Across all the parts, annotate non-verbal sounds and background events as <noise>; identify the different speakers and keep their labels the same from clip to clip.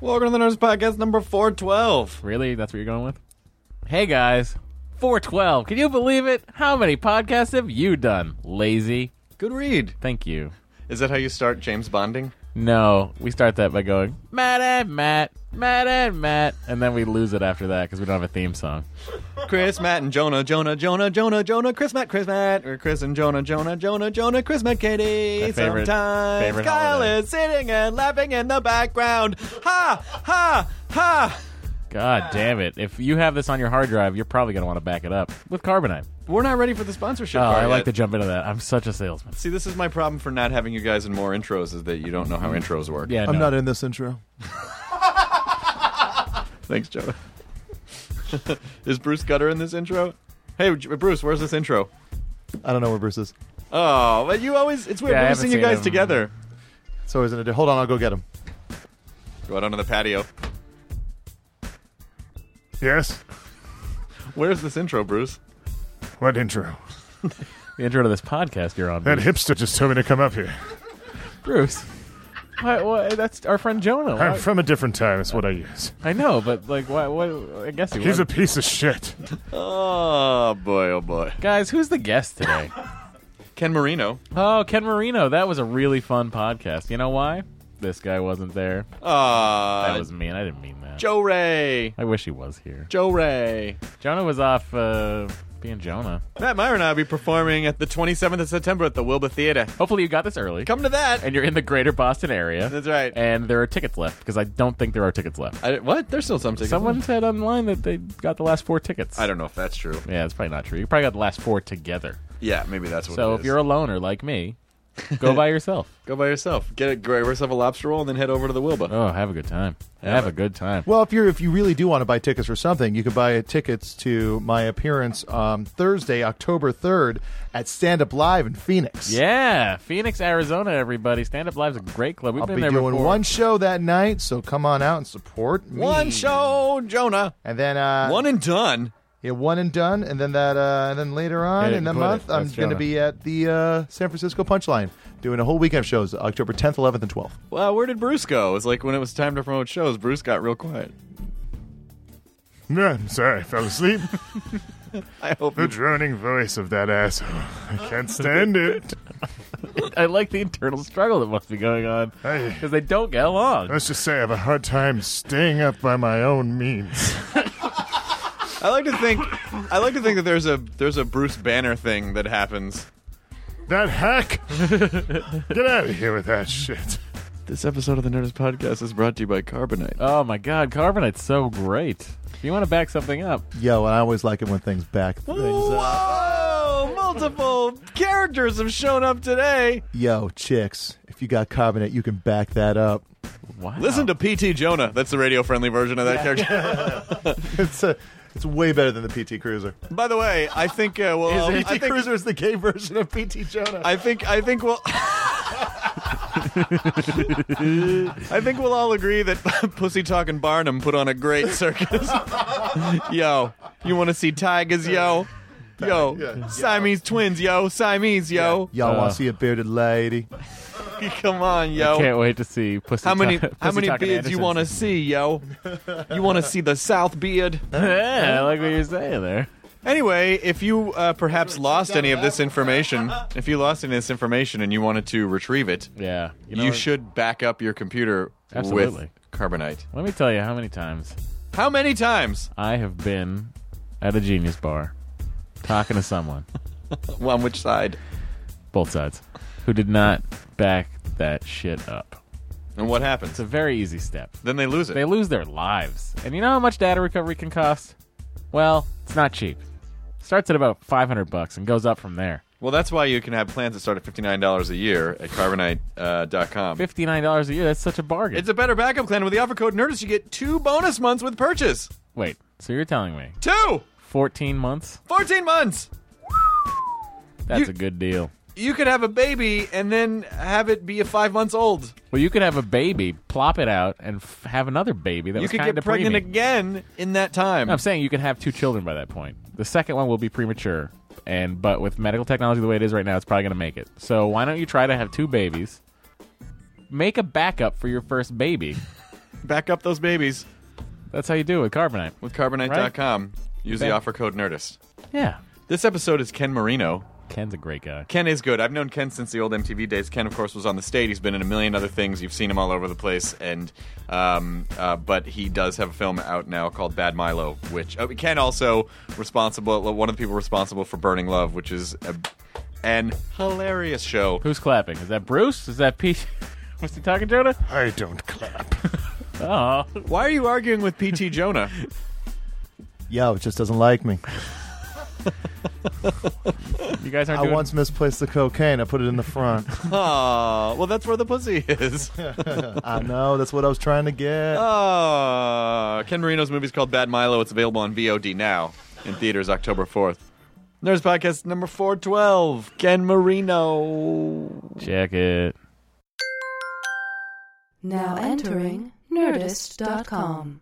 Speaker 1: Welcome to the Nerds Podcast number 412.
Speaker 2: Really? That's what you're going with? Hey guys, 412. Can you believe it? How many podcasts have you done? Lazy.
Speaker 1: Good read.
Speaker 2: Thank you.
Speaker 1: Is that how you start James Bonding?
Speaker 2: No, we start that by going Matt and Matt, Matt and Matt, and then we lose it after that because we don't have a theme song.
Speaker 1: Chris, Matt, and Jonah, Jonah, Jonah, Jonah, Jonah, Chris, Matt, Chris, Matt, or Chris and Jonah, Jonah, Jonah, Jonah, Chris, Matt, Katie.
Speaker 2: My favorite-
Speaker 1: Sometimes
Speaker 2: favorite
Speaker 1: Kyle
Speaker 2: holiday.
Speaker 1: is sitting and laughing in the background. Ha, ha, ha.
Speaker 2: God damn it! If you have this on your hard drive, you're probably gonna want to back it up with carbonite.
Speaker 1: We're not ready for the sponsorship.
Speaker 2: Oh,
Speaker 1: part
Speaker 2: I like
Speaker 1: yet.
Speaker 2: to jump into that. I'm such a salesman.
Speaker 1: See, this is my problem for not having you guys in more intros is that you don't know how intros work.
Speaker 2: Yeah,
Speaker 3: I'm
Speaker 2: no.
Speaker 3: not in this intro.
Speaker 1: Thanks, Jonah. <laughs> is Bruce Gutter in this intro? Hey, J- Bruce, where's this intro?
Speaker 3: I don't know where Bruce is.
Speaker 1: Oh, but you always, it's weird.
Speaker 2: Yeah,
Speaker 1: We've
Speaker 2: I
Speaker 1: never
Speaker 2: haven't
Speaker 1: seen you
Speaker 2: seen
Speaker 1: guys
Speaker 2: him.
Speaker 1: together.
Speaker 3: It's always in a day. Hold on, I'll go get him.
Speaker 1: Go out onto the patio.
Speaker 3: Yes.
Speaker 1: Where's this intro, Bruce?
Speaker 3: What intro?
Speaker 2: the intro to this podcast you're on. Bruce.
Speaker 3: hipster just told me to come up here.
Speaker 2: Bruce. Why, why, that's our friend Jonah. Why-
Speaker 3: from a different time. Is what I use.
Speaker 2: I know, but like, why, why, I guess he was.
Speaker 3: piece of shit.
Speaker 1: Oh boy, oh boy.
Speaker 2: Guys, who's the
Speaker 1: <laughs>
Speaker 2: guest today?
Speaker 1: Ken Marino.
Speaker 2: oh, Ken Marino. That was a really fun podcast. You know why? This guy wasn't there. That
Speaker 1: Uh,
Speaker 2: was mean. I didn't mean that.
Speaker 1: Joe Ray.
Speaker 2: I wish he was here.
Speaker 1: Joe Ray.
Speaker 2: Jonah was off uh, being Jonah.
Speaker 1: Matt Meyer and I will be performing at the 27th of September at the Wilba Theater.
Speaker 2: Hopefully, you got this early.
Speaker 1: Come to that.
Speaker 2: And you're in the greater Boston area.
Speaker 1: That's right.
Speaker 2: And there are tickets left because I don't think there are tickets left.
Speaker 1: I, what? There's still some tickets.
Speaker 2: Someone said online that they got the last four tickets.
Speaker 1: I don't know if that's true.
Speaker 2: Yeah, it's probably not true. You probably got the last four together.
Speaker 1: Yeah, maybe that's what.
Speaker 2: So
Speaker 1: it
Speaker 2: if
Speaker 1: is.
Speaker 2: you're a loner like me,
Speaker 1: <laughs>
Speaker 2: go by yourself.
Speaker 1: go by yourself, get a grab yourself a lobster roll, and then head over to the Wilba.
Speaker 2: Oh, have a good time. Have, a good time.
Speaker 3: Well, if you are if you really do want to buy tickets for something, you can buy tickets to my appearance on Thursday, October third, at Stand Up Live in Phoenix.
Speaker 2: Yeah, Phoenix, Arizona, everybody. Stand Up Live's a great club. We've
Speaker 3: I'll
Speaker 2: been
Speaker 3: be
Speaker 2: there
Speaker 3: doing
Speaker 2: before.
Speaker 3: one show that night, so come on out and support me.
Speaker 1: One show, Jonah.
Speaker 3: and then uh,
Speaker 1: One and done.
Speaker 3: yeah, one and done, and then that, uh, and then later
Speaker 2: I
Speaker 3: on
Speaker 2: didn't
Speaker 3: in the
Speaker 2: put
Speaker 3: month,
Speaker 2: it.
Speaker 3: I'm
Speaker 2: That's
Speaker 3: going to
Speaker 2: Jonah.
Speaker 3: be at the uh, San Francisco Punchline doing a whole weekend of shows, October 10th, 11th, and 12th.
Speaker 1: Wow, where did Bruce go? It's like when it was time to promote shows, Bruce got real quiet.
Speaker 4: No, I'm sorry, I fell asleep.
Speaker 1: I hope
Speaker 4: the
Speaker 1: you
Speaker 4: droning voice of that asshole. I can't stand it.
Speaker 2: I like the internal struggle that must be going on
Speaker 4: Hey.
Speaker 2: because they don't get along.
Speaker 4: Let's just say I have a hard time staying up by my own means.
Speaker 1: I like to think I like to think that there's a there's a Bruce Banner thing that happens.
Speaker 4: That hack! Get out of here with that shit.
Speaker 1: This episode of the Nerdist Podcast is brought to you by Carbonite.
Speaker 2: Oh my God, Carbonite's so great. If you want to back something up,
Speaker 3: Yo, and I always like it when things back things up.
Speaker 1: Whoa! Multiple characters have shown up today.
Speaker 3: Yo, chicks, if you got carbonate, you can back that up. <laughs>
Speaker 2: wow.
Speaker 1: Listen to PT Jonah. That's the radio friendly version of that character.
Speaker 3: It's a, it's way better than the PT Cruiser.
Speaker 1: By the way, I think uh, well, um,
Speaker 3: PT
Speaker 1: I think
Speaker 3: Cruiser is the gay version of PT Jonah.
Speaker 1: I think I think we'll I think we'll all agree that <laughs> Pussy Talking Barnum put on a great circus. <laughs> yo, you want to see tigers, yo? Yo,
Speaker 3: yeah,
Speaker 1: Siamese twins, yo, Siamese, yo.
Speaker 3: Y'all
Speaker 2: Uh.
Speaker 3: want to see a bearded lady?
Speaker 1: <laughs> Come on, yo.
Speaker 2: Can't wait to see Pussy
Speaker 1: How many
Speaker 2: Talk-
Speaker 1: how
Speaker 2: Pussy
Speaker 1: many
Speaker 2: Talkin'
Speaker 1: beards you
Speaker 2: Andersons.
Speaker 1: want to see, yo? You want to see the South beard?
Speaker 2: <laughs> Yeah, I like what you're saying there.
Speaker 1: Anyway, if you uh, perhaps lost any of this information, if you lost any of this information and you wanted to retrieve it,
Speaker 2: Yeah. know
Speaker 1: you
Speaker 2: what?
Speaker 1: should back up your computer with
Speaker 2: Absolutely.
Speaker 1: carbonite.
Speaker 2: Let me tell you how many times
Speaker 1: How many times?
Speaker 2: I have been at a genius bar talking to someone,
Speaker 1: On which side?
Speaker 2: both sides, who did not back that shit up.
Speaker 1: And what happens?
Speaker 2: It's a very easy step.
Speaker 1: Then they lose it.
Speaker 2: They lose their lives. And you know how much data recovery can cost? Well, it's not cheap. Starts at about 500 bucks and goes up from there.
Speaker 1: well, that's why you can have plans that start at $59 a year at carbonite.com.
Speaker 2: $59 a year, that's such a bargain.
Speaker 1: it's a better backup plan. With the offer code NERDIST, you get two bonus months with purchase.
Speaker 2: Wait, so you're telling me
Speaker 1: Two!
Speaker 2: 14 months?
Speaker 1: 14 months!
Speaker 2: That's
Speaker 1: You-
Speaker 2: a good deal.
Speaker 1: You could have a baby and then have it be a five months old.
Speaker 2: Well, you could have a baby, plop it out, and f- have another baby that
Speaker 1: You
Speaker 2: was
Speaker 1: could
Speaker 2: kind
Speaker 1: get
Speaker 2: of
Speaker 1: pregnant
Speaker 2: preemie.
Speaker 1: again in that time.
Speaker 2: I'm saying you could have two children by that point. The second one will be premature, and but with medical technology the way it is right now, it's probably going to make it. So why don't you try to have two babies? Make a backup for your first baby.
Speaker 1: Back up those babies
Speaker 2: That's how you do it with carbonite.
Speaker 1: with carbonite.com. Use the
Speaker 2: bet.
Speaker 1: offer code NERDIST.
Speaker 2: Yeah,
Speaker 1: This episode is Ken Marino.
Speaker 2: Ken's a great guy.
Speaker 1: Ken is good. I've known Ken since the old MTV days. Ken, of course, was on the state. He's been in a million other things. You've seen him all over the place. And um, uh, but he does have a film out now called Bad Milo, which oh, Ken also responsible one of the people responsible for Burning Love, which is a, an hilarious show.
Speaker 2: Who's clapping? Is that Bruce? Is that Pete? <laughs> Was he talking Jonah?
Speaker 4: I don't clap.
Speaker 2: Oh,
Speaker 1: Why are you arguing with PT Jonah?
Speaker 3: Yo, it just doesn't like me.
Speaker 2: you guys aren't
Speaker 3: I
Speaker 2: doing.
Speaker 3: once misplaced the cocaine. I put it in the front.
Speaker 1: Aw, well, that's where the pussy is.
Speaker 3: I know. That's what I was trying to get.
Speaker 1: Uh, Ken Marino's movie is called Bad Milo. It's available on VOD now in theaters October 4th. Nerds Podcast number 412, Ken Marino.
Speaker 2: Check it.
Speaker 5: Now entering Nerdist.com.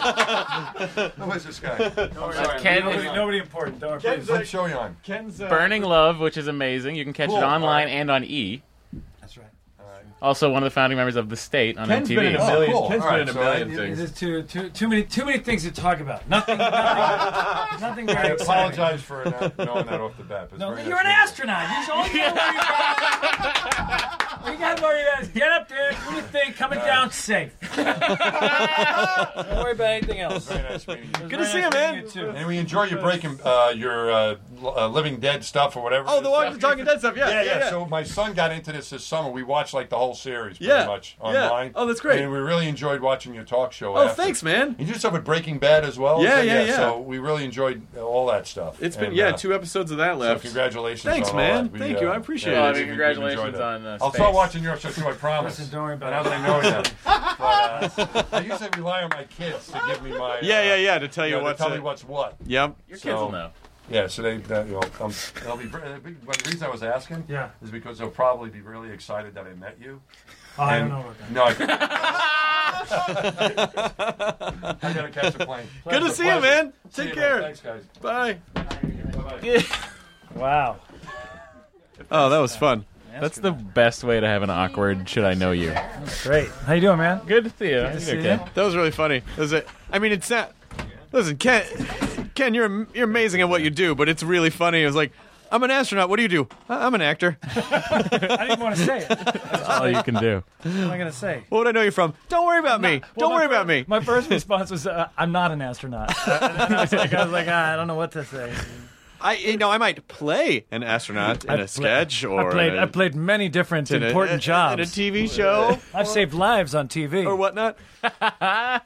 Speaker 4: Who is this guy?
Speaker 2: Ken
Speaker 6: Nobody important. Don't worry.
Speaker 4: I'm Shoyan.
Speaker 1: Ken's, uh,
Speaker 2: Burning Love, which is amazing. You can catch it online and on E.
Speaker 6: That's right. Oh,
Speaker 2: Also, one of the founding members of the state on
Speaker 1: Ken's
Speaker 2: MTV.
Speaker 1: been in a million,
Speaker 4: cool.
Speaker 1: Ken's
Speaker 4: All right,
Speaker 1: been in a
Speaker 4: so
Speaker 1: million
Speaker 4: I-
Speaker 1: things.
Speaker 6: There's too, too, too many too many things to talk about.
Speaker 1: <laughs>
Speaker 6: Nothing. Nothing, nothing
Speaker 4: I
Speaker 6: very exciting.
Speaker 4: apologize for not knowing that off the bat. It's
Speaker 6: No,
Speaker 4: very
Speaker 6: you're an
Speaker 4: nice.
Speaker 6: astronaut. You should only know where you are. You got to worry about is get up there, do your thing, coming down safe. Don't worry about anything else. Good
Speaker 4: Nice meeting you.
Speaker 6: to
Speaker 1: see you, man.
Speaker 4: And we enjoy your breaking, uh, your uh, l- uh, Living Dead stuff or whatever.
Speaker 1: Oh, the
Speaker 4: Walking
Speaker 1: Walking and Talking Dead stuff. Yeah,
Speaker 4: Yeah, yeah, So my son got into this this summer. We watched like the whole series pretty
Speaker 1: Yeah,
Speaker 4: much
Speaker 1: yeah.
Speaker 4: online.
Speaker 1: Oh, that's great.
Speaker 4: And we really enjoyed watching your talk show.
Speaker 1: oh,
Speaker 4: after.
Speaker 1: thanks, man.
Speaker 4: You do stuff with Breaking Bad as well.
Speaker 1: Yeah,
Speaker 4: So,
Speaker 1: yeah, yeah.
Speaker 4: So we really enjoyed uh, all that stuff.
Speaker 1: It's been,
Speaker 4: And,
Speaker 1: yeah,
Speaker 4: uh,
Speaker 1: two episodes of that
Speaker 4: So
Speaker 1: left.
Speaker 4: congratulations.
Speaker 1: Thanks,
Speaker 4: on
Speaker 1: man.
Speaker 4: All that. We,
Speaker 1: Thank
Speaker 4: uh,
Speaker 1: you. I appreciate
Speaker 2: Well, I
Speaker 1: it.
Speaker 2: mean,
Speaker 4: we- we
Speaker 2: congratulations
Speaker 4: enjoyed it.
Speaker 2: on, uh,
Speaker 4: I'll
Speaker 2: Space.
Speaker 4: start watching your show too. I promise.
Speaker 6: Listen, don't worry about
Speaker 4: I
Speaker 6: it.
Speaker 4: don't know
Speaker 6: <laughs>
Speaker 4: that. But, uh, I usually rely on my kids to give me my.
Speaker 1: yeah,
Speaker 4: uh,
Speaker 1: yeah, yeah. To tell
Speaker 4: You
Speaker 1: you
Speaker 4: know, to
Speaker 1: what's.
Speaker 4: tell
Speaker 1: uh,
Speaker 4: me what's what.
Speaker 1: Yep.
Speaker 2: Your kids
Speaker 4: So-
Speaker 2: will know.
Speaker 4: Yeah, so they, that, you know, um, they'll be. ver- The big- the reason I was asking
Speaker 6: Yeah.
Speaker 4: is because they'll probably be really excited that I met you.
Speaker 6: Oh, <laughs> I don't know about that.
Speaker 4: No, I, I gotta catch a plane.
Speaker 1: Good to see you, man.
Speaker 4: See
Speaker 1: Take
Speaker 4: you,
Speaker 1: care.
Speaker 4: Thanks, guys.
Speaker 1: Bye.
Speaker 6: Wow.
Speaker 1: <laughs> Oh, that was fun.
Speaker 2: That's the best way to have an awkward should I know you.
Speaker 6: Great. How you doing, man?
Speaker 2: Good to see you. You
Speaker 6: see
Speaker 2: okay?
Speaker 6: you.
Speaker 1: That was really funny. That was it. I mean, it's not. Listen, Ken, Ken, you're am- you're amazing at what you do, but it's really funny. It was like, I'm an astronaut. What do you do? "I- I'm an actor.
Speaker 6: I didn't want to say it. What
Speaker 2: That's all you can do.
Speaker 6: am I going
Speaker 4: <laughs>
Speaker 6: to say?
Speaker 1: What would I know you from? Don't worry about me.
Speaker 6: Well,
Speaker 1: Don't
Speaker 6: my
Speaker 1: worry
Speaker 6: fir-
Speaker 1: about me.
Speaker 6: My first response was, uh, "I'm not an
Speaker 4: <laughs>
Speaker 6: astronaut." <laughs> and then I was like, I, was like ah, "I don't know what to say."
Speaker 1: I you know I might play an astronaut in
Speaker 6: I
Speaker 1: a
Speaker 6: pla-
Speaker 1: sketch or
Speaker 6: I played,
Speaker 1: in a-
Speaker 6: I played many different
Speaker 1: in a-
Speaker 6: important jobs.
Speaker 1: in a TV show
Speaker 6: I've saved lives on TV. <laughs>
Speaker 1: or whatnot.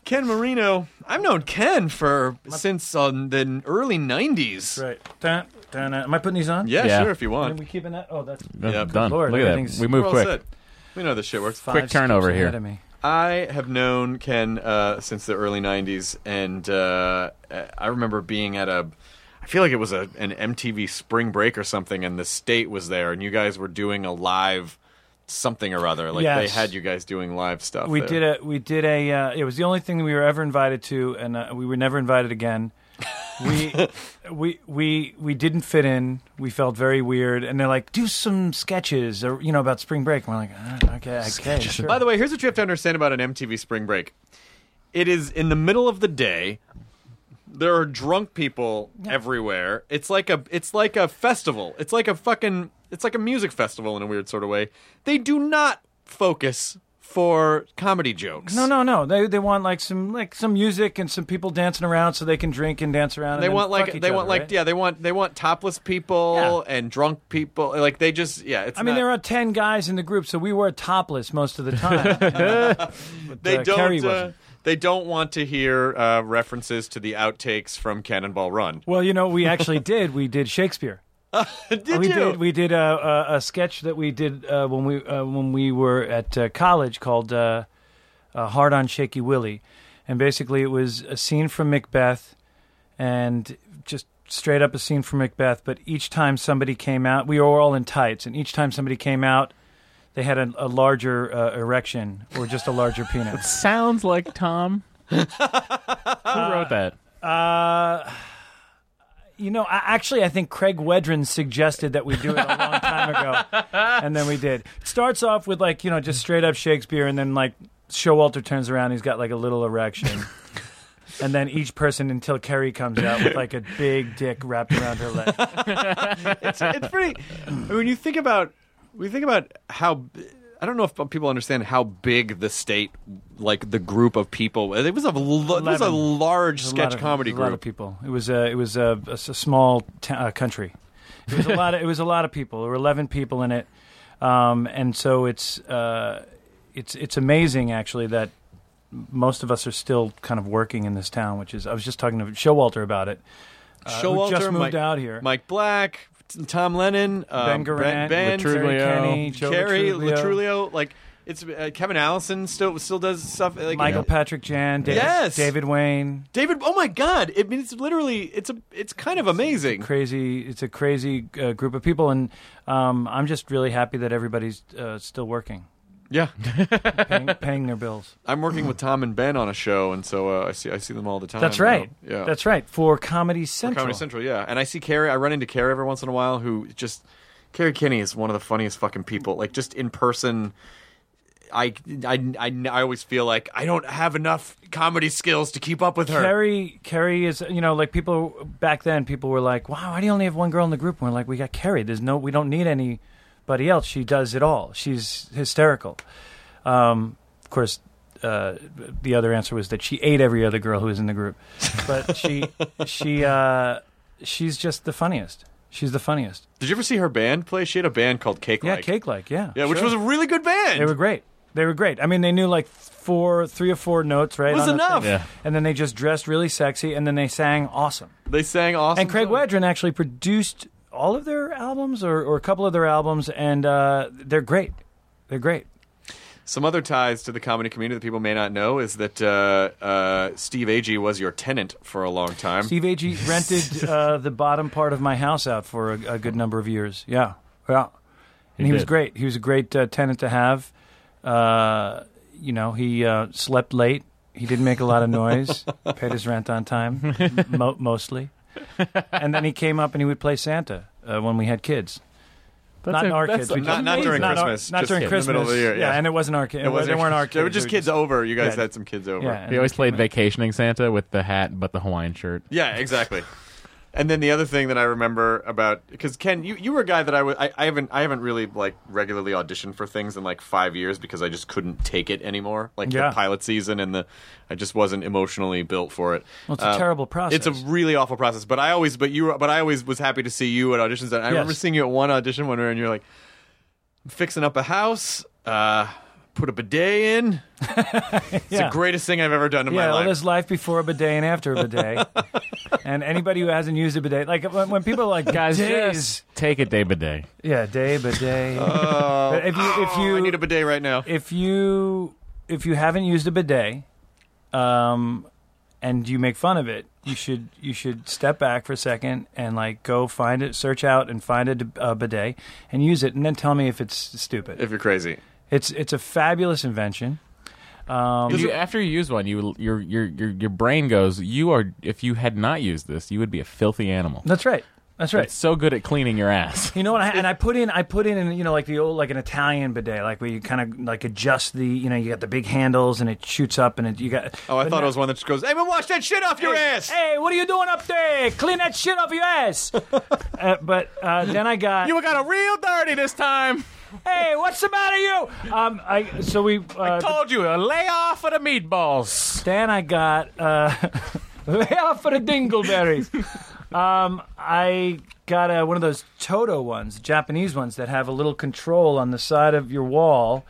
Speaker 1: Ken Marino. I've known Ken for since um, the early '90s.
Speaker 6: Right. Dun, dun, dun. Am I putting these on?
Speaker 1: Yeah,
Speaker 2: Yeah.
Speaker 1: sure if you
Speaker 6: Are
Speaker 1: want.
Speaker 6: we keeping that? Oh, that's
Speaker 1: Yep.
Speaker 2: Done.
Speaker 6: Lord,
Speaker 2: Look at that.
Speaker 6: everything's-
Speaker 2: We move
Speaker 1: We're all
Speaker 2: quick.
Speaker 1: set. We know this shit works.
Speaker 6: five
Speaker 2: Quick turnover
Speaker 6: steps
Speaker 2: here.
Speaker 6: ahead of me.
Speaker 1: I have known Ken uh, since the early '90s, and uh, I remember being at a. I feel like it was a, an MTV Spring Break or something, and the state was there, and you guys were doing a live something or other. Like they
Speaker 6: Yes.
Speaker 1: had you guys doing live stuff.
Speaker 6: We
Speaker 1: there. <laughs>
Speaker 6: did a. We did a. Uh, it was the only thing that we were ever invited to, and uh, we were never invited again.
Speaker 7: we we we we didn't fit in. We felt very weird, and they're like, "Do some sketches, or you know, about spring break." And we're like, ah, "Okay, okay, sure."
Speaker 1: By the way, here's what you have to understand about an MTV Spring Break. It is in the middle of the day. There are drunk people everywhere. It's like a it's like a festival. It's like a fucking it's like a music festival in a weird sort of way. They do not focus for comedy jokes.
Speaker 7: no, no, no. They they want like some like some music and some people dancing around so they can drink and dance around.
Speaker 1: They
Speaker 7: and then
Speaker 1: want like
Speaker 7: fuck each
Speaker 1: they
Speaker 7: other,
Speaker 1: want
Speaker 7: right?
Speaker 1: like yeah, they want they want topless people and drunk people. Like they just yeah, it's
Speaker 7: I mean,
Speaker 1: not-
Speaker 7: there are ten guys in the group, so we were topless most of the
Speaker 1: <laughs>
Speaker 7: time.
Speaker 1: they
Speaker 7: uh, Carrie
Speaker 1: don't uh,
Speaker 7: wasn't.
Speaker 1: they don't want to hear uh, references to the outtakes from Cannonball Run.
Speaker 7: <laughs> well, you know,
Speaker 1: <laughs>
Speaker 7: we actually did. We did Shakespeare.
Speaker 1: Uh, Did
Speaker 7: we
Speaker 1: you?
Speaker 7: did we did a, a, a sketch that we did uh, when we uh, when we were at uh, college called uh, uh, "Hard on Shaky Willie," and basically it was a scene from Macbeth, and just straight up a scene from Macbeth. But each time somebody came out, we were all in tights, and each time somebody came out, they had a, a larger uh, erection or just
Speaker 1: <laughs>
Speaker 7: a larger penis.
Speaker 2: Sounds like Tom. Who wrote that?
Speaker 7: Uh, you know, I, actually, I think Craig Wedren suggested that we do it a long time ago, and then we did. It starts off with like you know just straight up Shakespeare, and then like Showalter turns around, he's got like a little erection. And then each person until Carrie comes out with like a big dick wrapped around her leg.
Speaker 1: it's, it's pretty. When you think about, we think about how. b- I don't know if people understand how big the state, like the group of people. It was a l- it was a
Speaker 7: Eleven.
Speaker 1: large
Speaker 7: There's a
Speaker 1: sketch
Speaker 7: lot of-
Speaker 1: comedy
Speaker 7: there's A lot
Speaker 1: group.
Speaker 7: of people. It was a it was a, a s- a small t- uh, country. It was a lot. Of, it was a lot of people. There were eleven people in it, um, and so it's uh, it's it's amazing actually that most of us are still kind of working in this town. Which is I was just talking to Showalter about it. uh, who
Speaker 1: Showalter,
Speaker 7: just moved
Speaker 1: Mike,
Speaker 7: out here.
Speaker 1: Mike Black, t- Tom Lennon, um,
Speaker 7: ben Garant,
Speaker 1: Ben,
Speaker 2: Latrulio.
Speaker 7: Terry Kenny, Joe
Speaker 1: Carrie
Speaker 7: Latrulio,
Speaker 1: Latrulio. Like it's uh, Kevin Allison still still does stuff. Like,
Speaker 7: Michael Patrick Jan, David,
Speaker 1: Yes!
Speaker 7: David Wayne.
Speaker 1: David. Oh my God! It mean, it's literally it's a it's kind of amazing.
Speaker 7: crazy it's a crazy uh, group of people and um, i'm just really happy that everybody's uh, still working
Speaker 1: Yeah,
Speaker 7: paying, paying their bills
Speaker 1: I'm working with Tom and Ben on a show, and so uh, I see I see them all the time.
Speaker 7: that's
Speaker 1: now.
Speaker 7: right
Speaker 1: Yeah,
Speaker 7: that's right for comedy central,
Speaker 1: Comedy Central, yeah. And I see Carrie. I run into Carrie every once in a while. Who just Carrie Kinney is one of the funniest fucking people. Like just in person, I I I, I always feel like I don't have enough comedy skills to keep up with her.
Speaker 7: Carrie, Carrie is you know like people back then. People were like, "Wow, why do you only have one girl in the group?" And we're like, "We got Carrie. There's no, we don't need anybody else. She does it all. She's hysterical." Um, of course, uh, the other answer was that she ate every other girl who was in the group, but she she uh, she's just the funniest. She's the funniest.
Speaker 1: Did you ever see her band play? She had a band called Cake
Speaker 7: Yeah,
Speaker 1: Like.
Speaker 7: cake like yeah.
Speaker 1: Yeah, which
Speaker 7: sure.
Speaker 1: was a really good band.
Speaker 7: They were great. They were great. I mean, they knew like four, three or four notes, right?
Speaker 1: It was
Speaker 7: on a thing.
Speaker 1: enough.
Speaker 2: Yeah.
Speaker 7: And then they just dressed really sexy, and then they sang awesome.
Speaker 1: They sang awesome.
Speaker 7: And Craig
Speaker 1: songs.
Speaker 7: Wedren actually produced all of their albums or, or a couple of their albums, and uh, they're great. They're great.
Speaker 1: Some other ties to the comedy community that people may not know is that uh, uh, Steve Agee was your tenant for a long time.
Speaker 7: Steve Agee rented uh, the bottom part of my house out for a, a good number of years. Yeah, yeah. And he, was
Speaker 2: did.
Speaker 7: great. He was a great uh, tenant to have. Uh, you know, he uh, slept late. He didn't make a lot of noise. paid his rent on time, mo- mostly. And then he came up and he would play Santa uh, when we had kids.
Speaker 2: That's
Speaker 7: not
Speaker 2: a-
Speaker 7: in our
Speaker 2: that's
Speaker 7: kids. We
Speaker 2: amazing.
Speaker 1: Not- not during
Speaker 7: our-
Speaker 1: Christmas,
Speaker 7: Not
Speaker 1: just
Speaker 7: during
Speaker 1: in the
Speaker 7: Christmas.
Speaker 1: middle of the year, yeah.
Speaker 7: and it wasn't our kids.
Speaker 1: It wasn't-
Speaker 7: They weren't our kids.
Speaker 1: They were just
Speaker 7: It
Speaker 1: kids
Speaker 7: was-
Speaker 1: over. You guys
Speaker 7: Yeah.
Speaker 1: had some kids over.
Speaker 7: Yeah.
Speaker 2: He always played vacationing Santa with the hat, but the Hawaiian shirt.
Speaker 1: Yeah, exactly. And then the other thing that I remember about because Ken, you, you were a guy that I was I, I haven't I haven't really like regularly auditioned for things in like five years because I just couldn't take it anymore. Like
Speaker 7: Yeah.
Speaker 1: the pilot season and the I just wasn't emotionally built for it. Uh,
Speaker 7: Well, it's a terrible
Speaker 1: It's
Speaker 7: process.
Speaker 1: a really awful process. But I always but you were- but I always was happy to see you at auditions. And I remember
Speaker 7: Yes.
Speaker 1: seeing you at one audition one where and you're like "I'm fixing up a house, uh, put a bidet in. It's
Speaker 7: Yeah.
Speaker 1: the greatest thing I've ever done in
Speaker 7: yeah,
Speaker 1: my
Speaker 7: well,
Speaker 1: life.
Speaker 7: there's life before a bidet and after a
Speaker 1: <laughs>
Speaker 7: bidet. and anybody who hasn't used a bidet, like when, when people are like,
Speaker 2: Guys,
Speaker 7: "Bidets."
Speaker 2: just take it day by day.
Speaker 7: yeah, day bidet.
Speaker 1: Oh,
Speaker 7: But if you if
Speaker 1: oh,
Speaker 7: you
Speaker 1: I need a bidet right now.
Speaker 7: if you if you haven't used a bidet, um, and you make fun of it, you should you should step back for a second and like go find it, search out and find a, d- a bidet and use it, and then tell me if it's stupid.
Speaker 1: if you're crazy.
Speaker 7: It's it's a fabulous invention. Um,
Speaker 2: you, after you use one, you your your your your brain goes. You are if you had not used this, you would be a filthy animal.
Speaker 7: That's right. That's right.
Speaker 2: It's so good at cleaning your ass.
Speaker 7: You know what? I, and I put in, I put in, you know, like the old, like an Italian bidet, like where you kind of like adjust the, you know, you got the big handles and it shoots up and it, you got.
Speaker 1: Oh, I
Speaker 7: but
Speaker 1: thought
Speaker 7: no-
Speaker 1: it was one that just goes, "Hey, man, wash that shit off your ass."
Speaker 7: Hey, what are you doing up there? Clean that shit off your ass.
Speaker 1: <laughs>
Speaker 7: uh, but uh, then I got.
Speaker 2: You got a real dirty this time.
Speaker 7: hey, what's the matter, you? Um, I so we. Uh,
Speaker 2: Told you a layoff of the meatballs.
Speaker 7: then I got uh, <laughs> lay off for the dingleberries. um, I got uh one of those Toto ones, Japanese ones that have a little control on the side of your wall,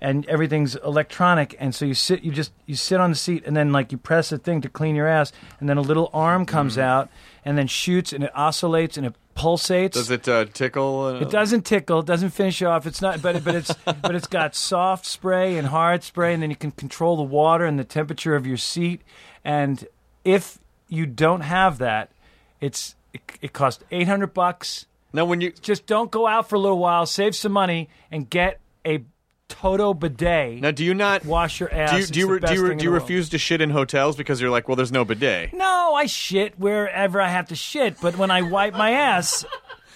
Speaker 7: and everything's electronic. And so you sit, you just you sit on the seat, and then like you press the thing to clean your ass, and then a little arm comes
Speaker 1: Hmm.
Speaker 7: out, and then shoots, and it oscillates, and it pulsates.
Speaker 1: Does it uh, tickle? Uh,
Speaker 7: It doesn't tickle, it doesn't finish off. It's not, but but it's <laughs> but it's got soft spray and hard spray, and then you can control the water and the temperature of your seat. And if you don't have that, it's it, it costs eight hundred bucks.
Speaker 1: Now, when you
Speaker 7: Just don't go out for a little while, save some money, and get a Toto bidet.
Speaker 1: now, do you not
Speaker 7: Wash your ass.
Speaker 1: Do you
Speaker 7: It's
Speaker 1: do you,
Speaker 7: the
Speaker 1: re- do
Speaker 7: best
Speaker 1: you, re-
Speaker 7: thing in
Speaker 1: do you
Speaker 7: the world.
Speaker 1: refuse to shit in hotels because you're like, well, there's no bidet?
Speaker 7: No, I shit wherever I have to shit, but when I wipe my ass,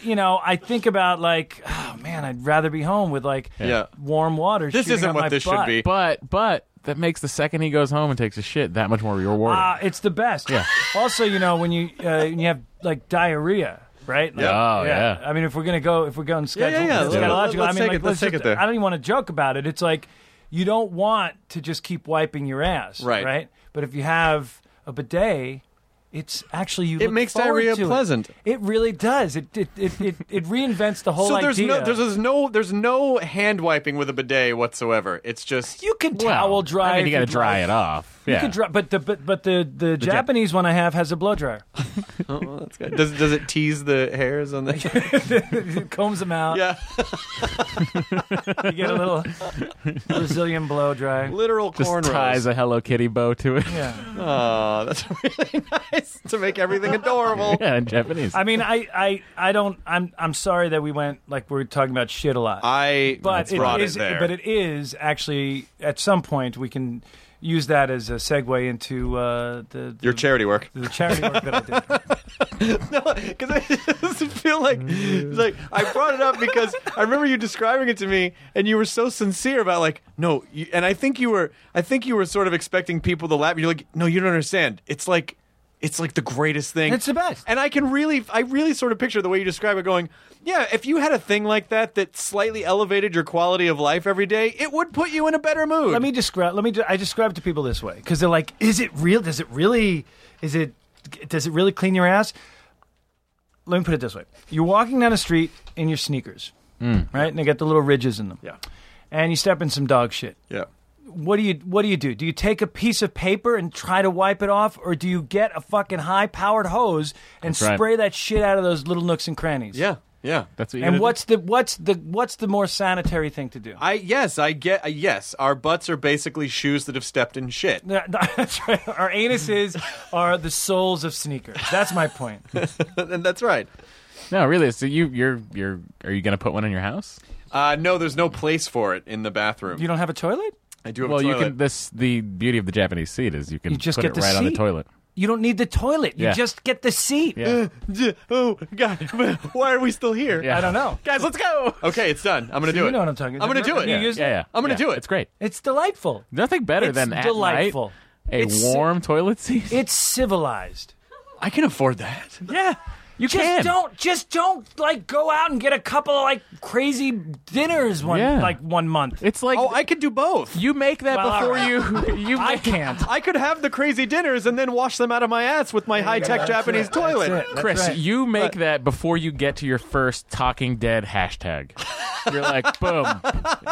Speaker 7: you know, I think about like, oh man, I'd rather be home with like
Speaker 1: Yeah.
Speaker 7: warm water.
Speaker 1: This
Speaker 7: shooting
Speaker 1: isn't
Speaker 7: up
Speaker 1: what
Speaker 7: my
Speaker 1: this should
Speaker 7: butt.
Speaker 1: be.
Speaker 2: But but that makes the second he goes home and takes a shit that much more rewarding.
Speaker 7: Ah, it's the best. Yeah. Also, you know, when you uh, when you have like diarrhea, right? Like,
Speaker 2: Yeah. Oh, yeah.
Speaker 7: I mean, if we're gonna go, if we're going schedule,
Speaker 1: yeah, yeah. Let's do it.
Speaker 7: schedulological, I
Speaker 1: Let's
Speaker 7: mean,
Speaker 1: take
Speaker 7: like,
Speaker 1: it- let's take
Speaker 7: just-
Speaker 1: it there.
Speaker 7: I don't even want to joke about it. It's like you don't want to just keep wiping your ass,
Speaker 1: Right.
Speaker 7: Right. But if you have a bidet. It's actually you.
Speaker 1: It
Speaker 7: look
Speaker 1: makes
Speaker 7: forward
Speaker 1: diarrhea
Speaker 7: to it.
Speaker 1: pleasant.
Speaker 7: It. really does. It it, it, it, it reinvents the whole
Speaker 1: so there's
Speaker 7: idea.
Speaker 1: no there's, there's no there's no hand wiping with a bidet whatsoever. It's just
Speaker 7: you can
Speaker 2: Well,
Speaker 7: towel dry.
Speaker 2: I mean, you
Speaker 7: if
Speaker 2: got to
Speaker 7: you'd
Speaker 2: dry
Speaker 7: like.
Speaker 2: it off.
Speaker 7: You
Speaker 2: yeah.
Speaker 7: could dry, but the but, but the, the, Japanese one I have has a blow dryer.
Speaker 1: does does it tease the hairs on
Speaker 7: <laughs>
Speaker 1: the
Speaker 7: It combs them out.
Speaker 1: yeah
Speaker 7: You get a little Brazilian blow dry.
Speaker 1: literal
Speaker 2: Just ties
Speaker 1: cornrows.
Speaker 2: a Hello Kitty bow to
Speaker 7: <laughs>
Speaker 2: it. <laughs> Yeah,
Speaker 7: Yeah.
Speaker 1: Aw, that's <laughs> really nice to make
Speaker 7: <laughs>
Speaker 1: everything adorable.
Speaker 2: in Japanese.
Speaker 7: I mean, I, I, I don't. I'm, I'm sorry that we went like we are talking about shit a lot.
Speaker 1: I
Speaker 7: but it
Speaker 1: brought
Speaker 7: is,
Speaker 1: it there.
Speaker 7: but it is actually at some point we can use that as a segue into uh, the, the
Speaker 1: your charity work.
Speaker 7: the charity work that I did.
Speaker 1: <laughs> because I just feel like it's like I brought it up because I remember you describing it to me, and you were so sincere about like no, you, and I think you were I think you were sort of expecting people to laugh. You're like, no, you don't understand. It's like it's like the greatest thing.
Speaker 7: It's the best.
Speaker 1: And I can really I really sort of picture the way you describe it going. Yeah, if you had a thing like that that slightly elevated your quality of life every day, it would put you in a better mood.
Speaker 7: Let me describe. Let me. de- I describe to people this way because they're like, "Is it real? Does it really? Is it? Does it really clean your ass?" Let me put it this way: You're walking down the street in your sneakers, right? And they got the little ridges in them.
Speaker 1: Mm. Yeah.
Speaker 7: And you step in some dog shit.
Speaker 1: yeah.
Speaker 7: What do you What do you do? Do you take a piece of paper and try to wipe it off, or do you get a fucking high powered hose and
Speaker 2: right.
Speaker 7: spray that shit out of those little nooks and crannies?
Speaker 1: Yeah. Yeah.
Speaker 2: That's what you
Speaker 7: And
Speaker 2: gotta do.
Speaker 7: what's the what's the what's the more sanitary thing to do?
Speaker 1: I yes, I get uh, yes. Our butts are basically shoes that have stepped in shit. <laughs>
Speaker 7: Yeah, <laughs> That's right. Our anuses are the soles of sneakers. That's my point.
Speaker 1: and that's right.
Speaker 2: no, really. So you you're you're are you gonna put one in your house?
Speaker 1: Uh, no, there's no place for it in the bathroom.
Speaker 7: You don't have a toilet?
Speaker 1: I do have
Speaker 2: well,
Speaker 1: a
Speaker 2: you
Speaker 1: toilet.
Speaker 2: can. This the beauty of the Japanese seat is you can
Speaker 7: You just
Speaker 2: put
Speaker 7: get
Speaker 2: it
Speaker 7: the
Speaker 2: right on the
Speaker 7: seat. <laughs>
Speaker 2: toilet.
Speaker 7: You don't need the toilet. You
Speaker 2: Yeah.
Speaker 7: just get the seat.
Speaker 2: Yeah.
Speaker 1: D- oh God, <laughs> why are we still here?
Speaker 2: Yeah. <laughs>
Speaker 7: I don't know.
Speaker 1: guys, let's go. Okay, it's done. I'm gonna do
Speaker 7: you
Speaker 1: it.
Speaker 7: know what I'm talking about.
Speaker 1: I'm gonna do it.
Speaker 7: You use-
Speaker 2: Yeah, yeah.
Speaker 1: I'm gonna
Speaker 2: Yeah.
Speaker 1: do it.
Speaker 2: It's great.
Speaker 7: It's delightful.
Speaker 2: Nothing better
Speaker 7: It's
Speaker 2: than at
Speaker 7: delightful.
Speaker 2: Night, a
Speaker 7: It's-
Speaker 2: warm toilet seat.
Speaker 7: <laughs> It's civilized.
Speaker 1: I can afford that.
Speaker 7: Yeah. You just
Speaker 2: can.
Speaker 7: don't just don't like go out and get a couple of like crazy dinners one
Speaker 2: Yeah.
Speaker 7: like one month.
Speaker 2: it's like
Speaker 1: Oh, I could do both.
Speaker 2: you make that
Speaker 7: Well,
Speaker 2: before
Speaker 7: all
Speaker 2: you <laughs> you
Speaker 7: I
Speaker 2: make
Speaker 7: can't.
Speaker 1: I could have the crazy dinners and then wash them out of my ass with my high tech Japanese toilet.
Speaker 7: That's it. That's
Speaker 2: Chris,
Speaker 7: right.
Speaker 2: you make that before you get to your first Talking Dead hashtag. You're like, boom,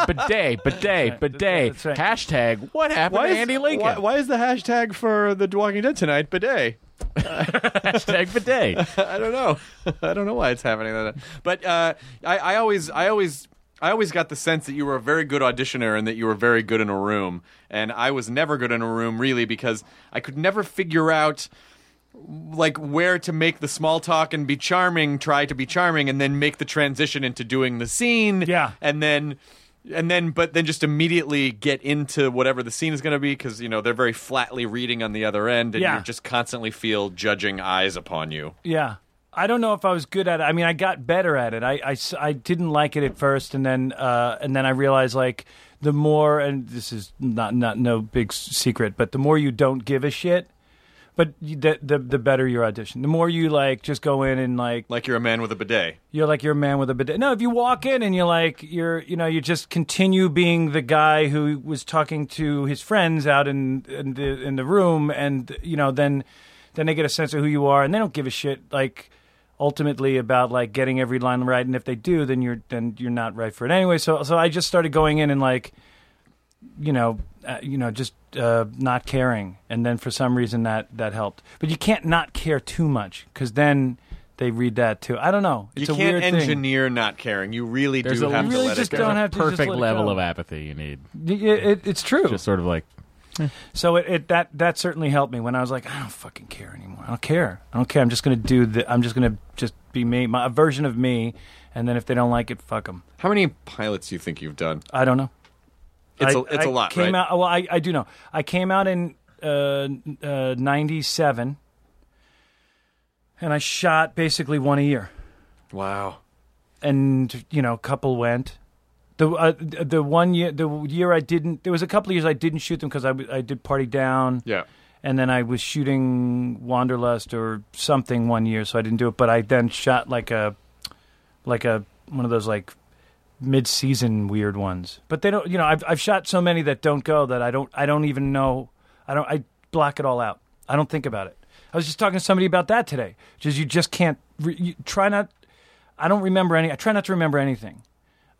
Speaker 2: bidet, bidet, bidet,
Speaker 7: That's right.
Speaker 2: hashtag. What happened
Speaker 1: Why
Speaker 2: to
Speaker 1: is,
Speaker 2: Andy Lincoln?
Speaker 1: Why, why is the hashtag for the Walking Dead tonight bidet?
Speaker 2: Hashtag bidet.
Speaker 1: <laughs> I don't know. I don't know why it's happening. Like that. But uh, I, I always, I always, I always got the sense that you were a very good auditioner and that you were very good in a room. And I was never good in a room, really, because I could never figure out like where to make the small talk and be charming, try to be charming, and then make the transition into doing the scene.
Speaker 7: Yeah.
Speaker 1: and then. and then but then just immediately get into whatever the scene is going to be because you know they're very flatly reading on the other end and
Speaker 7: Yeah.
Speaker 1: you just constantly feel judging eyes upon you
Speaker 7: Yeah. I don't know if I was good at it. I mean, I got better at it. I, I s- I didn't like it at first, and then uh, and then I realized like the more and this is not not no big s- secret, but the more you don't give a shit, but you, the, the the better your audition. The more you like just go in and like
Speaker 1: like you're a man with a bidet
Speaker 7: you're like you're a man with a bidet. No, if you walk in and you're like you're you know you just continue being the guy who was talking to his friends out in in the in the room, and you know then then they get a sense of who you are, and they don't give a shit like ultimately about like getting every line right. And if they do, then you're then you're not right for it anyway. So so I just started going in and like you know uh, you know just uh, not caring, and then for some reason that that helped. But you can't not care too much because then. They read that too. I don't know. It's
Speaker 1: you
Speaker 7: a
Speaker 1: can't
Speaker 7: weird thing.
Speaker 1: engineer not caring you really
Speaker 2: There's
Speaker 1: do
Speaker 2: a
Speaker 1: have
Speaker 7: really
Speaker 1: to let
Speaker 7: just
Speaker 1: it go
Speaker 7: don't have to just
Speaker 2: perfect
Speaker 7: let it
Speaker 2: level
Speaker 7: go.
Speaker 2: of apathy you need.
Speaker 7: Y- y- it- it's true.
Speaker 2: Just sort of like
Speaker 7: so it, it that that certainly helped me when I was like, I don't fucking care anymore. I don't care. I don't care. I'm just gonna do the. I'm just gonna just be me, my a version of me. And then if they don't like it, fuck them.
Speaker 1: how many pilots do you think you've done
Speaker 7: I don't know.
Speaker 1: it's,
Speaker 7: I-
Speaker 1: a it's
Speaker 7: I
Speaker 1: a lot
Speaker 7: Came
Speaker 1: right
Speaker 7: out. Well, I, I do know. I came out in uh, uh, '97, and I shot basically one a year.
Speaker 1: wow
Speaker 7: and you know, a couple went. The uh, the one year the year I didn't there was a couple of years I didn't shoot them because I, w- I did party down
Speaker 1: yeah
Speaker 7: and then I was shooting Wanderlust or something one year so I didn't do it but I then shot like a like a one of those like mid season weird ones but they don't you know I've I've shot so many that don't go that I don't I don't even know I don't I block it all out I don't think about it I was just talking to somebody about that today just you just can't re- you try not I don't remember any. I try not to remember anything,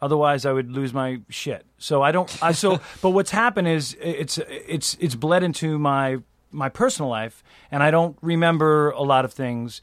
Speaker 7: otherwise I would lose my shit. So I don't. I so. but what's happened is it's it's it's bled into my my personal life, and I don't remember a lot of things.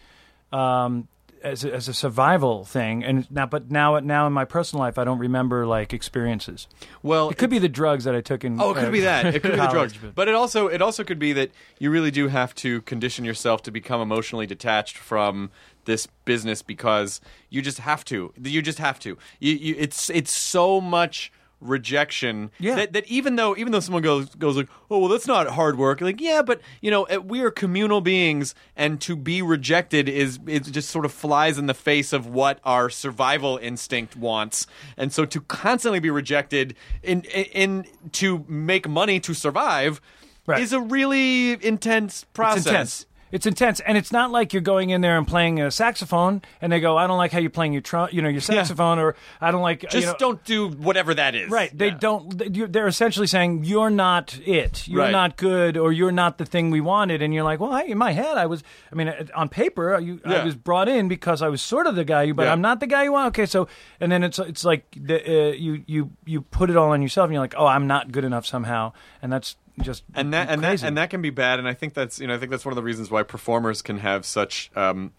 Speaker 7: Um, as a, as a survival thing, and now, but now, now in my personal life, I don't remember like experiences.
Speaker 1: well
Speaker 7: It could be the drugs that I took in.
Speaker 1: Oh, it
Speaker 7: uh,
Speaker 1: could be that. It could be the
Speaker 7: college,
Speaker 1: drugs. But, it also it also could be that you really do have to condition yourself to become emotionally detached from this business because you just have to. You just have to. You, you it's it's so much rejection
Speaker 7: Yeah.
Speaker 1: that, that even though even though someone goes goes like oh well that's not hard work like yeah but you know eh, we are communal beings and to be rejected is it just sort of flies in the face of what our survival instinct wants and so to constantly be rejected in in, in to make money to survive
Speaker 7: Right.
Speaker 1: is a really intense process
Speaker 7: It's intense. It's intense, and it's not like you're going in there and playing a saxophone, and they go, "I don't like how you're playing your tru- you know, your saxophone," or "I don't like."
Speaker 1: just
Speaker 7: you know,
Speaker 1: don't do whatever that is
Speaker 7: Right. They don't. they- you- They're essentially saying you're not it. You're
Speaker 1: Right.
Speaker 7: not good, or you're not the thing we wanted. And you're like, well, I, in my head, I was. I mean, uh, on paper, you,
Speaker 1: Yeah.
Speaker 7: I was brought in because I was sort of the guy you, but
Speaker 1: Yeah.
Speaker 7: I'm not the guy you want. Okay, so and then it's it's like the, uh, you you you put it all on yourself, and you're like, oh, I'm not good enough somehow, and that's just
Speaker 1: and that and
Speaker 7: crazy.
Speaker 1: that and that can be bad. And I think that's you know I think that's one of the reasons why performers can have such um,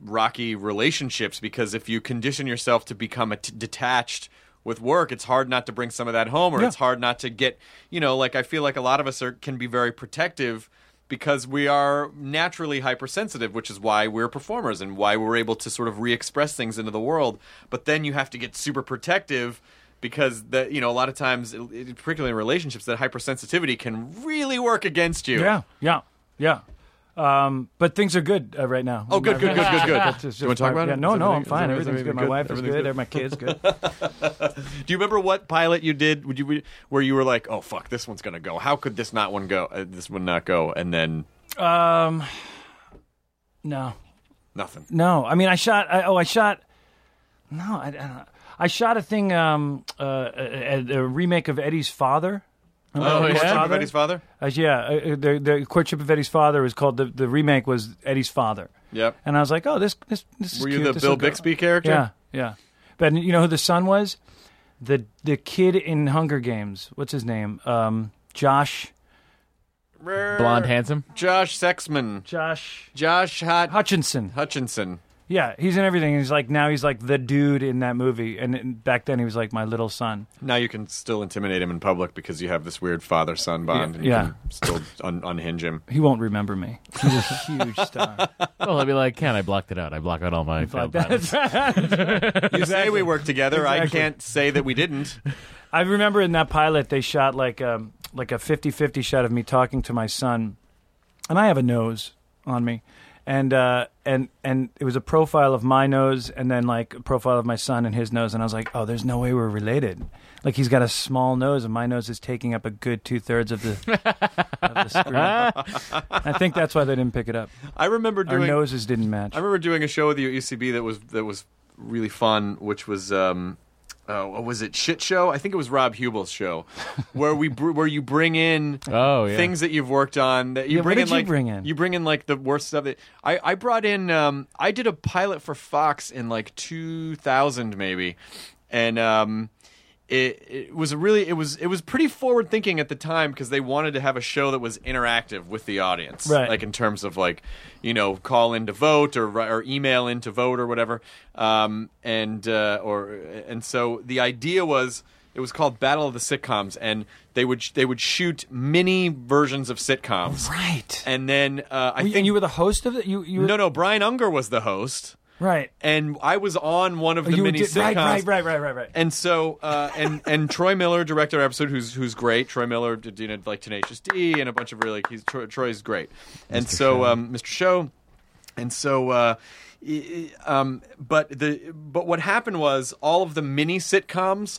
Speaker 1: rocky relationships because if you condition yourself to become a t- detached with work, it's hard not to bring some of that home, or
Speaker 7: Yeah.
Speaker 1: it's hard not to get you know like I feel like a lot of us are can be very protective. Because we are naturally hypersensitive, which is why we're performers and why we're able to sort of re-express things into the world. But then you have to get super protective because that you know a lot of times it- it- particularly in relationships that hypersensitivity can really work against you
Speaker 7: Yeah, yeah, yeah. Um, but things are good uh, right now.
Speaker 1: Oh, good, good, good, good, good.
Speaker 7: That's just-
Speaker 1: Do you wanna talk
Speaker 7: my-
Speaker 1: about it?
Speaker 7: yeah, No,
Speaker 1: Is
Speaker 7: no,
Speaker 1: everything-
Speaker 7: I'm
Speaker 1: is
Speaker 7: fine. Everything's,
Speaker 1: everything
Speaker 7: good. My
Speaker 1: good?
Speaker 7: wife is
Speaker 1: Everything's
Speaker 7: good.
Speaker 1: good?
Speaker 7: My kids good.
Speaker 1: do you remember what pilot you did would you where you were like oh fuck this one's gonna go how could this not one go uh, this one not go and then
Speaker 7: um, no,
Speaker 1: nothing
Speaker 7: no. I mean, I shot. I, oh, I shot. No, I, I don't. know. I shot a thing. Um, uh, a, a- a remake of Eddie's Father.
Speaker 1: oh
Speaker 7: Eddie's
Speaker 1: yeah
Speaker 7: Father?
Speaker 1: Eddie's father
Speaker 7: Uh, yeah, uh, uh, the, the courtship of Eddie's father was called the, the remake was Eddie's father,
Speaker 1: yep
Speaker 7: and I was like, oh, this this this is
Speaker 1: were you
Speaker 7: cute.
Speaker 1: the
Speaker 7: This
Speaker 1: bill
Speaker 7: will go.
Speaker 1: bixby character
Speaker 7: Yeah, yeah. But you know who the son was? The the kid in Hunger Games. What's his name? Um, Josh.
Speaker 2: blonde, handsome.
Speaker 1: josh sexman
Speaker 7: Josh
Speaker 1: josh hot
Speaker 7: Hutchinson.
Speaker 1: hutchinson
Speaker 7: Yeah, he's in everything. He's like now he's like the dude in that movie, and, and back then he was like my little son.
Speaker 1: now you can still intimidate him in public because you have this weird father-son bond and you
Speaker 7: Yeah.
Speaker 1: can
Speaker 7: <laughs>
Speaker 1: still un- unhinge him
Speaker 7: He won't remember me. He's a huge star.
Speaker 2: <laughs> Well, I'd be like, Ken, I blocked it out. I block out all my failed pilots.
Speaker 1: you say we worked together i can't say that we didn't
Speaker 7: I remember in that pilot they shot like um like a 50-50 shot of me talking to my son, and I have a nose on me, and uh, and and it was a profile of my nose and then like a profile of my son and his nose, and I was like, oh, there's no way we're related. Like he's got a small nose, and my nose is taking up a good two thirds of the. of the screen.
Speaker 1: <laughs>
Speaker 7: I think that's why they didn't pick it up.
Speaker 1: I remember
Speaker 7: our
Speaker 1: doing-
Speaker 7: noses didn't match.
Speaker 1: I remember doing a show with you at UCB that was that was really fun, which was um, uh, what was it? Shit show? I think it was Rob Hubel's
Speaker 7: <laughs>
Speaker 1: show, where we br- where you bring in
Speaker 2: Oh, yeah.
Speaker 1: things that you've worked on. That you
Speaker 7: Yeah, what
Speaker 1: bring
Speaker 7: did
Speaker 1: in
Speaker 7: you
Speaker 1: like
Speaker 7: bring in?
Speaker 1: you bring in like the worst stuff that I I brought in. Um, I did a pilot for Fox in like 2000 maybe, and um. It, it was a really it was it was pretty forward thinking at the time because they wanted to have a show that was interactive with the audience
Speaker 7: Right.
Speaker 1: like in terms of like you know call in to vote or or email in to vote or whatever um, and uh, or and so the idea was it was called Battle of the Sitcoms and they would they would shoot mini versions of sitcoms
Speaker 7: Right.
Speaker 1: and then uh, I
Speaker 7: Were you-
Speaker 1: think
Speaker 7: and you were the host of it. You you were,
Speaker 1: no no Brian Unger was the host
Speaker 7: right.
Speaker 1: and I was on one of the
Speaker 7: Oh, you
Speaker 1: mini
Speaker 7: did-
Speaker 1: sitcoms
Speaker 7: right, right, right, right, right, right.
Speaker 1: and so uh, and and Troy Miller directed our episode, who's who's great. Troy Miller did you know like Tenacious D and a bunch of really he's Troy, Troy's great. And so um, Mr. Show, and so. Uh, i- i- um, but the but what happened was all of the mini sitcoms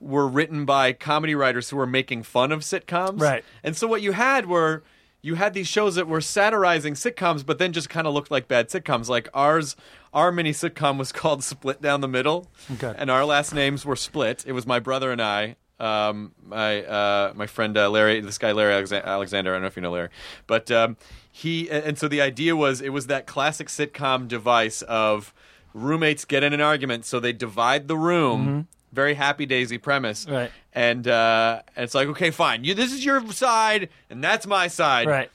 Speaker 1: were written by comedy writers who were making fun of sitcoms,
Speaker 7: Right.
Speaker 1: And so what you had were you had these shows that were satirizing sitcoms, but then just kind of looked like bad sitcoms. Like ours, our mini sitcom was <laughs> called Split Down the Middle,
Speaker 7: Okay.
Speaker 1: and our last names were Split. It was my brother and I. Um, my uh, my friend uh, Larry, this guy Larry Alexa- Alexander. I don't know if you know Larry, but um, he and and so the idea was it was that classic sitcom device of roommates get in an argument, so they divide the room. Very happy Daisy premise,
Speaker 7: Mm-hmm. Right.
Speaker 1: And uh, and it's like, okay, fine. You, this is your side, and that's my side.
Speaker 7: Right.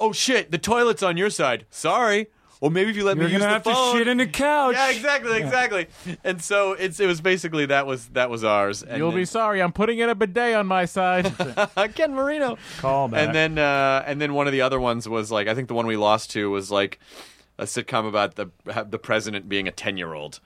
Speaker 1: Oh shit, the toilet's on your side. Sorry. Well, maybe if you let
Speaker 7: You're
Speaker 1: me use
Speaker 7: gonna
Speaker 1: the
Speaker 7: have
Speaker 1: phone.
Speaker 7: to shit in the couch.
Speaker 1: yeah, exactly, exactly. And so it's it was basically that was that was ours. And
Speaker 2: You'll be sorry. I'm putting in a bidet on my side.
Speaker 1: be <laughs> Ken Marino.
Speaker 7: Call back.
Speaker 1: And then uh, and then one of the other ones was like I think the one we lost to was like a sitcom about the the president being a ten year
Speaker 7: <laughs>
Speaker 1: old.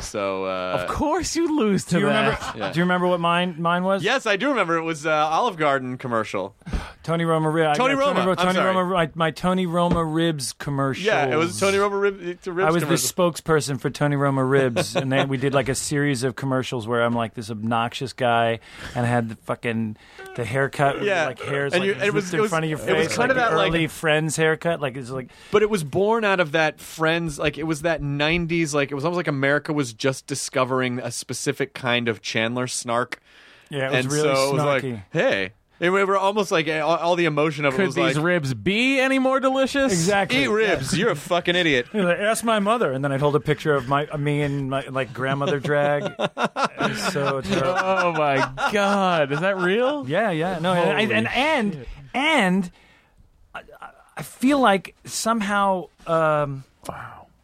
Speaker 1: So uh,
Speaker 2: of course, you lose to
Speaker 7: do you remember?
Speaker 2: that.
Speaker 1: Yeah.
Speaker 7: Do you remember what mine mine was?
Speaker 1: yes, I do remember it was uh, Olive Garden commercial.
Speaker 7: Tony Roma ribs.
Speaker 1: Tony Roma, I'm
Speaker 7: Tony
Speaker 1: sorry.
Speaker 7: Roma. My, my Tony Roma ribs commercial.
Speaker 1: Yeah, it was Tony Rover rib, to ribs
Speaker 7: I was the
Speaker 1: commercial.
Speaker 7: spokesperson for Tony
Speaker 1: <laughs>
Speaker 7: Roma ribs, and then we did like a series of commercials where I'm like this obnoxious guy, and I had the fucking the haircut, with,
Speaker 1: Yeah.
Speaker 7: like hairs
Speaker 1: And you-
Speaker 7: like
Speaker 1: and it was-
Speaker 7: zipped
Speaker 1: it
Speaker 7: in
Speaker 1: was-
Speaker 7: front of your
Speaker 1: it was
Speaker 7: face,
Speaker 1: kind
Speaker 7: like
Speaker 1: of that,
Speaker 7: the
Speaker 1: like-
Speaker 7: early Friends haircut, like it's like
Speaker 1: But it was born out of that Friends, like it was that '90s, like it was almost like America was just discovering a specific kind of Chandler snark.
Speaker 7: yeah, it was
Speaker 1: and
Speaker 7: really
Speaker 1: so it was
Speaker 7: snarky.
Speaker 1: like, hey, and we were almost like eh, all, all the emotion of it
Speaker 2: Could
Speaker 1: was
Speaker 2: these
Speaker 1: like,
Speaker 2: ribs be any more delicious?
Speaker 7: exactly.
Speaker 1: eat ribs, you're a fucking idiot.
Speaker 7: You're like, Ask my mother, and then I'd hold a picture of my of me and my like grandmother
Speaker 1: <laughs>
Speaker 7: drag. It was so terrible.
Speaker 2: Oh my god, is that real?
Speaker 7: Yeah, yeah. No, and I,
Speaker 2: Holy
Speaker 7: and, and and I- I feel like somehow um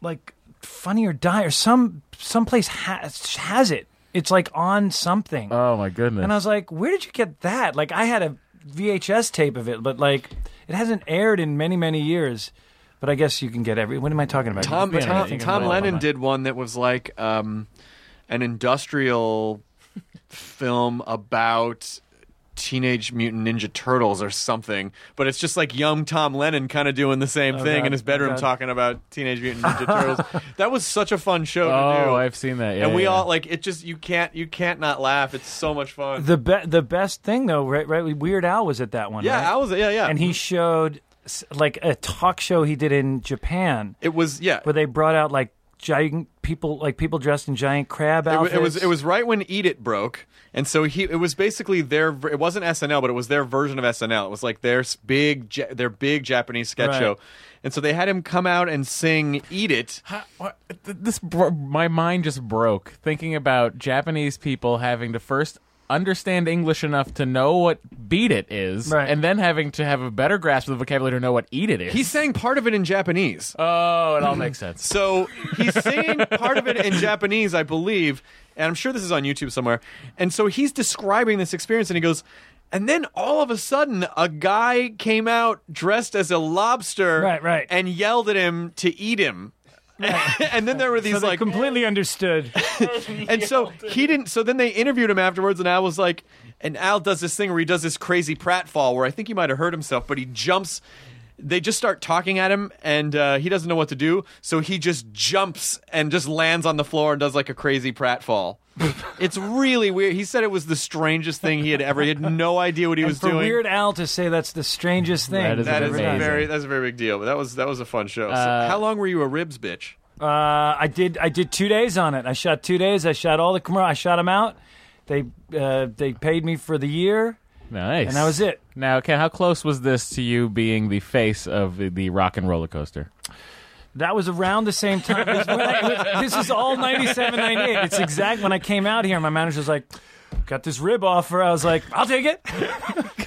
Speaker 7: like Funny or Die or some someplace has has it. It's like on something.
Speaker 2: Oh my goodness.
Speaker 7: and I was like, "Where did you get that?" Like I had a VHS tape of it, but like it hasn't aired in many many years. But I guess you can get every. What am I talking about?
Speaker 1: Tom
Speaker 2: Yeah,
Speaker 1: Tom,
Speaker 2: you can
Speaker 1: Tom
Speaker 2: blow up on
Speaker 1: Lennon
Speaker 2: that.
Speaker 1: did one that was like um, an industrial film about Teenage Mutant Ninja Turtles or something, but it's just like young Tom Lennon kind of doing the same thing
Speaker 7: God,
Speaker 1: in his
Speaker 7: oh
Speaker 1: bedroom
Speaker 7: God.
Speaker 1: talking about Teenage Mutant Ninja Turtles. That was such a fun show to do.
Speaker 2: oh, I've seen that. Yeah,
Speaker 1: and we
Speaker 2: yeah.
Speaker 1: all like it. Just you can't you can't not laugh. It's so much fun.
Speaker 7: the be- the best thing though, right? Right? Weird Al was at that one.
Speaker 1: yeah,
Speaker 7: right?
Speaker 1: I was yeah yeah.
Speaker 7: and he showed s- like a talk show he did in Japan
Speaker 1: it was yeah.
Speaker 7: where they brought out like giant people, like people dressed in giant crab
Speaker 1: It wa-
Speaker 7: outfits.
Speaker 1: It, was it was right when Eat It broke, and so he it was basically their ver- it wasn't SNL, but it was their version of SNL. It was like their s- big Ja- their big Japanese sketch
Speaker 7: Right.
Speaker 1: show, and so they had him come out and sing Eat It.
Speaker 2: Ha- what- th- This bro- my mind just broke thinking about Japanese people having to first understand English enough to know what "beat it" is,
Speaker 7: Right.
Speaker 2: and then having to have a better grasp of the vocabulary to know what "eat it" is.
Speaker 1: He sang part of it in Japanese.
Speaker 2: oh, it all
Speaker 7: <clears throat>
Speaker 2: makes sense.
Speaker 1: So he's singing part of it in Japanese, I believe, and I'm sure this is on YouTube somewhere. And so he's describing this experience, and he goes, and then all of a sudden, a guy came out dressed as a lobster,
Speaker 7: Right, right.
Speaker 1: and yelled at him to eat him. <laughs> and then there were these
Speaker 7: So they
Speaker 1: like eh. <laughs>
Speaker 7: completely understood.
Speaker 1: and so he didn't. So then they interviewed him afterwards, and Al was like, and Al does this thing where he does this crazy pratfall where I think he might have hurt himself, but he jumps. They just start talking at him, and uh, he doesn't know what to do, so he just jumps and just lands on the floor and does like a crazy pratfall. it's really weird. He said it was the strangest thing he had ever. He had no idea what he was
Speaker 7: For
Speaker 1: doing.
Speaker 7: Weird Al to say that's the strangest thing.
Speaker 2: That is
Speaker 1: that
Speaker 2: That's
Speaker 1: is a
Speaker 2: amazing.
Speaker 1: very that's a very big deal. But that was that was a fun show. So
Speaker 2: Uh,
Speaker 1: how long were you a ribs bitch?
Speaker 7: Uh, I did. I did two days on it. I shot two days. I shot all the commercials. I shot them out. They uh, they paid me for the year,
Speaker 2: Nice.
Speaker 7: and that was it.
Speaker 2: Now, Ken, how close was this to you being the face of the, the rock and roller coaster?
Speaker 7: That was around the same time. It was when I- it was- this is all 97, 98. It's exact when I came out here. My manager was like, "Got this rib offer." I was like, "I'll take it."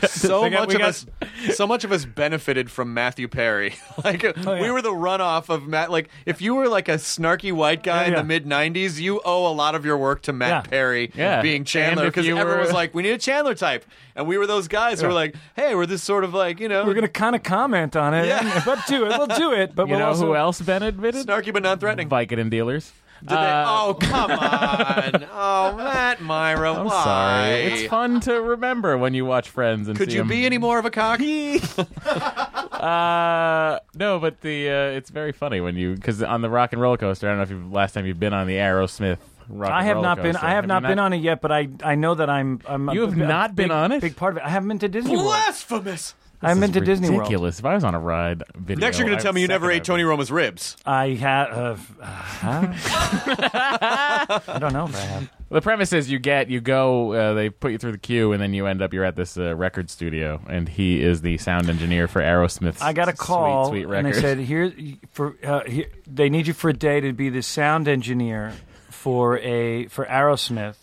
Speaker 1: so
Speaker 7: We got-
Speaker 1: much
Speaker 7: we
Speaker 1: of
Speaker 7: got-
Speaker 1: us so much of us benefited from Matthew Perry. <laughs> like we
Speaker 7: Oh, yeah.
Speaker 1: were the runoff of Matt like if you were like a snarky white guy
Speaker 7: Yeah,
Speaker 1: in the
Speaker 7: yeah.
Speaker 1: mid 90s, you owe a lot of your work to Matt
Speaker 7: Yeah.
Speaker 1: Perry
Speaker 2: Yeah.
Speaker 1: being Chandler
Speaker 2: And if
Speaker 1: because
Speaker 2: you
Speaker 1: everyone
Speaker 2: were-
Speaker 1: was like we need a Chandler type. And we were those guys who were like, "Hey, we're this sort of like, you know,
Speaker 7: We're gonna kind of comment on it.
Speaker 1: Yeah.
Speaker 7: <laughs> If up to it, we'll do it. But
Speaker 2: You
Speaker 7: we'll
Speaker 2: know
Speaker 7: also
Speaker 2: who else Ben admitted?
Speaker 1: snarky but not threatening."
Speaker 2: Vicodin dealers.
Speaker 1: Did they,
Speaker 7: Uh, <laughs>
Speaker 1: oh, come on. oh, Matt Myra,
Speaker 2: I'm
Speaker 1: why?
Speaker 2: sorry. It's fun to remember when you watch Friends and
Speaker 1: Could
Speaker 2: see
Speaker 1: you
Speaker 2: 'em.
Speaker 1: be any more of a
Speaker 7: <laughs>
Speaker 1: cocky?
Speaker 2: Uh, no, but the uh, it's very funny when you because on the rock and roller coaster. I don't know if you've last time you've been on the Aerosmith. Rock
Speaker 7: I
Speaker 2: and
Speaker 7: have
Speaker 2: Roller
Speaker 7: not been.
Speaker 2: Coaster.
Speaker 7: I have not
Speaker 2: you
Speaker 7: been on it yet, but I I know that I'm. I'm a
Speaker 2: You have
Speaker 7: b- a
Speaker 2: not been
Speaker 7: big-
Speaker 2: on it?
Speaker 7: Big part of it. I haven't been to Disney World.
Speaker 1: Blasphemous.
Speaker 7: I haven't been
Speaker 2: This
Speaker 7: to
Speaker 2: is
Speaker 7: Disney World.
Speaker 2: Ridiculous. If I was on a ride video,
Speaker 1: Next, you're going to tell me you never ate Tony Roma's ribs.
Speaker 7: I have. Uh, huh? <laughs> I don't know if I have.
Speaker 2: The premise is you get you go. Uh, they put you through the queue, and then you end up you're at this uh, record studio, and he is the sound engineer for Aerosmith's.
Speaker 7: I got a call
Speaker 2: Sweet, sweet
Speaker 7: and they
Speaker 2: record.
Speaker 7: said here for uh, here, they need you for a day to be the sound engineer for a for Aerosmith.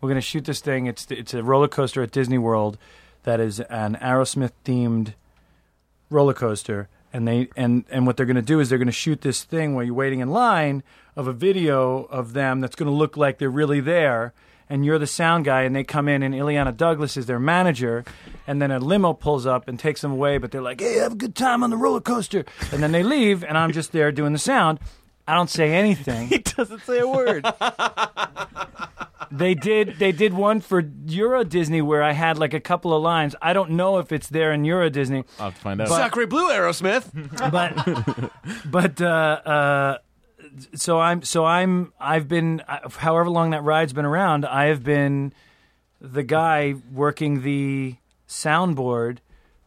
Speaker 7: We're going to shoot this thing. It's it's a roller coaster at Disney World that is an Aerosmith themed roller coaster and they and and what they're going to do is they're going to shoot this thing while you're waiting in line of a video of them that's going to look like they're really there and you're the sound guy and they come in and Ileana Douglas is their manager and then a limo pulls up and takes them away but they're like hey have a good time on the roller coaster and then they leave and I'm just there doing the sound I don't say
Speaker 2: <laughs>
Speaker 7: anything
Speaker 2: he doesn't say a word.
Speaker 7: they did they did one for Euro Disney where I had like a couple of lines I don't know if it's there in Euro Disney
Speaker 2: I'll have to find out.
Speaker 1: Zachary Blue Aerosmith.
Speaker 7: but
Speaker 1: <laughs>
Speaker 7: but uh, uh, so I'm so I'm I've been I- however long that ride's been around, I have been the guy working the soundboard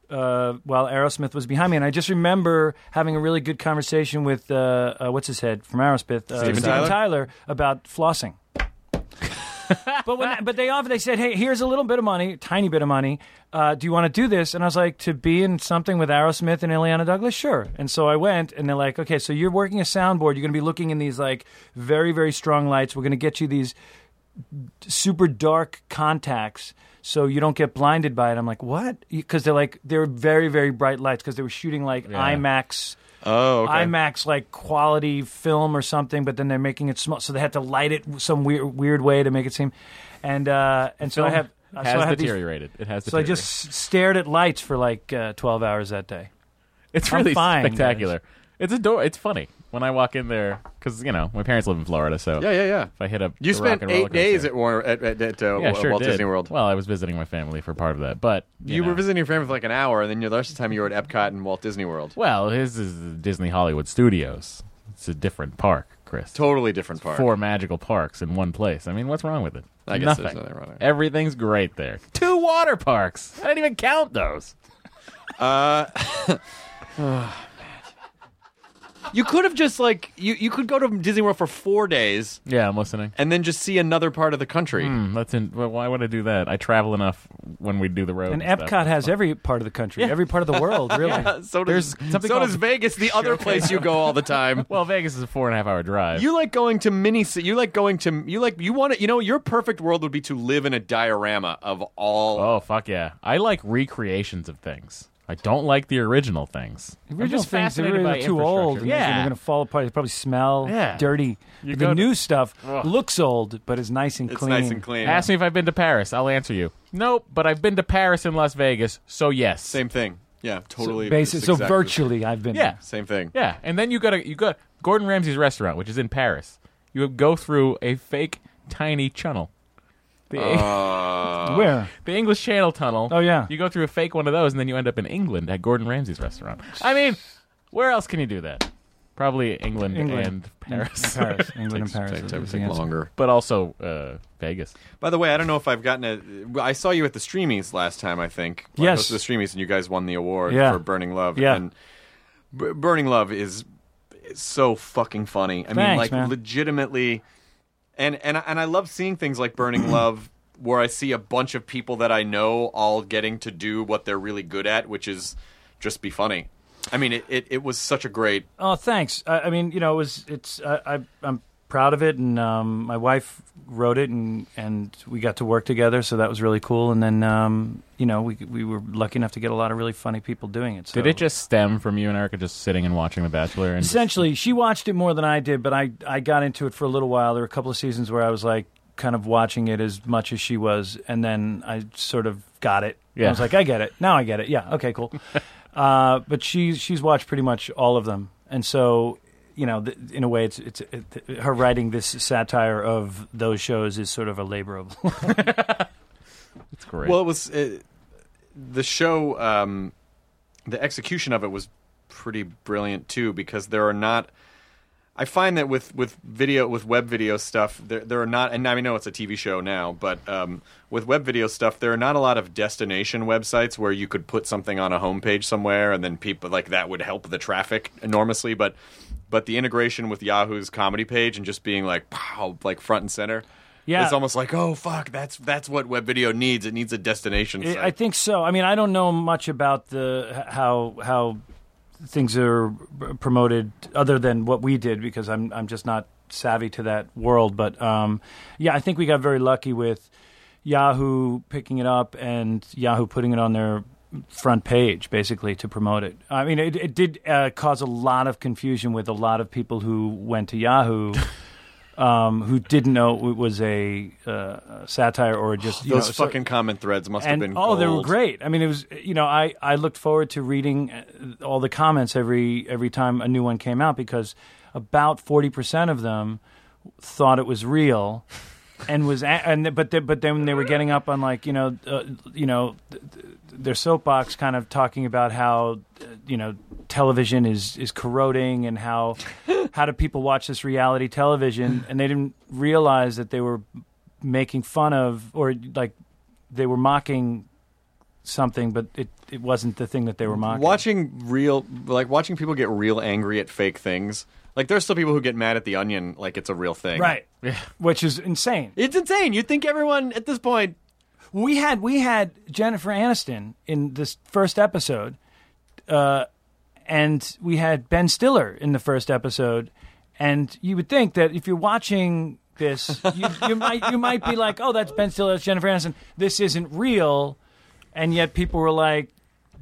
Speaker 7: uh, while Aerosmith was behind me, and I just remember having a really good conversation with uh, uh, what's his head from Aerosmith, uh,
Speaker 1: Steven Tyler?
Speaker 7: about flossing. but when but they offered, they said, "Hey, here's a little bit of money, tiny bit of money. Uh, do you want to do this?" And I was like, "To be in something with Aerosmith and Ileana Douglas, sure." And so I went, and they're like, "Okay, so you're working a soundboard. You're going to be looking in these like very very strong lights. We're going to get you these super dark contacts." So you don't get blinded by it. I'm like, what? Because they're like they're very very bright lights because they were shooting like IMAX
Speaker 1: Oh, okay.
Speaker 7: IMAX like quality film or something, but then they're making it small, so they had to light it some weird weird way to make it seem. And uh, and so I have uh,
Speaker 2: has
Speaker 7: so I had these-
Speaker 2: deteriorated. it has.
Speaker 7: so I
Speaker 2: deteriorated.
Speaker 7: just s- stared at lights for like uh, twelve hours that day.
Speaker 2: It's
Speaker 7: I'm
Speaker 2: really
Speaker 7: fine,
Speaker 2: spectacular. It's ador- It's funny when I walk in there because you know my parents live in Florida, so
Speaker 1: yeah, yeah.
Speaker 2: if I hit up,
Speaker 1: You
Speaker 2: the
Speaker 1: spent
Speaker 2: rock and roller
Speaker 1: eight days
Speaker 2: coaster-
Speaker 1: at, War, at, at, at uh,
Speaker 2: yeah,
Speaker 1: Wa-
Speaker 2: sure
Speaker 1: Walt
Speaker 2: did.
Speaker 1: Disney World.
Speaker 2: Well, I was visiting my family for part of that, but
Speaker 1: you
Speaker 2: you, know.
Speaker 1: were visiting your family for like an hour, and then your the rest of the time you were at Epcot and Walt Disney World.
Speaker 2: Well, his is Disney Hollywood Studios. It's a different park, Chris.
Speaker 1: Totally different park.
Speaker 2: Four magical parks in one place. I mean, what's wrong with it?
Speaker 1: I guess
Speaker 2: nothing.
Speaker 1: there's nothing wrong there.
Speaker 2: Everything's great there. Two water parks. I didn't even count those.
Speaker 1: You could have just like you, you could go to Disney World for four days
Speaker 2: Yeah, I'm listening.
Speaker 1: and then just see another part of the country.
Speaker 2: Hmm, that's in, well, why would I do that? I travel enough when we do the road.
Speaker 7: And
Speaker 2: and stuff.
Speaker 7: Epcot has every part of the country, every part of
Speaker 2: <laughs>
Speaker 7: the world, really.
Speaker 1: So does
Speaker 2: There's
Speaker 1: so
Speaker 2: something called-
Speaker 1: does Vegas, the other place you go all the time.
Speaker 2: <laughs> Well, Vegas is a four and a half hour drive.
Speaker 1: You like going to mini. ci- You like going to. You like you want to. You know your perfect world would be to live in a diorama of all.
Speaker 2: oh fuck yeah! I like recreations of things. I don't like the original things.
Speaker 7: Original
Speaker 2: I'm just
Speaker 7: things,
Speaker 2: fascinated
Speaker 7: they're
Speaker 2: by
Speaker 7: really too old. and
Speaker 2: infrastructure.
Speaker 7: they're
Speaker 2: Yeah,
Speaker 7: going to fall apart. They probably smell
Speaker 2: Yeah.
Speaker 7: dirty.
Speaker 2: You
Speaker 7: But
Speaker 2: go to-
Speaker 7: the new stuff looks old, but is nice and
Speaker 1: it's
Speaker 7: clean.
Speaker 1: nice and clean.
Speaker 2: Ask me if I've been to Paris. I'll answer you. Nope, but I've been to Paris and Las Vegas, so yes.
Speaker 1: Same thing. Yeah, totally.
Speaker 7: Basi-
Speaker 1: It's
Speaker 7: so
Speaker 1: exactly the
Speaker 7: virtually, I've been.
Speaker 2: Yeah.
Speaker 1: same thing.
Speaker 2: Yeah, and then you gotta you got Gordon Ramsay's restaurant, which is in Paris. You would go through a fake tiny tunnel. The-
Speaker 1: Uh,
Speaker 7: <laughs> Where?
Speaker 2: The English Channel tunnel.
Speaker 7: Oh, yeah.
Speaker 2: You go through a fake one of those, and then you end up in England at Gordon Ramsay's restaurant. I mean, where else can you do that? Probably England,
Speaker 7: England.
Speaker 2: and Paris.
Speaker 7: In
Speaker 2: <laughs>
Speaker 7: Paris. England and
Speaker 1: takes-
Speaker 7: Paris.
Speaker 1: takes
Speaker 7: is
Speaker 1: everything
Speaker 7: the answer.
Speaker 1: longer.
Speaker 2: but also uh, Vegas.
Speaker 1: By the way, I don't know if I've gotten a. I saw you at the Streamies last time. I think Well, I
Speaker 7: Yes.
Speaker 1: hosted the Streamies, and you guys won the award
Speaker 7: Yeah.
Speaker 1: for Burning Love.
Speaker 7: Yeah.
Speaker 1: and B- Burning Love is is so fucking funny. I mean,
Speaker 7: Thanks,
Speaker 1: like
Speaker 7: man.
Speaker 1: legitimately, and and I- and I love seeing things like Burning <clears throat> Love. Where I see a bunch of people that I know all getting to do what they're really good at, which is just be funny. I mean, it, it, it was such a great.
Speaker 7: Oh, thanks. I, I mean, you know, it was. It's. I, I, I'm proud of it, and um, my wife wrote it, and and we got to work together, so that was really cool. And then, um, you know, we we were lucky enough to get a lot of really funny people doing it. So.
Speaker 2: Did it just stem from you and Erica just sitting and watching The Bachelor? And
Speaker 7: Essentially, she watched it more than I did, but I I got into it for a little while. There were a couple of seasons where I was like kind of watching it as much as she was, and then I sort of got it.
Speaker 2: Yeah.
Speaker 7: I was like, I get it now. I get it. Yeah.
Speaker 2: <laughs>
Speaker 7: Okay. Cool. uh, but she's she's watched pretty much all of them, and so you know, th- in a way, it's it's it, her writing this satire of those shows is sort of a labor of <laughs> love.
Speaker 2: it's great.
Speaker 1: Well, it was uh the show. Um, the execution of it was pretty brilliant too, because there are not. I find that with with video with web video stuff, there there are not, and I mean, I know it's a TV show now, but um, with web video stuff, there are not a lot of destination websites where you could put something on a homepage somewhere, and then people like that would help the traffic enormously, but. But the integration with Yahoo's comedy page and just being like, pow, like front and center,
Speaker 7: Yeah.
Speaker 1: it's almost like, oh fuck, that's that's what web video needs. It needs a destination site.
Speaker 7: I I think so. I mean, I don't know much about the h- how how things are b- promoted other than what we did because I'm I'm just not savvy to that world. But um, yeah, I think we got very lucky with Yahoo picking it up and Yahoo putting it on their front page basically to promote it. I mean, it, it did uh, cause a lot of confusion with a lot of people who went
Speaker 1: <laughs>
Speaker 7: to Yahoo. Um, who didn't know it was a uh, satire or just you
Speaker 1: Those
Speaker 7: know, so-
Speaker 1: fucking comment threads must have
Speaker 7: and
Speaker 1: been.
Speaker 7: oh, they were
Speaker 1: gold.
Speaker 7: great. I mean, it was you know I I looked forward to reading uh, all the comments every every time a new one came out because about forty percent of them thought it was real. And was a- and but they, but then they were getting up on like you know uh, you know th- th- their soapbox kind of talking about how uh, you know television is is corroding and how how do people watch this reality television and they didn't realize that they were making fun of or like they were mocking something, but it, it wasn't the thing that they were mocking.
Speaker 1: Watching real, like watching people get real angry at fake things. Like there's still people who get mad at the Onion, like it's a real thing.
Speaker 7: Right. Which is insane.
Speaker 1: It's insane. You'd think everyone at this point.
Speaker 7: We had we had Jennifer Aniston in this first episode, uh, and we had Ben Stiller in the first episode, and you would think that if you're watching this, you, you might you might be like, oh, that's Ben Stiller, that's Jennifer Aniston. This isn't real, and yet people were like,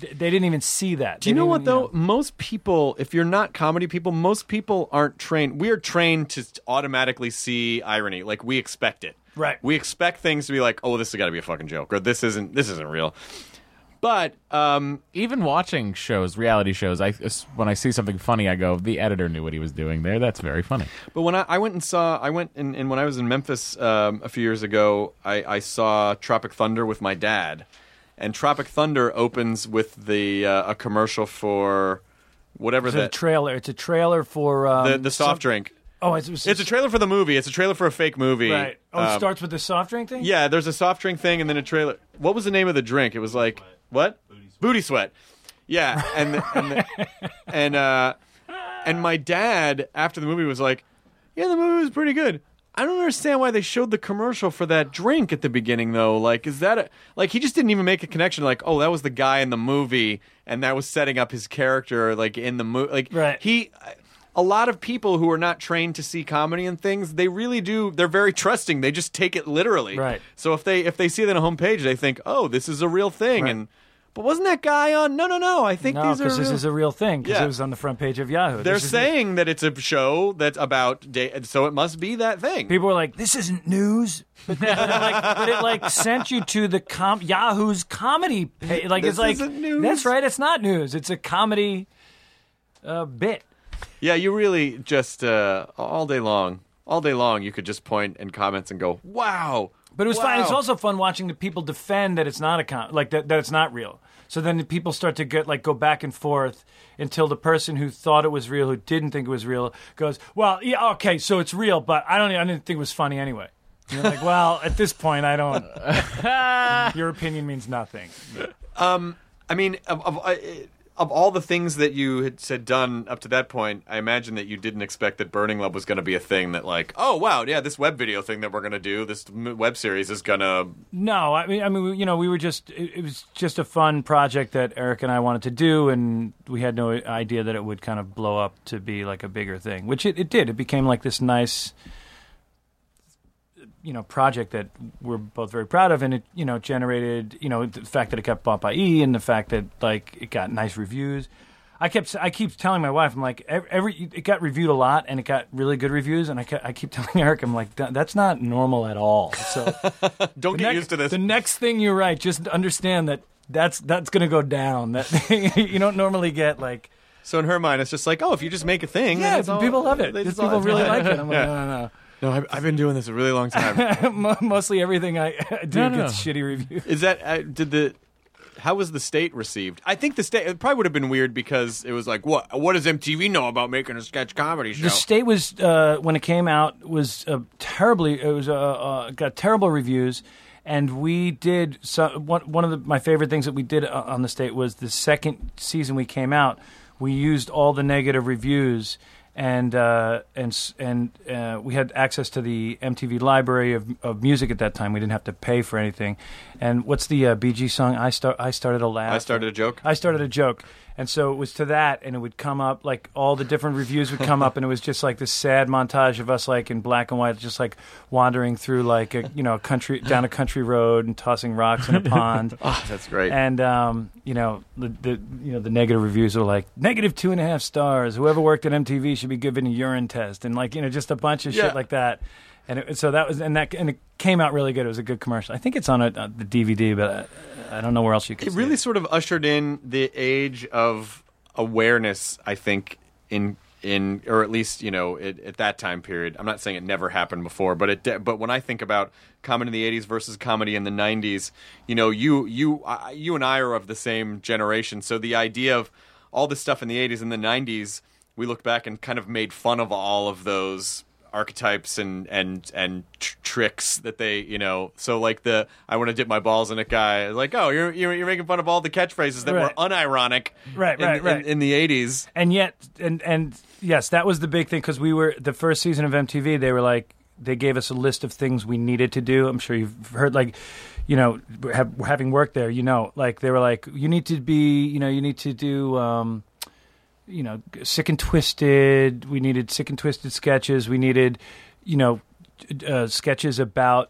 Speaker 7: th- they didn't even see that.
Speaker 1: Do you know what though? Most people, if you're not comedy people, most people aren't trained. We are trained to automatically see irony. Like we expect it.
Speaker 7: Right.
Speaker 1: We expect things to be like, oh, this has got to be a fucking joke, or this isn't. This isn't real. But um,
Speaker 2: even watching shows, reality shows, I when I see something funny, I go, "The editor knew what he was doing there. That's very funny."
Speaker 1: But when I, I went and saw, I went and, and when I was in Memphis um, a few years ago, I, I saw Tropic Thunder with my dad, and Tropic Thunder opens with the uh, a commercial for whatever
Speaker 7: It's a
Speaker 1: that
Speaker 7: trailer. It's a trailer for um,
Speaker 1: the, the soft drink.
Speaker 7: Oh, it's, it's,
Speaker 1: It's a trailer for the movie. It's a trailer for a fake movie.
Speaker 7: Right. Oh, it
Speaker 1: Um,
Speaker 7: starts with the soft drink thing.
Speaker 1: Yeah, there's a soft drink thing and then a trailer. What was the name of the drink? It was like what? Booty sweat. Yeah, and the, and
Speaker 7: <laughs>
Speaker 1: the, and uh, and my dad after the movie was like, "Yeah, the movie was pretty good." I don't understand why they showed the commercial for that drink at the beginning though. Like, is that a, like he just didn't even make a connection? Like, oh, that was the guy in the movie, and that was setting up his character like in the movie. Like,
Speaker 7: Right.
Speaker 1: he. A lot of people who are not trained to see comedy and things, they really do. They're very trusting. They just take it literally.
Speaker 7: Right.
Speaker 1: So if they if they see it on a homepage, they think, "Oh, this is a real thing." And but wasn't that guy on? No, no, no. I think
Speaker 7: No,
Speaker 1: these are.
Speaker 7: because this
Speaker 1: real-
Speaker 7: is a real thing. Because
Speaker 1: Yeah.
Speaker 7: it was on the front page of Yahoo.
Speaker 1: They're
Speaker 7: This is-
Speaker 1: saying that it's a show that's about da- and so it must be that thing.
Speaker 7: people were like, "This
Speaker 1: <laughs>
Speaker 7: isn't news," but, but, it, like, but it like sent you to the com- Yahoo's comedy page. Like
Speaker 1: This
Speaker 7: it's like
Speaker 1: isn't news.
Speaker 7: that's right. It's not news. It's a comedy uh, bit.
Speaker 1: Yeah, you really just uh, all day long, all day long, you could just point and comments and go, "Wow!"
Speaker 7: But it was fun. It's
Speaker 1: Wow.
Speaker 7: also fun watching the people defend that it's not a con- like that, that it's not real. So then the people start to get like go back and forth until the person who thought it was real, who didn't think it was real, goes, "Well, yeah, okay, so it's real, but I don't, e, I didn't think it was funny anyway." And you're like, "Well, at this point, I don't. your opinion means nothing."
Speaker 1: Um, I mean, of of, I- of all the things that you had said done up to that point, I imagine that you didn't expect that Burning Love was going to be a thing. That like, oh wow, yeah, this web video thing that we're going to do, this m- web series is going to
Speaker 7: No, I mean, I mean, we- you know, we were just it, it was just a fun project that Eric and I wanted to do, and we had no idea that it would kind of blow up to be like a bigger thing, which it, it did. It became like this nice, you know, project that we're both very proud of, and it you know generated you know the fact that it got bought by E, and the fact that like it got nice reviews. I kept I keep telling my wife I'm like ev- every it got reviewed a lot and it got really good reviews and I kept, I keep <laughs> telling Eric I'm like "That- that's not normal at all so
Speaker 1: don't get
Speaker 7: next-
Speaker 1: used to this.
Speaker 7: The next thing you write, just understand that that's that's going to go down. That <laughs> you don't normally get like
Speaker 1: So in her mind, it's just like, oh, if you just make a thing, then
Speaker 7: yeah,
Speaker 1: it's all-
Speaker 7: people love it.
Speaker 1: they
Speaker 7: Just
Speaker 1: all- <laughs>
Speaker 7: people really like it. I'm like
Speaker 1: Yeah.
Speaker 7: no, <laughs>
Speaker 1: No, I've, I've been doing this a really long time.
Speaker 7: no, no. Mo- Mostly everything I <laughs> do
Speaker 2: No, no,
Speaker 7: gets shitty reviews.
Speaker 1: Is that uh, did the how was the state received? I think the state it probably would have been weird because it was like, what what does MTV know about making a sketch comedy show?
Speaker 7: The state was uh, when it came out was uh, terribly. It was uh, uh, got terrible reviews, and we did so, one, one of the, my favorite things that we did uh, on the state was the second season we came out. We used all the negative reviews. And uh, and s- and uh, we had access to the MTV library of, of music at that time. We didn't have to pay for anything. And what's the uh, BG song? I start. I started a laugh.
Speaker 1: I started a joke.
Speaker 7: I started a joke, and so it was to that, and it would come up like all the different reviews would come up, and it was just like this sad montage of us like in black and white, just like wandering through like a you know a country down a country road and tossing rocks
Speaker 1: <laughs>
Speaker 7: in a pond.
Speaker 1: Oh, That's great.
Speaker 7: And um, you know the, the you know the negative reviews are like negative two and a half stars. Whoever worked at MTV should be given a urine test, and like you know just a bunch of
Speaker 1: Yeah.
Speaker 7: shit like that. And it, so that was and that and it came out really good. It was a good commercial. I think it's on a, uh the DVD, but I, I don't know where else you can.
Speaker 1: it
Speaker 7: see
Speaker 1: really sort of ushered in the age of awareness i think in in or at least you know it, at that time period i'm not saying it never happened before but it de- but when i think about comedy in the 80s versus comedy in the 90s you know you you I, you and i are of the same generation so the idea of all this stuff in the 80s and the 90s we looked back and kind of made fun of all of those archetypes and and and tr- tricks that they you know so like the i want to dip my balls in a guy like oh you're you're, you're making fun of all the catchphrases that
Speaker 7: Right.
Speaker 1: were unironic
Speaker 7: Right,
Speaker 1: in,
Speaker 7: right,
Speaker 1: in-
Speaker 7: right.
Speaker 1: in the 80s
Speaker 7: and yet and and yes that was the big thing because we were the first season of mtv they were like they gave us a list of things we needed to do i'm sure you've heard like you know have, having worked there you know like they were like you need to be you know you need to do um you know sick and twisted we needed sick and twisted sketches we needed you know uh, sketches about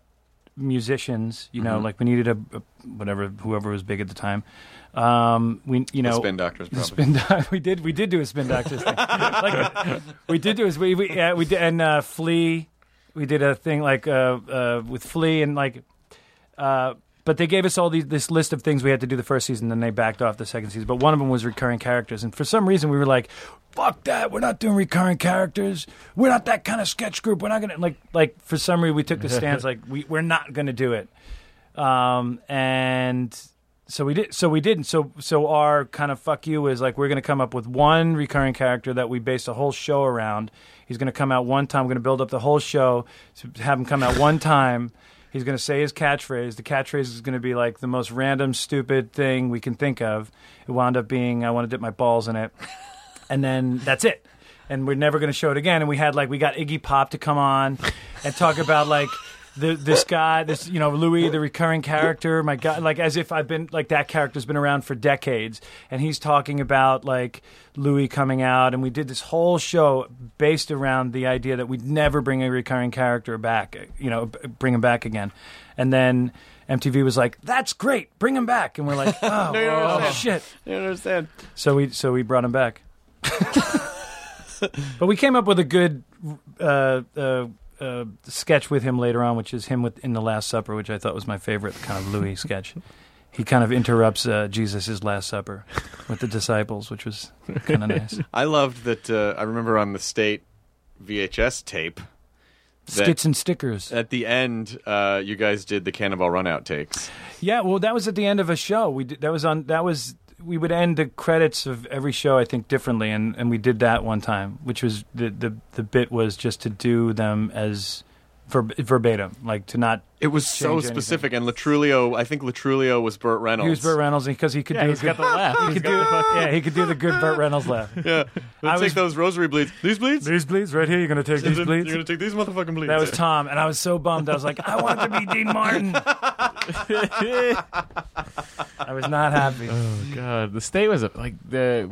Speaker 7: musicians you know like we needed a, a whatever whoever was big at the time um we you know
Speaker 1: spin doctors
Speaker 7: the
Speaker 1: probably
Speaker 7: spin doc- <laughs> we did we did do a spin doctors thing. like, we did do a we we, yeah, we did and uh, Flea we did a thing like uh, uh, with Flea and like uh, but they gave us all these this list of things we had to do the first season then they backed off the second season but one of them was recurring characters and for some reason we were like fuck that we're not doing recurring characters we're not that kind of sketch group we're not gonna like like for some reason we took the stance like we we're not gonna do it um, and so we did. So we didn't. So so our kind of fuck you is like we're going to come up with one recurring character that we base the whole show around. He's going to come out one time. We're going to build up the whole show. to have him come out one time. He's going to say his catchphrase. The catchphrase is going to be like the most random, stupid thing we can think of. It wound up being I want to dip my balls in it and then that's it. And we're never going to show it again. And we had like we got Iggy Pop to come on and talk about like the, this guy, this you know Louis, the recurring character. My God, like as if I've been like that character's been around for decades, and he's talking about like Louis coming out. And we did this whole show based around the idea that we'd never bring a recurring character back, you know, b- bring him back again. And then MTV was like, "That's great, bring him back," and
Speaker 1: <laughs>
Speaker 7: we're like, "Oh,
Speaker 1: you don't
Speaker 7: oh,
Speaker 1: understand.
Speaker 7: shit."
Speaker 1: you understand
Speaker 7: So we so we brought him back. but we came up with a good uh, uh, uh, sketch with him later on, which is him with in the Last Supper, which I thought was my favorite kind of Louis sketch. he kind of interrupts uh, Jesus' Last Supper with the disciples, which was kind of nice.
Speaker 1: I loved that. Uh, I remember on the state VHS tape. that
Speaker 7: Skits and stickers.
Speaker 1: At the end, uh, you guys did the Cannonball Run outtakes.
Speaker 7: Yeah, well, that was at the end of a show. We did, that was on that was we would end the credits of every show I think differently, and, and we did that one time, which was the, the the bit was just to do them as ver- verbatim, like to not.
Speaker 1: It was so
Speaker 7: change anything.
Speaker 1: specific, and Latrulio. I think Latrulio was Burt Reynolds.
Speaker 7: He was Burt Reynolds because he could
Speaker 2: Yeah,
Speaker 7: do.
Speaker 2: he's
Speaker 7: a
Speaker 2: got
Speaker 7: good,
Speaker 2: the laugh.
Speaker 7: <laughs> He
Speaker 2: He's
Speaker 7: could
Speaker 2: got
Speaker 7: do.
Speaker 2: the fucking-
Speaker 7: yeah, he could do
Speaker 2: <laughs>
Speaker 7: the good Burt Reynolds laugh.
Speaker 1: Yeah,
Speaker 7: I
Speaker 1: take
Speaker 7: was-
Speaker 1: those rosary bleeds. These bleeds.
Speaker 7: These bleeds right here. You're gonna take these
Speaker 1: You're
Speaker 7: bleeds.
Speaker 1: gonna take these motherfucking bleeds.
Speaker 7: That was Tom, and I was so bummed. I was like, I want to be
Speaker 2: <laughs>
Speaker 7: Dean Martin. I was not happy.
Speaker 2: Oh, God, the state was a, like the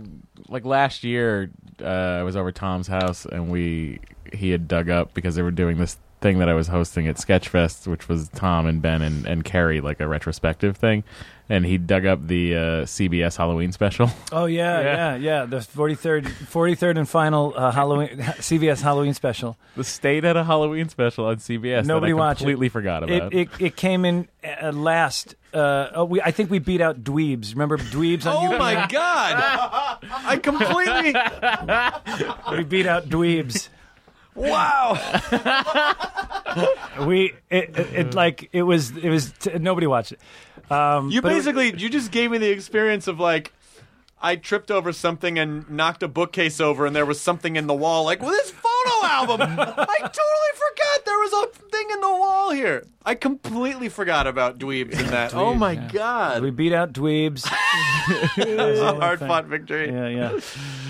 Speaker 2: like last year. Uh, I was over Tom's house and we he had dug up because they were doing this thing that I was hosting at Sketchfest, which was Tom and Ben and, and Carrie, like a retrospective thing. And he dug up the uh, CBS Halloween special. <laughs>
Speaker 7: Oh yeah, yeah, yeah.
Speaker 2: Yeah.
Speaker 7: The forty third, forty third and final uh, Halloween CVS Halloween special.
Speaker 2: the state had a Halloween special on CBS.
Speaker 7: Nobody
Speaker 2: that I
Speaker 7: watched it.
Speaker 2: completely forgot about.
Speaker 7: It, it it came in uh, last. Uh, oh, we, I think we beat out Dweebs. Remember Dweebs on
Speaker 1: Oh
Speaker 7: UK?
Speaker 1: my god! I completely
Speaker 2: Oh!
Speaker 7: We beat out Dweebs.
Speaker 1: wow.
Speaker 7: We it, it, it like it was it was t- nobody watched it. Um,
Speaker 1: You
Speaker 7: but it-
Speaker 1: basically you just gave me the experience of like I tripped over something and knocked a bookcase over, and there was something in the wall. Like, well, this photo album. I totally forgot there was a thing in the wall here. I completely forgot about dweebs and that. oh my god!
Speaker 7: we beat out Dweebs.
Speaker 1: Hard fought victory.
Speaker 2: <laughs>
Speaker 7: Yeah, yeah,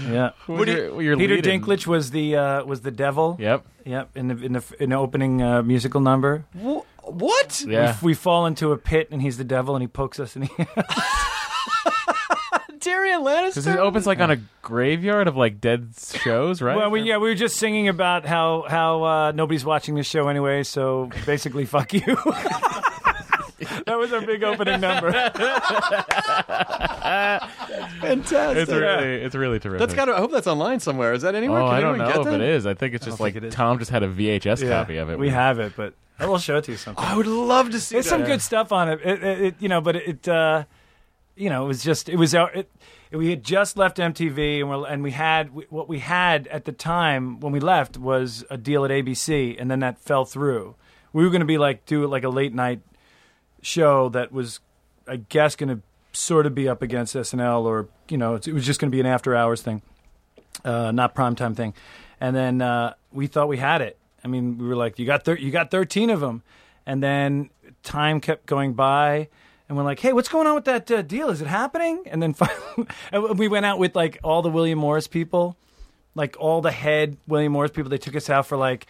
Speaker 7: yeah.
Speaker 2: When you're- when you're
Speaker 7: Peter
Speaker 2: leading-
Speaker 7: Dinklage was the uh, was the devil.
Speaker 2: Yep.
Speaker 7: Yep, in the in the in the opening uh, musical number.
Speaker 1: Wh- what?
Speaker 2: Yeah.
Speaker 7: We, we fall into a pit and he's the devil and he pokes us in the <laughs>
Speaker 1: Tyrion Lannister.
Speaker 2: Because it opens like on a graveyard of like dead shows, right?
Speaker 7: Well, we, yeah, we were just singing about how how uh, nobody's watching this show anyway, so basically, <laughs> fuck you. that was our big
Speaker 2: <laughs>
Speaker 7: opening number.
Speaker 1: Fantastic.
Speaker 2: it's really, it's really terrific.
Speaker 1: That's got. to I hope that's online somewhere. Is that anywhere?
Speaker 2: Oh,
Speaker 1: Can
Speaker 2: I don't
Speaker 1: anyone
Speaker 2: know
Speaker 1: get
Speaker 2: if
Speaker 1: that?
Speaker 2: it is. I think it's just like
Speaker 7: think it is.
Speaker 2: Tom just had a VHS copy of it.
Speaker 7: We have it, but I will show it to you sometime.
Speaker 1: I would love to see.
Speaker 7: There's
Speaker 1: that.
Speaker 7: some good stuff on it. It, it, it you know, but it, uh, you know, it was just it was our. It, we had just left MTV, and we and we had we, what we had at the time when we left was a deal at ABC, and then that fell through. We were going to be like do like a late night show that was, I guess, going to sort of be up against SNL, or you know, it was just going to be an after hours thing uh, not primetime thing. And then uh, we thought we had it. I mean, we were like, you got thir- you got 13 of them. And then time kept going by. And we're like, hey, what's going on with that uh, deal? Is it happening? And then <laughs> finally, and we went out with like all the William Morris people, like all the head William Morris people. They took us out for like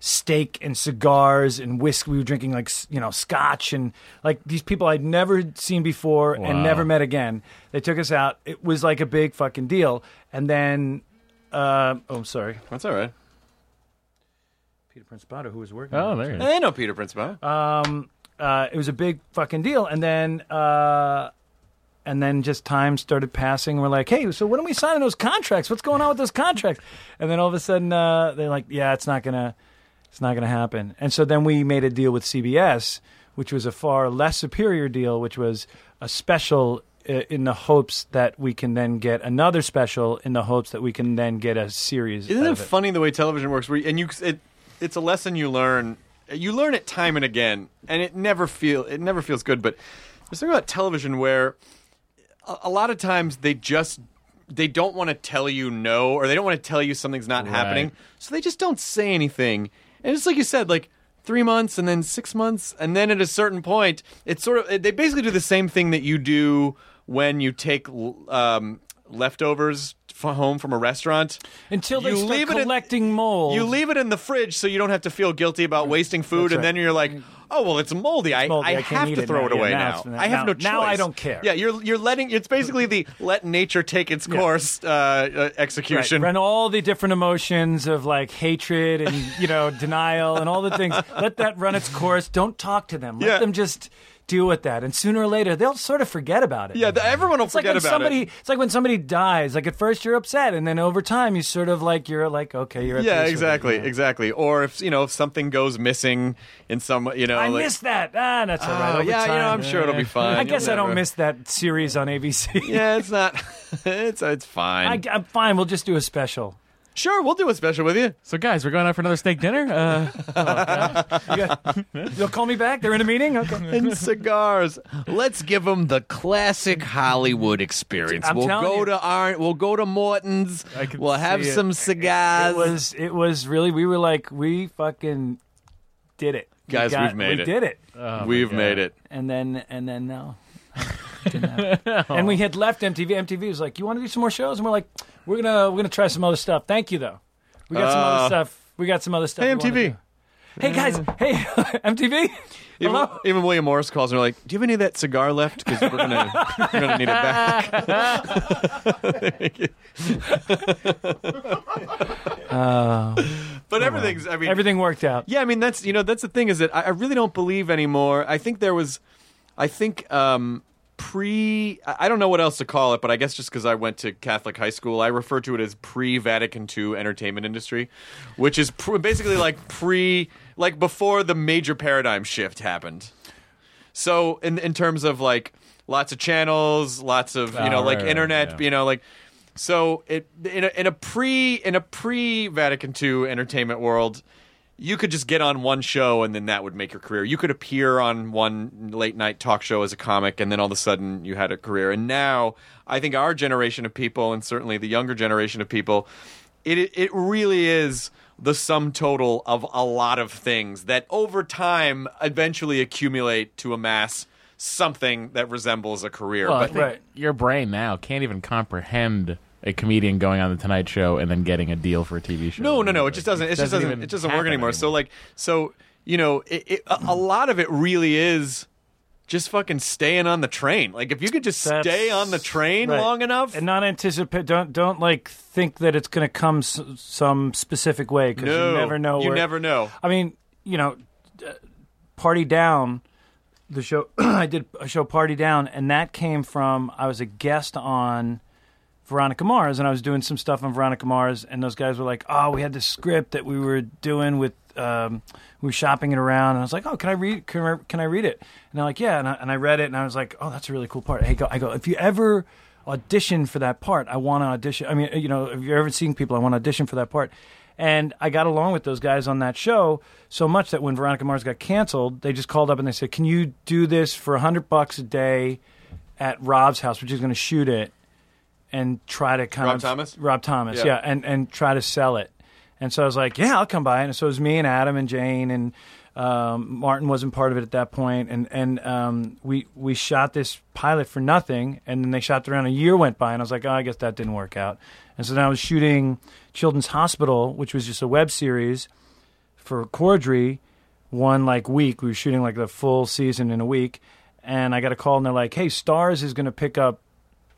Speaker 7: steak and cigars and whiskey. We were drinking like, s- you know, scotch and like these people I'd never seen before and
Speaker 2: Wow.
Speaker 7: never met again. They took us out. It was like a big fucking deal. And then uh, oh, I'm sorry.
Speaker 1: That's all right.
Speaker 7: Peter Principato, who was working.
Speaker 2: Oh,
Speaker 7: on it.
Speaker 2: there. It is.
Speaker 1: I know Peter Principal.
Speaker 7: Um, uh, it was a big fucking deal, and then, uh, and then just time started passing. We're like, hey, so when are we signing those contracts? What's going on with those contracts? And then all of a sudden, uh, they're like, yeah, it's not gonna, it's not gonna happen. And so then we made a deal with CBS, which was a far less superior deal, which was a special. uh, In the hopes that we can then get another special, in the hopes that we can then get a series.
Speaker 1: Isn't
Speaker 7: out
Speaker 1: it
Speaker 7: of it.
Speaker 1: funny the way television works? Where you, and you, it, it's a lesson you learn. You learn it time and again, and it never feel it never feels good. But there's something about television where a, a lot of times they just they don't want to tell you no, or they don't want to tell you something's not happening, so they just don't say anything. And it's like you said, like three months, and then six months, and then at a certain point, it's sort of they basically do the same thing that you do when you take l- um, leftovers f- home from a restaurant
Speaker 7: Until they
Speaker 1: you
Speaker 7: start
Speaker 1: leave it in-
Speaker 7: collecting mold.
Speaker 1: You leave it in the fridge so you don't have to feel guilty about wasting food, and then you're like, "Oh well, it's moldy. I,
Speaker 7: Mm. moldy.
Speaker 1: I,
Speaker 7: I can't
Speaker 1: have
Speaker 7: eat
Speaker 1: to
Speaker 7: it
Speaker 1: throw
Speaker 7: now.
Speaker 1: it
Speaker 7: Yeah,
Speaker 1: away
Speaker 7: now
Speaker 1: now.
Speaker 7: it's- now-
Speaker 1: I have no choice.
Speaker 7: now I don't care.
Speaker 1: Yeah, you're you're letting. It's basically the let nature take its course uh, uh, execution.
Speaker 7: Right. Run all the different emotions of like hatred <laughs> and you know denial and all the things. Let that run its course. Don't talk to them. Let
Speaker 1: Yeah.
Speaker 7: them just deal with that, and sooner or later they'll sort of forget about it.
Speaker 1: Yeah, th- everyone will
Speaker 7: it's
Speaker 1: forget
Speaker 7: like when
Speaker 1: about
Speaker 7: somebody,
Speaker 1: it.
Speaker 7: It's like when somebody dies. Like at first you're upset, and then over time you sort of like you're like okay, you're at
Speaker 1: Yeah,
Speaker 7: peace with it,
Speaker 1: exactly,
Speaker 7: you know?
Speaker 1: exactly. Or if you know if something goes missing in some, you know,
Speaker 7: I
Speaker 1: like,
Speaker 7: missed that. Ah, that's all right.
Speaker 1: Oh,
Speaker 7: Over
Speaker 1: yeah, you know,
Speaker 7: time,
Speaker 1: I'm sure it'll be
Speaker 7: eh.
Speaker 1: fine.
Speaker 7: I
Speaker 1: You'll
Speaker 7: guess I
Speaker 1: never-
Speaker 7: don't miss that series on ABC.
Speaker 1: Yeah, it's not. <laughs> it's it's fine.
Speaker 7: <laughs> I, I'm fine. We'll just do a special.
Speaker 1: sure, we'll do a special with you.
Speaker 2: So, guys, we're going out for another steak dinner.
Speaker 1: <laughs>
Speaker 2: Uh,
Speaker 7: You'll call me back. They're in a meeting. Okay.
Speaker 1: and cigars. Let's give them the classic Hollywood experience.
Speaker 7: I'm
Speaker 1: we'll
Speaker 7: telling
Speaker 1: go
Speaker 7: you.
Speaker 1: to Ar- we'll go to Morton's.
Speaker 2: I can
Speaker 1: We'll have
Speaker 2: see it.
Speaker 1: some cigars.
Speaker 7: It was. It was really. We were like, we fucking did it, We
Speaker 1: Guys, we've made
Speaker 7: we
Speaker 1: it.
Speaker 7: did it.
Speaker 1: We've made it.
Speaker 7: And then, and then no. <laughs> Didn't
Speaker 1: <laughs>
Speaker 7: happen. and we had left MTV. MTV was like, "You want to do some more shows?" And we're like, "We're gonna, we're gonna try some other stuff." Thank you, though. We got some other
Speaker 1: Uh,
Speaker 7: stuff. We got some other stuff.
Speaker 1: Hey,
Speaker 7: we wanna
Speaker 1: MTV.
Speaker 7: do. Hey guys.
Speaker 1: Uh. <laughs>
Speaker 7: Hey <laughs> MTV.
Speaker 1: Even,
Speaker 7: Hello.
Speaker 1: even William Morris calls and they're like, "Do you have any of that cigar left? Because we're gonna we're gonna need it
Speaker 7: <laughs>
Speaker 1: back." <laughs>
Speaker 7: Uh,
Speaker 1: but everything's. I mean,
Speaker 7: Everything worked out.
Speaker 1: Yeah, I mean that's you know that's the thing is that I, I really don't believe anymore. I think there was, I think um, pre I I don't know what else to call it, but I guess just because I went to Catholic high school, I refer to it as pre Vatican II entertainment industry, which is pr- basically like pre like before the major paradigm shift happened. So in in terms of like lots of channels, lots of you
Speaker 2: Ah,
Speaker 1: know like
Speaker 2: right, right,
Speaker 1: internet,
Speaker 2: yeah.
Speaker 1: you know like so it in a, in a pre in a pre Vatican II entertainment world, you could just get on one show and then that would make your career. You could appear on one late night talk show as a comic and then all of a sudden you had a career. And now I think our generation of people and certainly the younger generation of people, it it really is the sum total of a lot of things that over time eventually accumulate to amass something that resembles a career.
Speaker 2: well, I
Speaker 1: But-
Speaker 2: think
Speaker 7: Right.
Speaker 2: Your brain now can't even comprehend a comedian going on the Tonight Show and then getting a deal for a TV show.
Speaker 1: No, no, no. It just doesn't. It, just doesn't.
Speaker 2: even
Speaker 1: It doesn't work
Speaker 2: happen
Speaker 1: anymore. So like, so you know, it, it, a, a lot of it really is just fucking staying on the train. Like, if you could just
Speaker 7: That's-
Speaker 1: stay on the train
Speaker 7: right.
Speaker 1: long enough,
Speaker 7: and not anticipate. Don't don't like think that it's going to come s- some specific way because
Speaker 1: no,
Speaker 7: you never know.
Speaker 1: You
Speaker 7: where-
Speaker 1: never know.
Speaker 7: I mean, you know, uh, Party Down, the show <clears throat> I did a show Party Down, and that came from I was a guest on Veronica Mars, and I was doing some stuff on Veronica Mars, and those guys were like, "Oh, we had this script that we were doing with." Um, we were shopping it around, and I was like, "Oh, can I read? Can I, can I read it?" And they're like, "Yeah." And I, and I read it, and I was like, "Oh, that's a really cool part." Hey, go, I go. If you ever audition for that part, I want to audition. I mean, you know, if you're ever seeing people, I want to audition for that part. And I got along with those guys on that show so much that when Veronica Mars got canceled, they just called up and they said, "Can you do this for a hundred bucks a day at Rob's house? We're just going to shoot it and try to kind
Speaker 1: Rob
Speaker 7: of
Speaker 1: Thomas?
Speaker 7: Rob Thomas,
Speaker 1: Yeah.
Speaker 7: yeah. and and try to sell it." And so I was like, "Yeah, I'll come by." And so it was me and Adam and Jane and um, Martin wasn't part of it at that point, and and um, we we shot this pilot for nothing, and then they shot it around. A year went by, and I was like, "Oh, I guess that didn't work out." And so then I was shooting Children's Hospital, which was just a web series for Cordry one like week. We were shooting like the full season in a week, and I got a call and they're like, "Hey, Stars is going to pick up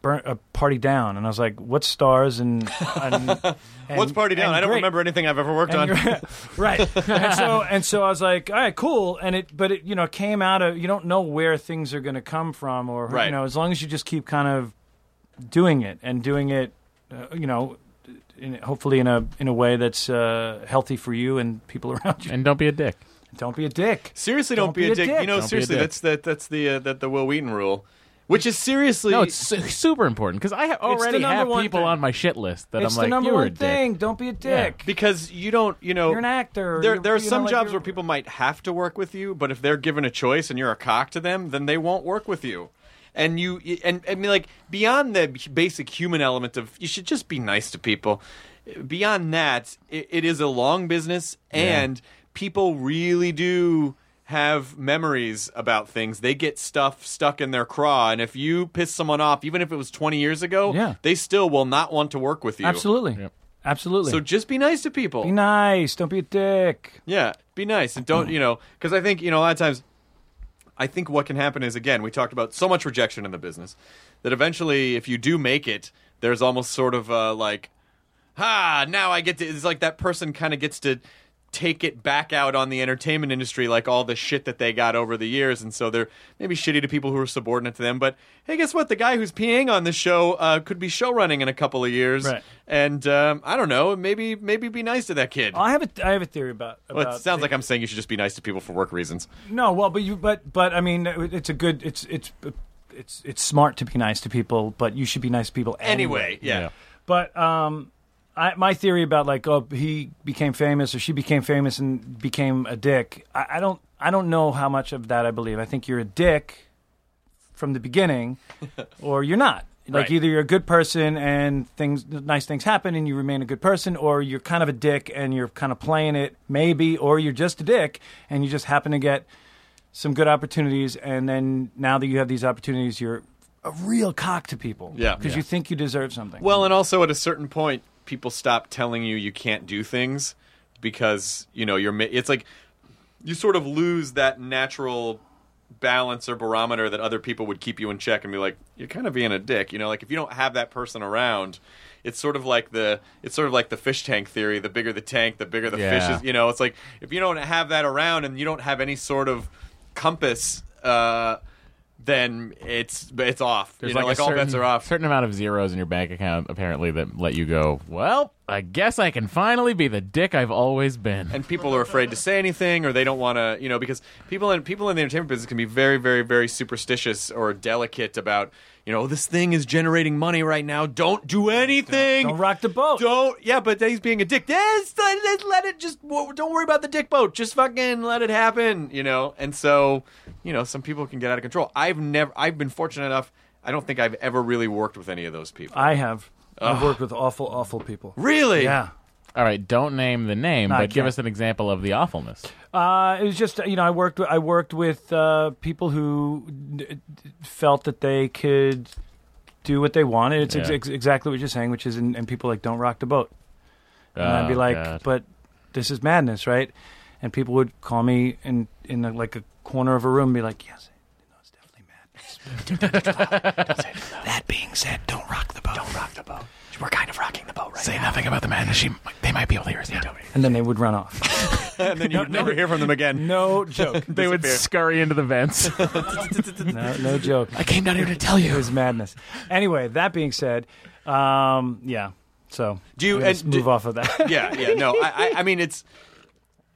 Speaker 7: burn, uh, Party Down," and I was like, "What's Stars?" And,
Speaker 1: <laughs>
Speaker 7: and, and-
Speaker 1: What's party down?
Speaker 7: and
Speaker 1: I don't
Speaker 7: great.
Speaker 1: remember anything I've ever worked on.
Speaker 7: And- <laughs> right. and so and so I was like, all right, cool. And it but it you know came out of you don't know where things are going to come from or
Speaker 1: Right.
Speaker 7: you know as long as you just keep kind of doing it and doing it uh, you know in, hopefully in a in a way that's uh, healthy for you and people <laughs> around you.
Speaker 2: And don't be a dick.
Speaker 7: Don't be a dick.
Speaker 1: Seriously, don't,
Speaker 7: Don't
Speaker 1: be, a dick. You know,
Speaker 2: Don't be a
Speaker 1: seriously,
Speaker 2: dick.
Speaker 1: that's that that's the uh, that the Will Wheaton rule, which is seriously
Speaker 2: No, it's su- super important because I ha- already
Speaker 7: number
Speaker 2: have
Speaker 7: one
Speaker 2: people
Speaker 7: thing.
Speaker 2: on my shit list that
Speaker 7: it's
Speaker 2: I'm like,
Speaker 7: the number
Speaker 2: you were a
Speaker 7: one thing. Don't be a dick.
Speaker 1: because you don't. You know,
Speaker 7: You're an actor.
Speaker 1: There,
Speaker 7: You-
Speaker 1: there are
Speaker 7: you know,
Speaker 1: some
Speaker 7: like,
Speaker 1: jobs
Speaker 7: you're-
Speaker 1: where people might have to work with you, but if they're given a choice and you're a cock to them, then they won't work with you. And you, and I mean, like beyond the basic human element of you should just be nice to people. Beyond that, it, it is a long business, and people really do have memories about things. They get stuff stuck in their craw, and if you piss someone off, even if it was twenty years ago,
Speaker 7: Yeah.
Speaker 1: they still will not want to work with you.
Speaker 7: Absolutely. Absolutely.
Speaker 1: So just be nice to people.
Speaker 7: be nice. Don't be a dick.
Speaker 1: Yeah, be nice and don't you know because I think you know a lot of times. I think what can happen is again we talked about so much rejection in the business that eventually if you do make it, there's almost sort of uh, like, ah, now I get to. It's like that person kind of gets to take it back out on the entertainment industry like all the shit that they got over the years and so they're maybe shitty to people who are subordinate to them but hey guess what the guy who's peeing on the show uh, could be show running in a couple of years
Speaker 7: Right.
Speaker 1: and um, i don't know maybe maybe be nice to that kid
Speaker 7: I have a I have a theory about. about
Speaker 1: well, it sounds like i'm saying you should just be nice to people for work reasons
Speaker 7: No, well, but you, but but I mean, it- it's a good, it's it's it's it's smart to be nice to people, but you should be nice to people anyway.
Speaker 1: anyway yeah,
Speaker 7: But um, I, my theory about like, oh, he became famous or she became famous and became a dick. I, I don't, I don't know how much of that I believe. I think you're a dick from
Speaker 1: <laughs>
Speaker 7: the beginning, or you're not. Like
Speaker 1: Right.
Speaker 7: either you're a good person and things, nice things happen, and you remain a good person, or you're kind of a dick and you're kind of playing it, maybe, or you're just a dick and you just happen to get some good opportunities, and then now that you have these opportunities, you're a real cock to people,
Speaker 1: Yeah.
Speaker 7: because you think you deserve something.
Speaker 1: Well, and also at a certain point, people stop telling you you can't do things because you know you're. ma- It's like you sort of lose that natural balance or barometer that other people would keep you in check and be like, you're kind of being a dick. You know, like if you don't have that person around. It's sort of like the it's sort of like the fish tank theory. The bigger the tank, the bigger the
Speaker 2: Yeah.
Speaker 1: fish is. You know, it's like if you don't have that around and you don't have any sort of compass, uh, then it's it's off.
Speaker 2: There's
Speaker 1: you know, like,
Speaker 2: a
Speaker 1: all
Speaker 2: certain,
Speaker 1: bets are off.
Speaker 2: Certain amount of zeros in your bank account apparently that let you go. Well, I guess I can finally be the dick I've always been.
Speaker 1: and people are afraid to say anything or they don't want to you know because people in people in the entertainment business can be very very very superstitious or delicate about you know this thing is generating money right now don't do anything
Speaker 7: Don't rock the boat.
Speaker 1: don't yeah but he's being a dick yes, let, let- let it just wo- don't worry about the dick boat just fucking let it happen you know and so you know some people can get out of control i've never i've been fortunate enough i don't think i've ever really worked with any of those people
Speaker 7: I have. I've worked with awful, awful people.
Speaker 1: really
Speaker 7: Yeah.
Speaker 2: All right, don't name the name,
Speaker 7: No, I
Speaker 2: but give
Speaker 7: can't.
Speaker 2: us an example of the awfulness.
Speaker 7: Uh, it was just you know I worked with, I worked with uh, people who n- felt that they could do what they wanted. It's ex-
Speaker 2: Yeah.
Speaker 7: ex- exactly what you're saying, which is and, and people like don't rock the boat. And I'd be
Speaker 2: Oh,
Speaker 7: like,
Speaker 2: God.
Speaker 7: but this is madness, right? And people would call me in in a, like a corner of a room, and be like, yes. no, it's definitely madness. <laughs> That being said, don't rock the boat. Don't rock the boat. We're kind of rocking the boat right Say nothing about the madness. She, they might be able to hear us. And then they would run
Speaker 1: <laughs>
Speaker 7: off.
Speaker 1: and then you would never hear from them again
Speaker 7: <laughs>
Speaker 1: <laughs>
Speaker 7: No joke.
Speaker 2: They would scurry into the
Speaker 7: <laughs>
Speaker 2: vents.
Speaker 7: No, no joke.
Speaker 2: I came down here to tell
Speaker 7: <laughs> It was madness. Anyway, that being said, um, yeah. So
Speaker 1: Do you-
Speaker 7: we're gonna
Speaker 1: and
Speaker 7: s-
Speaker 1: do-
Speaker 7: move off
Speaker 1: <laughs>
Speaker 7: of that?
Speaker 1: yeah, yeah. No, I, I, I mean, it's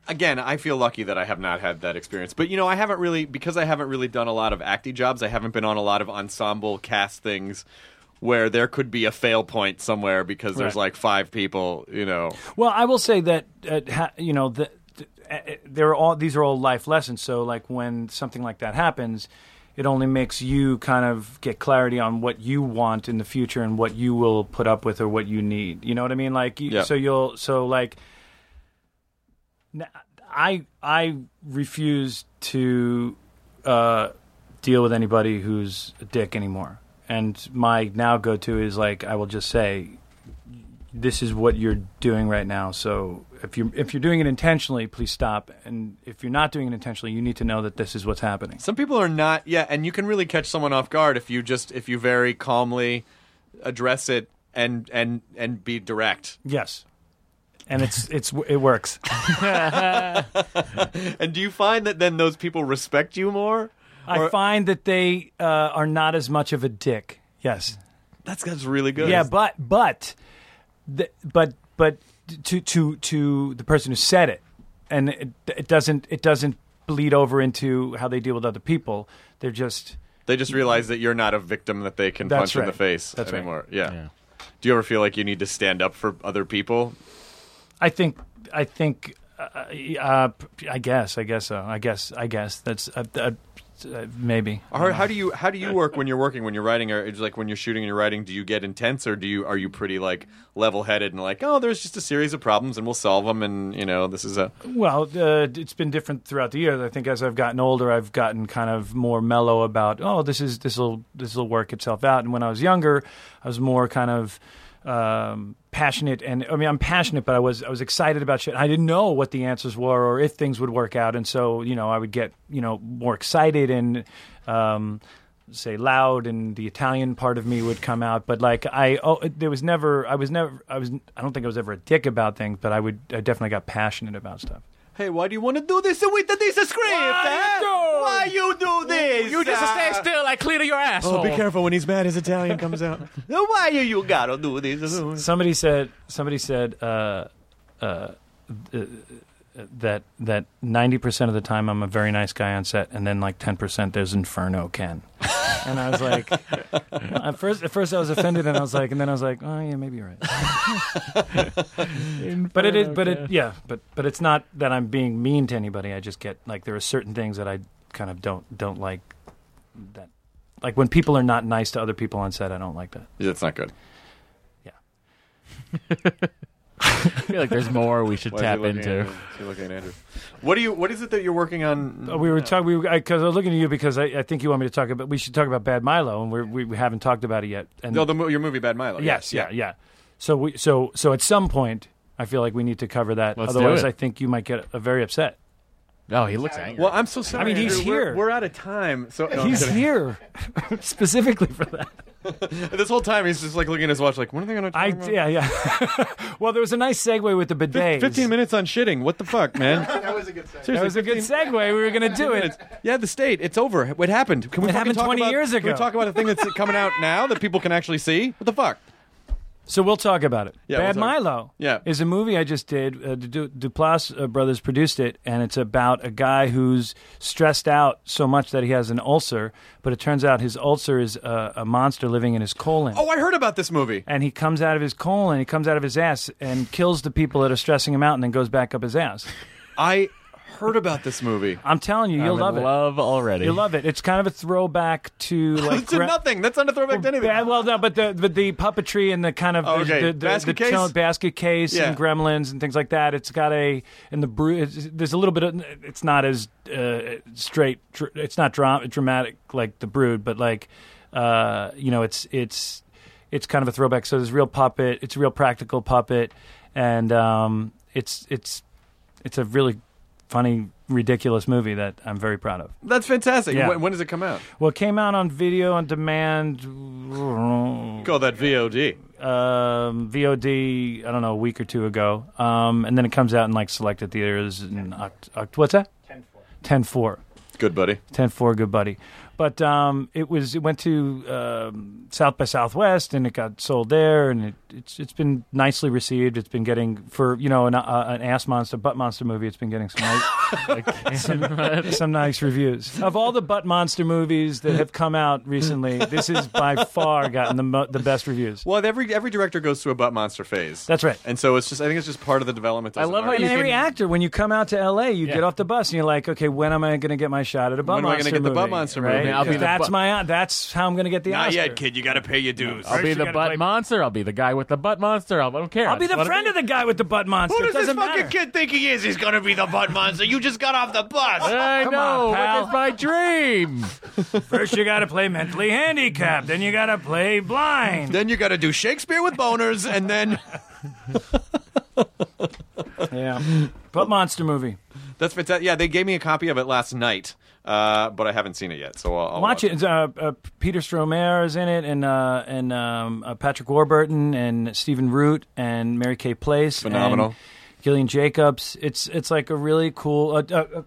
Speaker 1: again, I feel lucky that I have not had that experience. But you know, I haven't really because I haven't really done a lot of acting jobs. I haven't been on a lot of ensemble cast things where there could be a fail point somewhere because there's
Speaker 7: Right.
Speaker 1: like five people. You know,
Speaker 7: well, I will say that uh, ha- you know the, the, uh, uh, they're all these are all life lessons. So like when something like that happens, it only makes you kind of get clarity on what you want in the future and what you will put up with or what you need. You know what I mean? Like you,
Speaker 1: Yeah.
Speaker 7: so you'll so like n- I I refuse to uh, deal with anybody who's a dick anymore. And my now go to is like I will just say, this is what you're doing right now. So if you are if you're doing it intentionally, please stop. And if you're not doing it intentionally, you need to know that this is what's happening.
Speaker 1: some people are not. Yeah, and you can really catch someone off guard if you just if you very calmly address it and and and be direct.
Speaker 7: Yes. And it's it's it works.
Speaker 1: And do you find that then those people respect you more?
Speaker 7: <laughs> I
Speaker 1: Or-
Speaker 7: find that they uh, are not as much of a dick. Yes.
Speaker 1: That's that's really good.
Speaker 7: Yeah, but but the, but but to to to the person who said it, and it, it doesn't it doesn't bleed over into how they deal with other people. They're just
Speaker 1: They
Speaker 8: Mm-hmm.
Speaker 1: just realize that you're not a victim that they can
Speaker 7: That's
Speaker 1: punch in the
Speaker 7: right.
Speaker 1: face
Speaker 7: That's right.
Speaker 1: anymore. Yeah. Do you ever feel like you need to stand up for other people?
Speaker 7: I think I think uh, uh, I guess I guess so. I guess I guess that's uh, uh, uh, maybe.
Speaker 1: Or how do you how do you work when you're working when you're writing or it's like when you're shooting and you're writing? Do you get intense or do you are you pretty like level headed and like oh there's just a series of problems and we'll solve them and you know this is a
Speaker 7: Well, uh, it's been different throughout the years. I think as I've gotten older, I've gotten kind of more mellow about oh, this is this will this will work itself out. And when I was younger, I was more kind of um, passionate, and I mean, I'm passionate, but I was I was excited about shit. I didn't know what the answers were or if things would work out, and so you know, I would get you know more excited and. Um, say loud and the Italian part of me would come out. But like I, oh, there was never, I was never, I was, I don't think I was ever a dick about things, but I would, I definitely got passionate about stuff.
Speaker 8: Hey, why do you want to do this with this script? Why, why you do this?
Speaker 2: You just
Speaker 7: uh,
Speaker 2: stay still. I clear your asshole.
Speaker 8: Oh, be careful when he's mad. His Italian comes out. why you you gotta do this?
Speaker 7: Somebody said, somebody said, uh, uh, th- uh, that that ninety percent of the time I'm a very nice guy on set, and then like ten percent there's Inferno Ken, and I was like, <laughs> at first at first I was offended, and I was like, and then I was like, oh yeah, maybe you're right. but it is, but it yeah, but but it's not that I'm being mean to anybody. I just get like there are certain things that I kind of don't don't like that, like when people are not nice to other people on set. I don't like that.
Speaker 1: It's not good.
Speaker 2: I feel like there's more
Speaker 7: <laughs>
Speaker 2: we should
Speaker 1: Why is he
Speaker 2: tap
Speaker 1: looking
Speaker 2: into.
Speaker 1: at Andrew? Is he looking at Andrew? What do you? What is it that you're working on?
Speaker 7: Uh, We were talking. We because I was looking at you because I, I think you want me to talk about. We should talk about Bad Milo, and we're, we we haven't talked about it yet. And
Speaker 1: no, the, mo- your movie Bad Milo.
Speaker 7: yes, yeah, yeah. So we so so at some point, I feel like we need to cover that.
Speaker 2: Let's do
Speaker 7: Otherwise,
Speaker 2: it.
Speaker 7: I think you might get uh, very upset.
Speaker 2: No, Oh, he looks angry.
Speaker 1: Well, I'm so sorry.
Speaker 7: I mean, he's
Speaker 1: Andrew. We're-
Speaker 7: here.
Speaker 1: We're, out of time. So no, I'm
Speaker 7: He's
Speaker 1: kidding.
Speaker 7: here <laughs> specifically for that.
Speaker 1: This whole time, he's just like looking at his watch, like, when are they going to?
Speaker 7: I yeah yeah. <laughs> well, there was a nice segue with the bidet.
Speaker 8: Fifteen minutes on shitting. What the fuck, man? <laughs> that was a good. Seriously,
Speaker 7: That was a good
Speaker 8: 15
Speaker 7: segue. We were going to do it.
Speaker 8: Yeah, the state. It's over. What happened? Can we
Speaker 7: It
Speaker 8: fucking
Speaker 7: happened
Speaker 8: talk
Speaker 7: 20
Speaker 8: about-
Speaker 7: years
Speaker 8: Can
Speaker 7: ago.
Speaker 8: we talk about a thing
Speaker 7: <laughs>
Speaker 8: that's coming out now that people can actually see? What the fuck?
Speaker 7: So we'll talk about it.
Speaker 1: Yeah,
Speaker 7: Bad
Speaker 1: we'll talk-
Speaker 7: Milo
Speaker 1: Yeah.
Speaker 7: is a movie I just did. Uh, Du- Duplass uh, brothers produced it, and it's about a guy who's stressed out so much that he has an ulcer, but it turns out his ulcer is uh, a monster living in his colon.
Speaker 1: Oh, I heard about this movie.
Speaker 7: And he comes out of his colon, he comes out of his ass, and kills the people that are stressing him out, and then goes back up his ass.
Speaker 1: I heard about this movie.
Speaker 7: I'm telling you, you'll
Speaker 2: I'm
Speaker 7: love
Speaker 2: in
Speaker 7: it.
Speaker 2: love already.
Speaker 7: You'll love it. It's kind of a throwback to like
Speaker 1: <laughs> It's a
Speaker 7: gra-
Speaker 1: nothing. That's not a throwback to anything.
Speaker 7: Yeah, well, no, but the but the puppetry and the kind of
Speaker 1: Oh, okay.
Speaker 7: the, the, the,
Speaker 1: Basket
Speaker 7: the
Speaker 1: case?
Speaker 7: basket case and
Speaker 1: Yeah.
Speaker 7: gremlins and things like that. It's got a and the bru- it's, there's a little bit of it's not as uh, straight. dr- It's not dra- dramatic like the brood, but like uh, you know, it's it's it's kind of a throwback. So there's real puppet. It's a real practical puppet, and um, it's it's it's a really funny, ridiculous movie that I'm very proud of.
Speaker 1: That's fantastic.
Speaker 7: Yeah.
Speaker 1: When, when does it come out?
Speaker 7: Well, it came out on video on demand.
Speaker 1: Call that VOD.
Speaker 7: um, VOD, I don't know, a week or two ago. Um, and then it comes out in like selected theaters in oct- oct- what's that? 10 4.
Speaker 1: Good buddy.
Speaker 7: 10 4, good buddy. But um, it was it went to um, South by Southwest and it got sold there and it, it's it's been nicely received. It's been getting for you know an, uh, an ass monster butt monster movie. It's been getting some nice, some, some nice reviews. Of all the butt monster movies that have come out recently, this is by far gotten the mo- the best reviews.
Speaker 1: Well, every every director goes through a butt monster phase.
Speaker 7: That's right.
Speaker 1: And so it's just I think it's just part of the development.
Speaker 2: I love how
Speaker 7: And
Speaker 2: you
Speaker 7: every
Speaker 2: can-
Speaker 7: actor, when you come out to LA, you
Speaker 2: Yeah.
Speaker 7: get off the bus and you're like, okay, when am I going to get my shot at a butt
Speaker 1: When am I
Speaker 7: monster
Speaker 1: gonna get the
Speaker 7: movie?
Speaker 1: Butt Monster
Speaker 7: right?
Speaker 1: movie?
Speaker 2: I'll be the
Speaker 7: 'Cause that's
Speaker 2: butt-
Speaker 7: my that's how I'm going to get the
Speaker 1: Not
Speaker 7: Oscar.
Speaker 1: yet, kid. You got to pay your dues.
Speaker 2: I'll be the butt monster. I'll be the guy with the butt monster. I'll, I don't care.
Speaker 7: I'll be the friend of the guy with the butt monster.
Speaker 8: Who does
Speaker 7: it doesn't
Speaker 8: this fucking
Speaker 7: matter.
Speaker 8: kid think he is? He's gonna be the butt monster. You just got off the
Speaker 7: Uh,
Speaker 8: bus.
Speaker 2: I know.
Speaker 7: pal.
Speaker 2: What is my dream?
Speaker 7: First, you got to play mentally handicapped. Then you got to
Speaker 1: <laughs>
Speaker 7: play blind.
Speaker 8: then you gotta do Shakespeare with boners, and then
Speaker 7: yeah, butt monster movie.
Speaker 1: That's fantastic. Yeah, they gave me a copy of it last night, uh, but I haven't seen it yet. So I'll, I'll
Speaker 7: Watch it. It's, Uh, uh, Peter Stromare is in it, and uh, and um, uh, Patrick Warburton, and Stephen Root, and Mary Kay Place.
Speaker 1: Phenomenal.
Speaker 7: And Gillian Jacobs. It's it's like a really cool. Uh, uh, uh,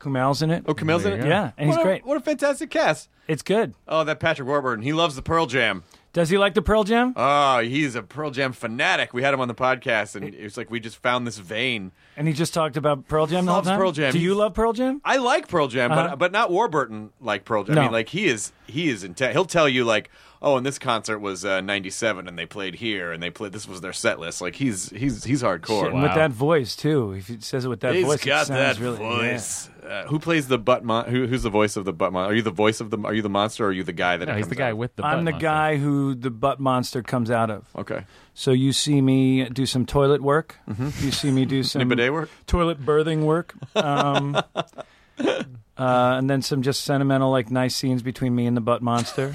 Speaker 7: Kumail's in it.
Speaker 1: Oh, Camille's in it.
Speaker 7: Yeah, and he's
Speaker 1: What a-
Speaker 7: great.
Speaker 1: What a fantastic cast.
Speaker 7: It's good.
Speaker 1: Oh, that Patrick Warburton. He loves the Pearl Jam.
Speaker 7: Does he like the Pearl Jam?
Speaker 1: Oh, he's a Pearl Jam fanatic. We had him on the podcast, and it was like we just found this vein.
Speaker 7: And he just talked about Pearl Jam the whole
Speaker 1: Loves
Speaker 7: time.
Speaker 1: Pearl Jam.
Speaker 7: Do you
Speaker 1: He's-
Speaker 7: love Pearl Jam?
Speaker 1: I like Pearl Jam,
Speaker 7: Uh-huh.
Speaker 1: but but not Warburton like Pearl Jam. I
Speaker 7: No.
Speaker 1: mean, like he is he is intense. He'll tell you like, oh, and this concert was uh, '97, and they played here, and they played. This was their set list. Like he's he's he's hardcore.
Speaker 7: And with that voice too. If he says it with that
Speaker 1: He's
Speaker 7: voice, it
Speaker 1: got
Speaker 7: sounds
Speaker 1: that
Speaker 7: really, yeah.
Speaker 1: voice. Uh, who plays the butt? Mon- who, who's the voice of the butt? Mon- are you the voice of the? Are you the monster? or Are you the guy that? it
Speaker 2: No, he's the
Speaker 1: comes
Speaker 2: guy
Speaker 1: out?
Speaker 2: with the. butt
Speaker 7: I'm the
Speaker 2: monster.
Speaker 7: guy who the butt monster comes out of.
Speaker 1: Okay.
Speaker 7: So you see me do some toilet work. You see
Speaker 1: <laughs>
Speaker 7: me do some
Speaker 1: Bidet Mm-hmm. work?
Speaker 7: toilet birthing work,
Speaker 1: <laughs>
Speaker 7: um, uh, and then some just sentimental, like nice scenes between me and the
Speaker 1: <laughs>
Speaker 7: butt monster.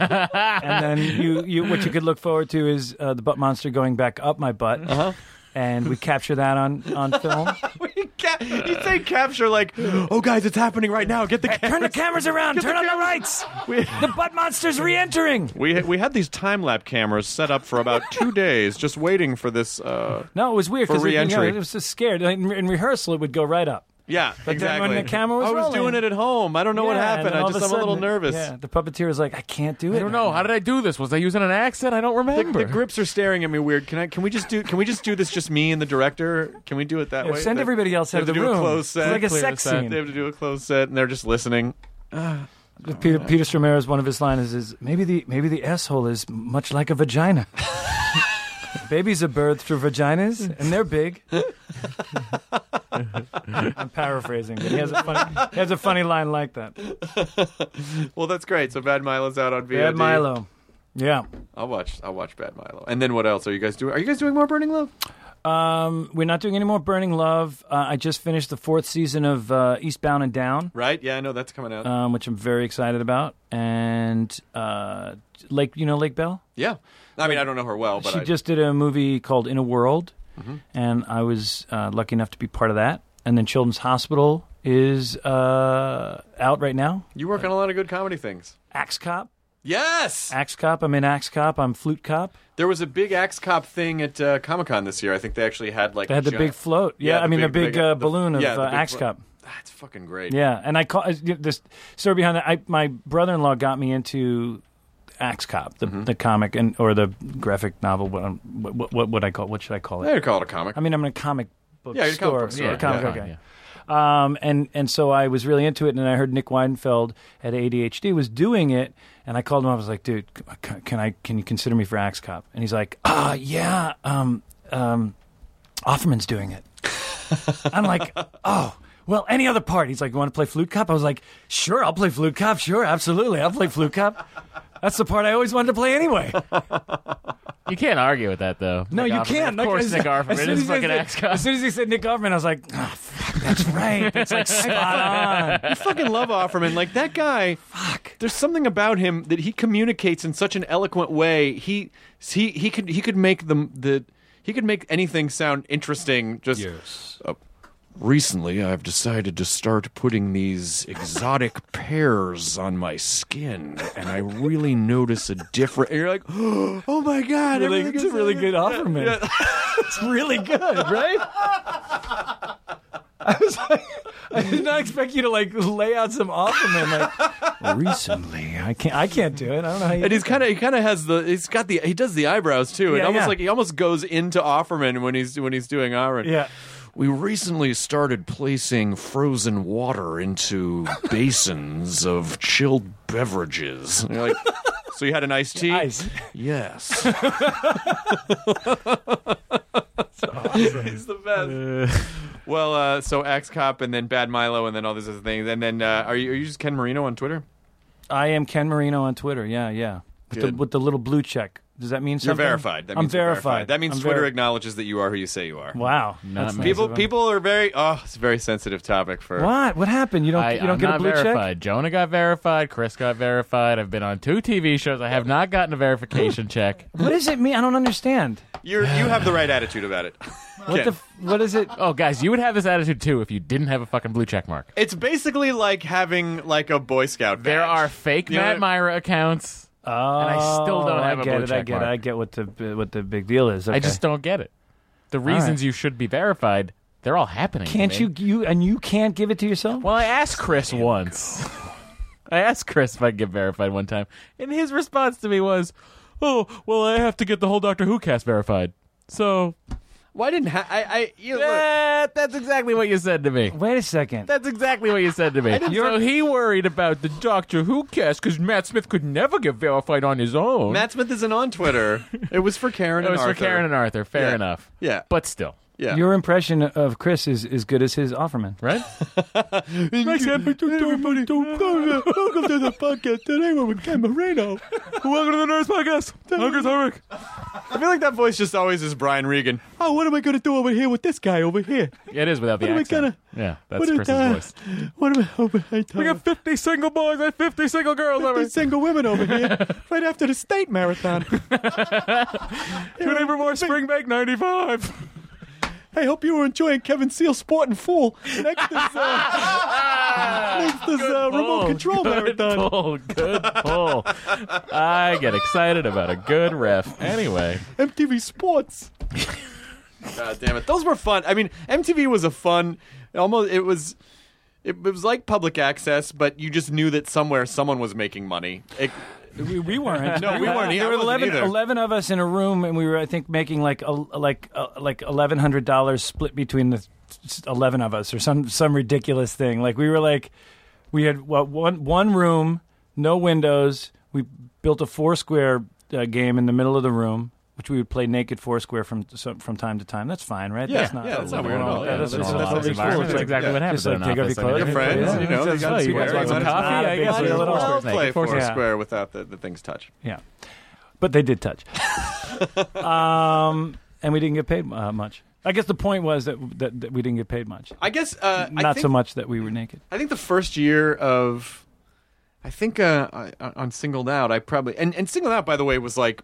Speaker 7: and then you, you, what you could look forward to is
Speaker 1: Uh-huh. <laughs>
Speaker 7: uh, the butt monster going back up my butt, and we capture that on on film.
Speaker 1: We ca- he'd say capture like, "Oh guys, it's happening right now. <laughs> Get the cameras.
Speaker 7: Turn the cameras around.
Speaker 1: Get
Speaker 7: Turn
Speaker 1: the
Speaker 7: on the
Speaker 1: cameras."
Speaker 7: lights. the butt monster's re-entering.
Speaker 1: We we had these time lap cameras set up for about two days, just waiting for this. Uh,
Speaker 7: No, it was weird
Speaker 1: for
Speaker 7: because you know,
Speaker 1: reentry.
Speaker 7: it was just scared. Like, in, in rehersal, it would go right up.
Speaker 1: yeah,
Speaker 7: But then
Speaker 1: exactly.
Speaker 7: when the camera was
Speaker 1: I was
Speaker 7: rolling-
Speaker 1: doing it at home. I don't know what
Speaker 7: Yeah, and
Speaker 1: happened.
Speaker 7: then
Speaker 1: I
Speaker 7: all of
Speaker 1: just I'm a
Speaker 7: sudden
Speaker 1: little
Speaker 7: it-
Speaker 1: nervous.
Speaker 7: Yeah, the puppeteer was like, I can't do it.
Speaker 2: I don't know. How did I do this? Was I using an accent? I don't remember.
Speaker 1: The grips are staring at me weird. Can I? Can we just do? Can we just do this? Just me and the director. Can we do it that
Speaker 7: Yeah,
Speaker 1: way?
Speaker 7: send
Speaker 1: They-
Speaker 7: everybody else
Speaker 1: they
Speaker 7: out of
Speaker 1: have to
Speaker 7: the
Speaker 1: do
Speaker 7: room.
Speaker 1: A closed
Speaker 7: It's
Speaker 1: set.
Speaker 7: like a Clear sex set. scene.
Speaker 1: They have to do a closed set, and they're just listening. Ah.
Speaker 7: Peter, Peter Stramer's one of his lines is, maybe the maybe the asshole is much like
Speaker 1: <laughs>
Speaker 7: a vagina. Babies are birthed through vaginas, and
Speaker 1: <laughs>
Speaker 7: they're big. I'm paraphrasing, but he has a funny he has a funny line like that.
Speaker 1: well, that's great. So Bad Milo's out on VOD.
Speaker 7: Bad Milo. Yeah.
Speaker 1: I'll watch. I'll watch Bad Milo. And then what else are you guys doing? Are you guys doing more Burning Love?
Speaker 7: Um, we're not doing any more Burning Love. Uh, I just finished the fourth season of uh, Eastbound and Down,
Speaker 1: Right? Yeah, I know that's coming out.
Speaker 7: um, which I'm very excited about. And uh, Lake, you know Lake Bell.
Speaker 1: yeah. I mean, I don't know her well, Oh, but
Speaker 7: uh, she
Speaker 1: I, Mm-hmm.
Speaker 7: just did a movie called In a World, and I was uh, lucky enough to be part of that. And then Children's Hospital is uh, out right now.
Speaker 1: you work on a lot of good comedy things.
Speaker 7: Axe Cop,
Speaker 1: Yes.
Speaker 7: Axe Cop. I'm in Axe Cop. I'm Flute Cop.
Speaker 1: There was a big Axe Cop thing at uh, Comic Con this year. I think they actually had like
Speaker 7: They had the
Speaker 1: giant-
Speaker 7: big float. Yeah, I mean the big, uh, balloon of
Speaker 1: yeah, the
Speaker 7: uh,
Speaker 1: big
Speaker 7: Axe
Speaker 1: flo-
Speaker 7: Cop.
Speaker 1: That's Ah, fucking great.
Speaker 7: Yeah, and I call I- this story behind that. I, my brother-in-law got me into Axe Cop, the, the comic and or the graphic novel. What, I'm- what what what would I call? What should I call it?
Speaker 1: They call it a comic.
Speaker 7: I mean, I'm in a comic book
Speaker 1: Yeah, you're a comic
Speaker 7: store.
Speaker 1: book store.
Speaker 7: Yeah, comic
Speaker 1: Yeah.
Speaker 7: book guy. Um, and and so I was really into it, and I heard Nick Weidenfeld at ADHD was doing it, and I called him. up. I was like, "Dude, c- can I can you consider me for Axe Cop?" And he's like, "Ah, yeah, um, um, Offerman's doing it." <laughs> I'm like, "Oh, well, any other part?" He's like, "You want to play Flute Cop?" I was like, "Sure, I'll play Flute Cop. Sure, absolutely, I'll play Flute Cop." That's the part I always wanted to play anyway.
Speaker 2: You can't argue with that though.
Speaker 7: No,
Speaker 2: Nick
Speaker 7: you
Speaker 2: Offerman.
Speaker 7: can't.
Speaker 2: Of
Speaker 7: Like,
Speaker 2: course,
Speaker 7: as-
Speaker 2: Nick Offerman
Speaker 7: <laughs> as soon
Speaker 2: is
Speaker 7: as he
Speaker 2: fucking
Speaker 7: said-
Speaker 2: Axe Cop.
Speaker 7: As soon as he said Nick Offerman, I was like, "Ah, fuck, <laughs> that's right. It's like spot on.
Speaker 1: I fucking love Offerman. Like that
Speaker 7: <laughs>
Speaker 1: guy. Fuck. There's something about him that he communicates in such an eloquent way. He he he could he could make them the he could make anything sound interesting. Just Uh, recently, I've decided to start putting these exotic pears on my skin, and I really notice a different. And you're like, <gasps> oh my god,
Speaker 7: Really,
Speaker 1: everything
Speaker 7: it's a
Speaker 1: is-
Speaker 7: really good Offerman. <laughs> It's really good, right? I was like, I did not expect you to like lay out some Offerman. Like <laughs> recently, I can't. I can't do it. I don't know how you.
Speaker 1: And he's kind of he kind of has the he's got the he does the eyebrows too. It
Speaker 7: Yeah,
Speaker 1: almost
Speaker 7: yeah.
Speaker 1: like he almost goes into Offerman when he's when he's doing Offerman.
Speaker 7: <laughs> Yeah.
Speaker 1: We recently started placing frozen water into
Speaker 7: <laughs>
Speaker 1: basins of chilled beverages. And
Speaker 7: <laughs>
Speaker 1: you're like, so you had an iced tea?
Speaker 7: Ice. <laughs>
Speaker 1: Yes. <laughs> He's the best. well, uh, so Axe Cop and then Bad Milo and then all these other things. And then uh, are, you, are you just Ken Marino on Twitter?
Speaker 7: I am Ken Marino on Twitter. Yeah, yeah. With the,
Speaker 1: Good.
Speaker 7: with the little blue check. Does that mean
Speaker 1: You're
Speaker 7: something?
Speaker 1: verified. That
Speaker 7: I'm
Speaker 1: means you're
Speaker 7: verified.
Speaker 1: That means
Speaker 7: I'm
Speaker 1: Twitter
Speaker 7: veri-
Speaker 1: acknowledges that you are who you say you are.
Speaker 7: wow.
Speaker 2: Not
Speaker 7: That's
Speaker 2: me.
Speaker 7: nice
Speaker 1: People,
Speaker 7: of him.
Speaker 1: people are very. Oh, it's a very sensitive topic for.
Speaker 7: What? What happened? You don't.
Speaker 2: I,
Speaker 7: you don't
Speaker 2: I'm
Speaker 7: get
Speaker 2: not
Speaker 7: a blue check.
Speaker 2: verified. Jonah got verified. Chris got verified. I've been on two TV shows. I have not gotten a
Speaker 7: <laughs>
Speaker 2: verification check.
Speaker 7: What does it mean? I don't understand.
Speaker 1: You're, you have the right attitude about <laughs> it.
Speaker 7: What the? f- What
Speaker 2: <laughs>
Speaker 7: is it?
Speaker 2: Oh, guys, you would have this attitude too if you didn't have a fucking blue check mark.
Speaker 1: It's basically like having like a Boy Scout.
Speaker 2: There
Speaker 1: badge.
Speaker 2: are fake
Speaker 1: You know
Speaker 2: Matt
Speaker 1: what-
Speaker 2: Myra accounts.
Speaker 7: Oh,
Speaker 2: I still don't have
Speaker 7: I
Speaker 2: a
Speaker 7: get
Speaker 2: blue
Speaker 7: it. I
Speaker 2: check
Speaker 7: get it.
Speaker 2: mark.
Speaker 7: I get what the what the big deal is.
Speaker 2: I
Speaker 7: Okay.
Speaker 2: just don't get it. The
Speaker 7: right.
Speaker 2: reasons you should be verified, they're all happening. to
Speaker 7: can't
Speaker 2: me.
Speaker 7: you you and you can't give it to yourself.
Speaker 2: Well, I asked Chris once. <laughs> I asked Chris if I could get verified one time, and his response to me was, "Oh, well, I have to get the whole Doctor Who cast verified." So
Speaker 1: Why didn't ha- I? I you look,
Speaker 2: that, that's exactly what you said to me.
Speaker 7: Wait a second.
Speaker 2: That's exactly what you said to me. So he worried about the Doctor Who cast because Matt Smith could never get verified on his own.
Speaker 1: Matt Smith isn't on <laughs> Twitter. it was for Karen.
Speaker 2: it
Speaker 1: and
Speaker 2: was
Speaker 1: Arthur.
Speaker 2: for Karen and Arthur. Fair
Speaker 1: Yeah.
Speaker 2: enough.
Speaker 1: Yeah.
Speaker 2: but still,
Speaker 1: Yeah.
Speaker 7: Your impression of Chris is as good as his Offerman.
Speaker 1: <laughs>
Speaker 2: right?
Speaker 1: everybody. <laughs> Welcome to the podcast today. We're with Ken <laughs> Marino.
Speaker 2: <laughs> Welcome to the Nurse Podcast. Uncle Tarek.
Speaker 1: I feel like that voice just always is Brian Regan. Oh, what am I going to do over here with this guy over here?
Speaker 2: It is without the
Speaker 1: What am I
Speaker 2: accent.
Speaker 1: gonna-
Speaker 2: yeah, that's
Speaker 1: what am
Speaker 2: Chris's
Speaker 1: I-
Speaker 2: voice.
Speaker 1: What am I over here?
Speaker 2: We got 50 single boys and 50 single girls over
Speaker 1: These single women over <laughs> here right after the state marathon.
Speaker 2: Two for more Spring Break 95.
Speaker 8: I hope you were enjoying Kevin Seal Sport and Fool. Next is,
Speaker 1: <laughs>
Speaker 8: uh, next is uh, remote control
Speaker 2: Oh, good
Speaker 8: marathon.
Speaker 2: pull, good pull. I get excited about a good ref. Anyway,
Speaker 8: MTV Sports.
Speaker 1: God damn it. Those were fun. I mean, MTV was a fun almost it was it, it was like public access, but you just knew that somewhere someone was making money. It,
Speaker 7: we, we weren't.
Speaker 1: No, we weren't.
Speaker 7: There were 11, 11 of us in a room, and we were, I think, making like a, like uh like eleven hundred dollars split between the s- eleven of us, or some some ridiculous thing. Like we were like, we had well, one one room, no windows. We built a four square uh, game in the middle of the room. Which we would play naked foursquare from some- from time to time. That's fine, right?
Speaker 1: Yeah,
Speaker 7: that's not,
Speaker 1: yeah, that's not weird at all.
Speaker 7: Yeah, that's,
Speaker 1: Yeah, that's-
Speaker 7: that's-
Speaker 1: that's
Speaker 7: that's-
Speaker 1: exactly
Speaker 7: that's-
Speaker 1: what
Speaker 7: that's-
Speaker 1: happens in an
Speaker 7: Just like
Speaker 1: office.
Speaker 7: take off your
Speaker 1: I mean,
Speaker 7: clothes.
Speaker 1: your friends, you know,
Speaker 7: That's
Speaker 1: you gotta
Speaker 7: fine.
Speaker 1: speak up.
Speaker 7: guys want oh, some
Speaker 1: It's not
Speaker 7: coffee?
Speaker 1: a
Speaker 7: I
Speaker 1: big
Speaker 7: guess
Speaker 1: deal.
Speaker 7: we'll
Speaker 1: We'll
Speaker 7: all
Speaker 1: all
Speaker 7: play
Speaker 1: play
Speaker 7: foursquare.
Speaker 1: Foursquare without the, the things touch.
Speaker 7: Yeah, but they did touch, <laughs> um, and we didn't get paid uh, much. I guess the point was that that, that we didn't get paid much.
Speaker 1: I guess uh, I
Speaker 7: Not so
Speaker 1: think-
Speaker 7: much that we were naked.
Speaker 1: I think the first year of, I think uh, I, on Singled Out, I probably and, and Singled Out by the way was like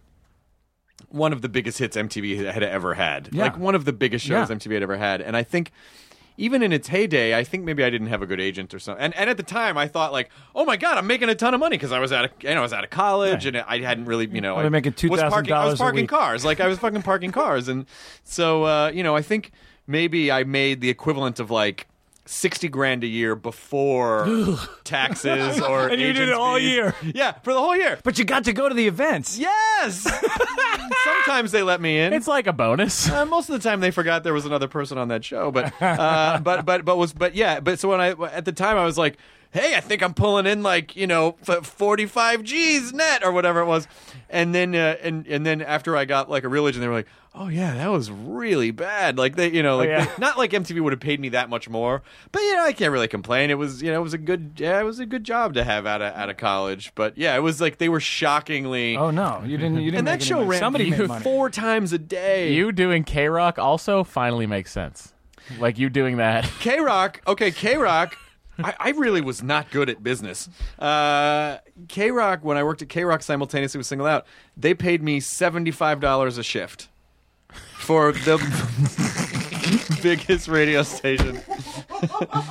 Speaker 1: one of the biggest hits MTV had ever had.
Speaker 7: Yeah.
Speaker 1: Like one of the biggest shows
Speaker 7: Yeah.
Speaker 1: MTV had ever had, and I think. Even in its heyday, I think maybe I didn't have a good agent or something. And, and at the time, I thought like, "Oh my god, I'm making a ton of money because I was out of you know I was out of college and I hadn't really you know
Speaker 7: I was making
Speaker 1: was parking- I
Speaker 7: $2,000
Speaker 1: was
Speaker 7: a
Speaker 1: parking
Speaker 7: week.
Speaker 1: cars like I was fucking parking cars and so uh, you know I think maybe I made the equivalent of like sixty grand a year
Speaker 7: <gasps>
Speaker 1: before taxes or
Speaker 7: <laughs> And you did it
Speaker 1: agents'
Speaker 7: all
Speaker 1: fees.
Speaker 7: year.
Speaker 1: Yeah, for the whole year.
Speaker 7: But you got to go to the events.
Speaker 1: Yes. <laughs> Sometimes they let me in.
Speaker 2: it's like a bonus.
Speaker 1: Uh, most of the time, they forgot there was another person on that show. But
Speaker 7: <laughs>
Speaker 1: uh, but but but was but yeah. But so when I at the time I was like, hey, I think I'm pulling in like you know f- 45 G's net or whatever it was. And then uh, and and then after I got like a real agent, they were like, oh yeah, that was really bad. Like they you know like
Speaker 7: Oh, yeah.
Speaker 1: they- not like MTV would have paid me that much more. But you know I can't really complain. It was you know it was a good yeah, it was a good job to have out of out of college. But yeah, it was like they were shockingly.
Speaker 7: <laughs> Oh no, you didn't. You didn't.
Speaker 1: and
Speaker 7: make
Speaker 1: that
Speaker 7: any
Speaker 1: show
Speaker 7: money.
Speaker 1: ran
Speaker 7: Somebody made
Speaker 1: <laughs>
Speaker 7: money.
Speaker 1: four times a day.
Speaker 2: You doing K Rock also finally makes sense. Like you doing that.
Speaker 1: K Rock. Okay, K Rock. I, I really was not good at business. Uh, K Rock, when I worked at K Rock simultaneously with Single Out, they paid me $75 a shift for the <laughs> biggest radio station.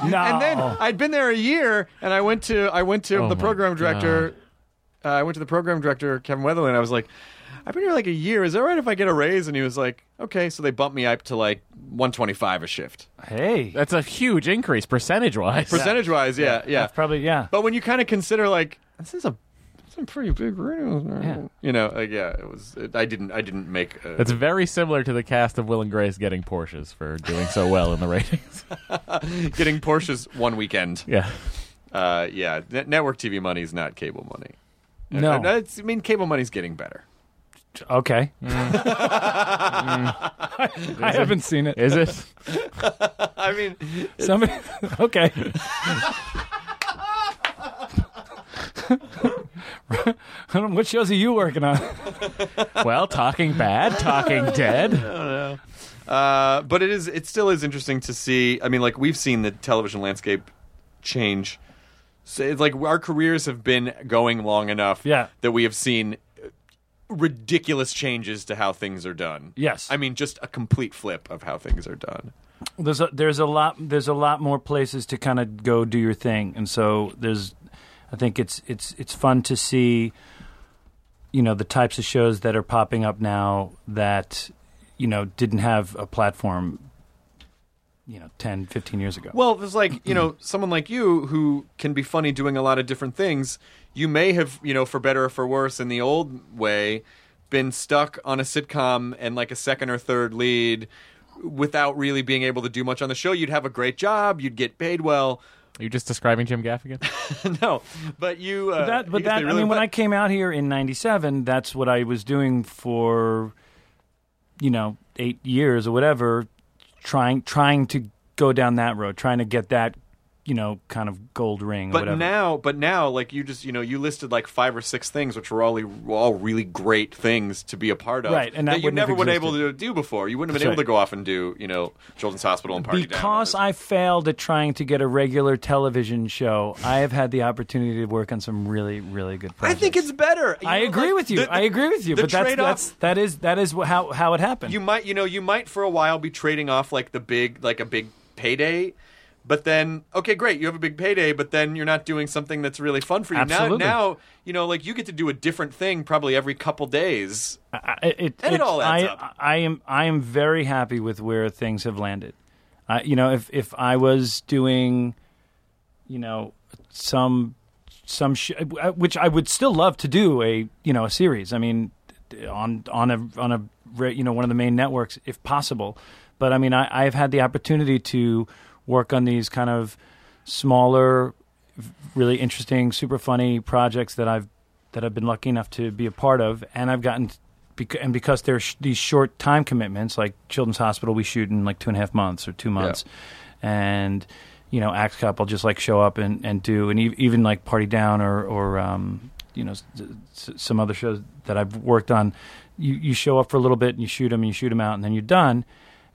Speaker 7: No.
Speaker 1: And then I'd been there a year, and I went to I went to
Speaker 2: Oh
Speaker 1: the
Speaker 2: my
Speaker 1: program director. Uh, I went to the program director Kevin Weatherly, and I was like, "I've been here like a year. Is that right if I get a raise?" And he was like, "Okay." So they bumped me up to like 125 a shift,
Speaker 7: hey,
Speaker 2: That's a huge increase percentage wise.
Speaker 1: percentage wise. Yeah, yeah.
Speaker 7: that's probably yeah.
Speaker 1: But when you kind of consider like this is a it's a pretty big radio,
Speaker 7: Yeah.
Speaker 1: you know, like yeah, it was. It, I didn't I didn't make. uh, A,
Speaker 2: That's very similar to the cast of Will and Grace getting Porsches for doing so well in the ratings. <laughs>
Speaker 1: getting Porsches one <laughs> weekend.
Speaker 2: yeah.
Speaker 1: Uh, yeah, net- network TV money is not cable money.
Speaker 7: No.
Speaker 1: Uh, it's, I mean cable money's getting better. <laughs>
Speaker 7: Okay. Mm. <laughs> I haven't seen it.
Speaker 2: Is it?
Speaker 1: I mean,
Speaker 7: Somebody.
Speaker 1: <laughs>
Speaker 7: Okay. <laughs> I don't know, what shows are you working on?
Speaker 2: Well, talking bad, talking dead.
Speaker 1: uh, but it is it still is interesting to see. I mean, like we've seen the television landscape change. So it's like our careers have been going long enough
Speaker 7: Yeah.
Speaker 1: that we have seen uh, ridiculous changes to how things are done.
Speaker 7: Yes.
Speaker 1: I mean, just a complete flip of how things are done.
Speaker 7: there's a, there's a lot there's a lot more places to kind of go do your thing, and so there's I think it's it's it's fun to see you know the types of shows that are popping up now that you know didn't have a platform you know 10 15 years ago.
Speaker 1: Well, there's like, you know, <clears throat> someone like you who can be funny doing a lot of different things. You may have, you know, for better or for worse in the old way, been stuck on a sitcom and like a second or third lead without really being able to do much on the show. You'd have a great job, you'd get paid well. <laughs>
Speaker 2: Are you just describing Jim Gaffigan?
Speaker 1: no, but you. Uh,
Speaker 7: But that, but
Speaker 1: because
Speaker 7: that
Speaker 1: they
Speaker 7: I
Speaker 1: really-
Speaker 7: mean, when
Speaker 1: but-
Speaker 7: I came out here in '97, that's what I was doing for, you know, eight years or whatever, trying trying to go down that road, trying to get that you know, kind of gold ring or
Speaker 1: but
Speaker 7: whatever.
Speaker 1: now but now like you just you know you listed like five or six things which were all e, all really great things to be a part of
Speaker 7: Right, and that
Speaker 1: you
Speaker 7: wouldn't have
Speaker 1: never been able to
Speaker 7: existed.
Speaker 1: do before you wouldn't have been
Speaker 7: That's
Speaker 1: able to go off and do you know children's hospital and party down
Speaker 7: because I failed at trying to get a regular television show, I have had the opportunity to work on some really, really good
Speaker 1: i
Speaker 7: projects.
Speaker 1: think it's better
Speaker 7: I agree with you. I agree with you.
Speaker 1: the
Speaker 7: But that's,
Speaker 1: trade-off-
Speaker 7: that's that is that is wh- how how it happened.
Speaker 1: you might you know you might for a while be trading off like the big like a big payday but then okay great you have a big payday but then you're not doing something that's really fun for you
Speaker 7: Absolutely.
Speaker 1: now now you know like you get to do a different thing probably every couple days
Speaker 7: I, it,
Speaker 1: and it, all adds
Speaker 7: I,
Speaker 1: up
Speaker 7: I am I am very happy with where things have landed. I, you know, if if I was doing, you know, some some sh- uh, which I would still love to do a you know a series. I mean, on on a on a re- you know one of the main networks if possible. But I mean, I I've had the opportunity to work on these kind of smaller, really interesting, super funny projects that I've that I've been lucky enough to be a part of, and I've gotten bec- and because there's sh- these short time commitments, like Children's Hospital, we shoot in like two and a half months or two months, and you know, Axe Cop, I'll just like show up and, and do, and e- even like Party Down or or um, you know s- s- some other shows that I've worked on, you you show up for a little bit and you shoot them and you shoot them out and then you're done.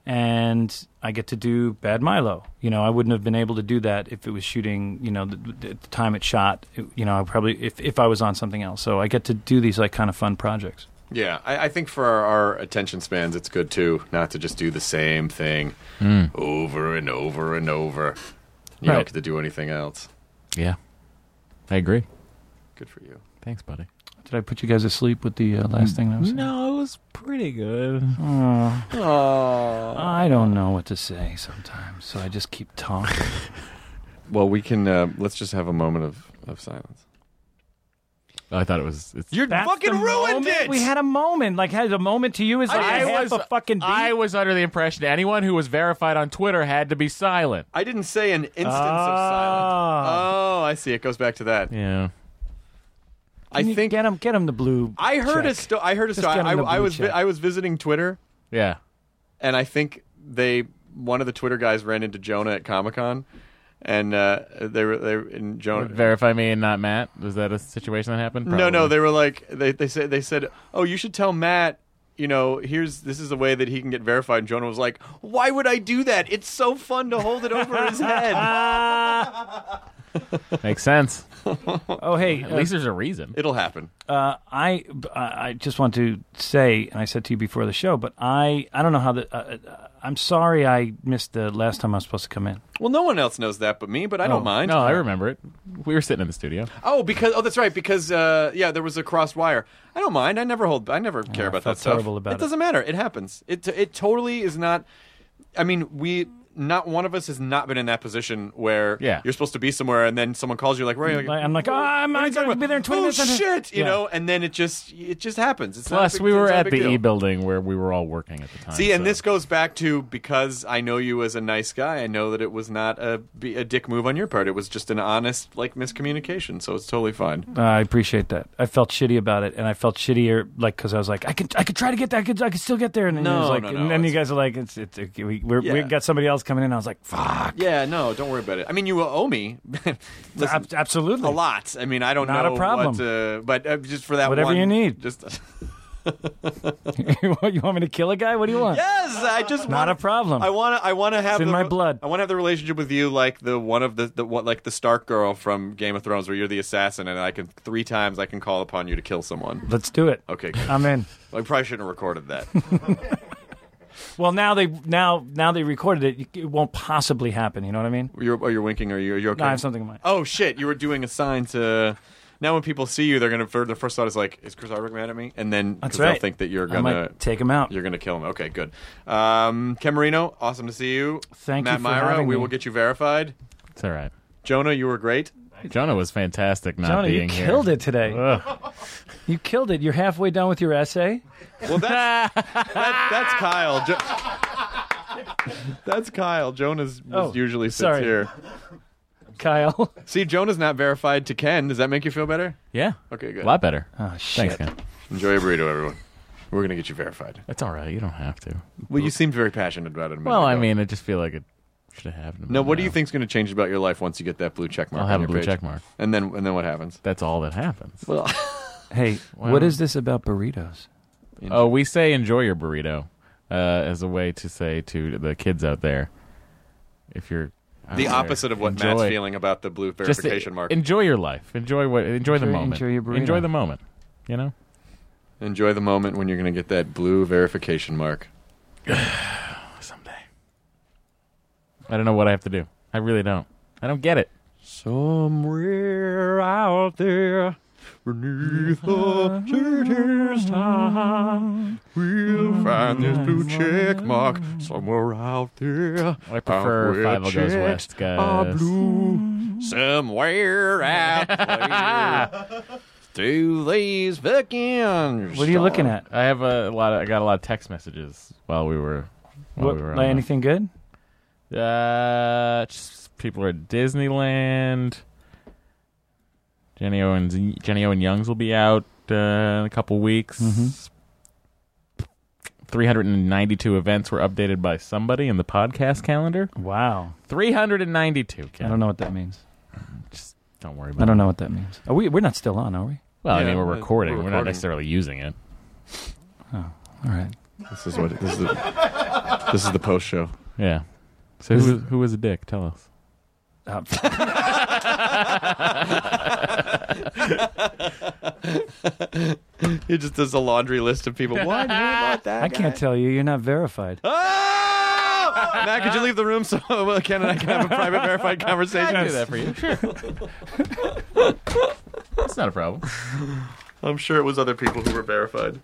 Speaker 7: And I get to do Bad Milo. You know, I wouldn't have been able to do that if it was shooting. You know, the, the the time it shot. it- you know, I probably if if I was on something else. So I get to do these like kind of fun projects.
Speaker 1: Yeah, I, I think for our, our attention spans, it's good too not to just do the same thing
Speaker 2: Hmm.
Speaker 1: over and over and over. You don't
Speaker 2: Right.
Speaker 1: get to do anything else.
Speaker 2: Yeah, I agree.
Speaker 1: Good for you.
Speaker 2: Thanks, buddy.
Speaker 7: Did I put you guys asleep with the uh, last thing that was?
Speaker 2: No, it was pretty good.
Speaker 7: Oh,
Speaker 2: Oh.
Speaker 7: I don't know what to say sometimes, so I just keep talking.
Speaker 1: Well, we can. Uh, let's just have a moment of, of silence.
Speaker 2: Oh, I thought it was.
Speaker 1: <laughs>
Speaker 2: It's,
Speaker 1: You're
Speaker 7: That's
Speaker 1: fucking
Speaker 7: the
Speaker 1: ruined
Speaker 7: moment-
Speaker 1: it.
Speaker 7: We had a moment. Like, had a moment to you is like
Speaker 2: I
Speaker 7: half
Speaker 2: was-
Speaker 7: a fucking beat.
Speaker 2: I was under the impression anyone who was verified on Twitter had to be silent.
Speaker 1: I didn't say an instance of
Speaker 7: Ah.
Speaker 1: silence. Oh, I see. It goes back to that.
Speaker 2: Yeah.
Speaker 1: I
Speaker 7: Can you
Speaker 1: think
Speaker 7: get him, get him the blue.
Speaker 1: I heard a
Speaker 7: check.
Speaker 1: sto- I heard a
Speaker 7: Just
Speaker 1: story.
Speaker 7: get him
Speaker 1: I,
Speaker 7: the
Speaker 1: I
Speaker 7: blue
Speaker 1: was vi-
Speaker 7: check.
Speaker 1: I was visiting Twitter,
Speaker 2: Yeah.
Speaker 1: and I think they one of the Twitter guys ran into Jonah at Comic Con, and uh, they were they were- and Jonah
Speaker 2: Verify me and not Matt. Was that a situation that happened?
Speaker 1: No, no,
Speaker 2: Probably.
Speaker 1: they were like they they said they said, "Oh, you should tell Matt, you know, here's this is the way that he can get verified." And Jonah was like, "Why would I do that? It's so fun to hold it over his head."
Speaker 2: Makes sense.
Speaker 7: Oh, hey,
Speaker 2: At
Speaker 7: uh,
Speaker 2: least there's a reason.
Speaker 1: It'll happen.
Speaker 7: Uh, I I I just want to say, and I said to you before the show, but I I don't know how the. Uh, uh, I'm sorry I missed the last time I was supposed to come in.
Speaker 1: Well, no one else knows that but me, but I don't
Speaker 7: Oh,
Speaker 1: mind.
Speaker 2: No, I remember it. We were sitting in the studio.
Speaker 1: Oh, because oh, that's right. Because uh, yeah, there was a crossed wire. I don't mind. I never hold. I never care about
Speaker 7: felt
Speaker 1: that stuff.
Speaker 7: terrible about it.
Speaker 1: doesn't matter. It happens. It it totally is not. I mean, we. Not one of us has not been in that position where
Speaker 2: Yeah.
Speaker 1: you're supposed to be somewhere and then someone calls you like, "Where are you?"
Speaker 7: Like, I'm like, oh, I'm
Speaker 1: What are
Speaker 7: not
Speaker 1: you talking
Speaker 7: going to be
Speaker 1: about?
Speaker 7: there in 20
Speaker 1: oh,
Speaker 7: minutes.
Speaker 1: shit, you
Speaker 7: Yeah.
Speaker 1: know, and then it just it just happens. It's not a
Speaker 2: Plus,
Speaker 1: big-
Speaker 2: we
Speaker 1: it's
Speaker 2: were
Speaker 1: not a
Speaker 2: at
Speaker 1: big
Speaker 2: the
Speaker 1: deal.
Speaker 2: E building where we were all working at the time.
Speaker 1: See, and
Speaker 2: so-
Speaker 1: this goes back to because I know you as a nice guy. I know that it was not a be- a dick move on your part. It was just an honest like miscommunication. So it's totally fine.
Speaker 7: Uh, I appreciate that. I felt shitty about it, and I felt shittier, like because I was like, I could, I could try to get there, I could, I could still get there, and then, it
Speaker 1: No,
Speaker 7: was like,
Speaker 1: no, no,
Speaker 7: and then you
Speaker 1: it's-
Speaker 7: guys are like, it's, it's, okay, we, we're, we
Speaker 1: Yeah.
Speaker 7: got somebody else coming in. I was like, fuck,
Speaker 1: Yeah, no, don't worry about it. I mean, you owe me <laughs> listen,
Speaker 7: Ab- absolutely,
Speaker 1: a lot. I mean, I don't
Speaker 7: Not a
Speaker 1: know what,
Speaker 7: problem.
Speaker 1: uh, but uh, just for that
Speaker 7: Whatever
Speaker 1: one-
Speaker 7: you need.
Speaker 1: Just
Speaker 7: <laughs>
Speaker 1: <laughs>
Speaker 7: you want me to kill a guy? What do you want?
Speaker 1: yes, I just
Speaker 7: Not
Speaker 1: wanna-
Speaker 7: a problem.
Speaker 1: I want to. I want to have
Speaker 7: It's in
Speaker 1: the-
Speaker 7: my blood.
Speaker 1: I want to have the relationship with you, like the one of the, the what, like the Stark girl from Game of Thrones, where you're the assassin, and I can three times I can call upon you to kill someone.
Speaker 7: Let's do it.
Speaker 1: Okay, good.
Speaker 7: I'm in.
Speaker 1: I probably shouldn't have recorded
Speaker 7: <laughs>
Speaker 1: that.
Speaker 7: Well, now they now now they recorded it. It won't possibly happen. You know what I mean?
Speaker 1: you're, are you winking? Are you? Are you okay?
Speaker 7: No, I have something in mind.
Speaker 1: Oh shit! You were doing a sign to. Now when people see you, they're gonna. Their first thought is like, "Is Chris Hardwick mad at me?" And then 'cause
Speaker 7: That's
Speaker 1: they'll
Speaker 7: right.
Speaker 1: think that you're
Speaker 7: I
Speaker 1: gonna.
Speaker 7: might take him out.
Speaker 1: You're gonna kill him. Okay, good. Um, Ken Marino, awesome to see you.
Speaker 7: Thank you
Speaker 1: Matt
Speaker 7: for
Speaker 1: Myra,
Speaker 7: having
Speaker 1: we
Speaker 7: me.
Speaker 1: will get you verified.
Speaker 2: It's all right.
Speaker 1: Jonah, you were great.
Speaker 2: Jonah was fantastic not
Speaker 7: Jonah, you
Speaker 2: being here.
Speaker 7: killed it today.
Speaker 2: Ugh.
Speaker 7: You killed it. You're halfway done with your essay.
Speaker 1: Well,
Speaker 2: <laughs>
Speaker 1: that's that, that's Kyle. Jo- that's Kyle. Jonah's
Speaker 7: Oh,
Speaker 1: usually sits
Speaker 7: sorry.
Speaker 1: here.
Speaker 7: Kyle.
Speaker 1: See, Jonah's not verified to Ken. Does that make you feel better?
Speaker 2: Yeah.
Speaker 1: Okay, good.
Speaker 2: A lot better.
Speaker 7: Oh, shit.
Speaker 2: Thanks, man.
Speaker 1: Enjoy your burrito, everyone. We're gonna get you verified.
Speaker 2: That's all right. You don't have to.
Speaker 1: Well, you seemed very passionate about it. a minute
Speaker 2: Well, I
Speaker 1: ago.
Speaker 2: mean, I just feel like it Should have happened.
Speaker 1: No, what do you think's going to change about your life once you get that blue check mark?
Speaker 2: I'll have
Speaker 1: on
Speaker 2: a
Speaker 1: your
Speaker 2: blue
Speaker 1: page?
Speaker 2: check mark.
Speaker 1: and then and then what happens?
Speaker 2: That's all that happens.
Speaker 1: Well,
Speaker 7: Hey,
Speaker 2: Wow.
Speaker 7: what is this about burritos?
Speaker 2: Oh, we say enjoy your burrito uh, as a way to say to the kids out there, if you're out
Speaker 1: the
Speaker 2: there,
Speaker 1: opposite of what Matt's
Speaker 2: enjoy-
Speaker 1: feeling about the blue
Speaker 2: Just, uh,
Speaker 1: verification mark.
Speaker 2: Enjoy your life. Enjoy what. Enjoy, the
Speaker 1: Enjoy-
Speaker 2: moment.
Speaker 1: enjoy your burrito.
Speaker 2: Enjoy the moment. You know.
Speaker 1: Enjoy the moment when you're going to get that blue verification mark.
Speaker 2: I don't know what I have to do. I really don't. I don't get it.
Speaker 8: Somewhere out there, beneath the city's time,
Speaker 2: Mm-hmm.
Speaker 8: we'll find this blue check mark. Somewhere out there,
Speaker 1: Oh,
Speaker 2: I prefer
Speaker 8: will
Speaker 2: Five O Goes
Speaker 8: check
Speaker 2: West, guys.
Speaker 1: Ah,
Speaker 8: our blue.
Speaker 1: Somewhere out
Speaker 2: <laughs>
Speaker 1: there, to these fucking.
Speaker 7: What are you looking at?
Speaker 2: I have a lot. Of, I got a lot of text messages while we were. While
Speaker 7: What,
Speaker 2: we were on
Speaker 7: like
Speaker 2: the-
Speaker 7: anything good?
Speaker 2: Uh, just people are at Disneyland. Jenny Owens, Jenny Owen Youngs will be out uh, in a couple weeks. 392 events were updated by somebody in the podcast calendar.
Speaker 7: Wow,
Speaker 2: 392. Ken.
Speaker 7: I don't know what that means.
Speaker 2: Just don't worry about.
Speaker 7: I
Speaker 2: it.
Speaker 7: don't know what that means. Are we? We're not still on, are we?
Speaker 2: Well, I
Speaker 1: Yeah,
Speaker 2: mean, we're
Speaker 1: we're-
Speaker 2: recording. We're,
Speaker 1: we're
Speaker 2: not
Speaker 1: recording.
Speaker 2: necessarily using it.
Speaker 7: All right.
Speaker 1: This is what this is. The, this is the post show.
Speaker 2: Yeah. So
Speaker 1: This
Speaker 2: who
Speaker 1: is-
Speaker 2: was, who was a dick? Tell us.
Speaker 7: Um,
Speaker 1: He just does a laundry list of people. What? You want that
Speaker 7: I can't tell you. You're not verified.
Speaker 1: Oh! Matt, could you leave the room so <laughs> uh, Ken and I can have a private verified conversation?
Speaker 2: I can do that for you. Sure. That's not a problem.
Speaker 1: I'm sure it was other people who were verified.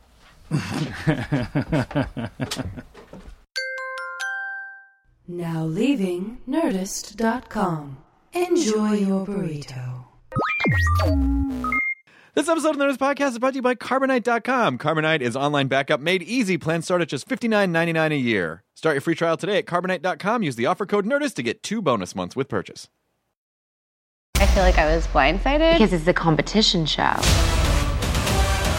Speaker 5: Now leaving Nerdist.com. Enjoy your burrito.
Speaker 1: This episode of the Nerdist Podcast is brought to you by Carbonite.com. Carbonite is online backup made easy. Plans start at just $59.99 a year. Start your free trial today at Carbonite.com. Use the offer code NERDIST to get two bonus months with purchase.
Speaker 9: I feel like I was blindsided because it's the competition show.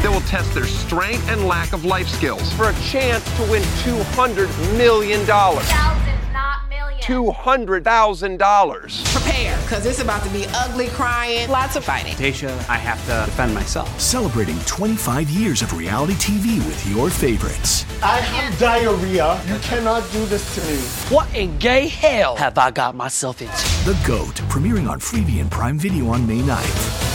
Speaker 10: that will test their strength and lack of life skills for a chance to win $200 million. $200,000.
Speaker 11: Prepare, because it's about to be ugly crying, lots of fighting.
Speaker 12: Tasha, I have to defend myself. Celebrating 25 years of reality TV with your favorites.
Speaker 13: I have diarrhea.
Speaker 2: <laughs>
Speaker 13: You cannot do this to me. What in gay hell have I got myself into?
Speaker 12: The GOAT, premiering on Freebie and Prime Video on May 9th.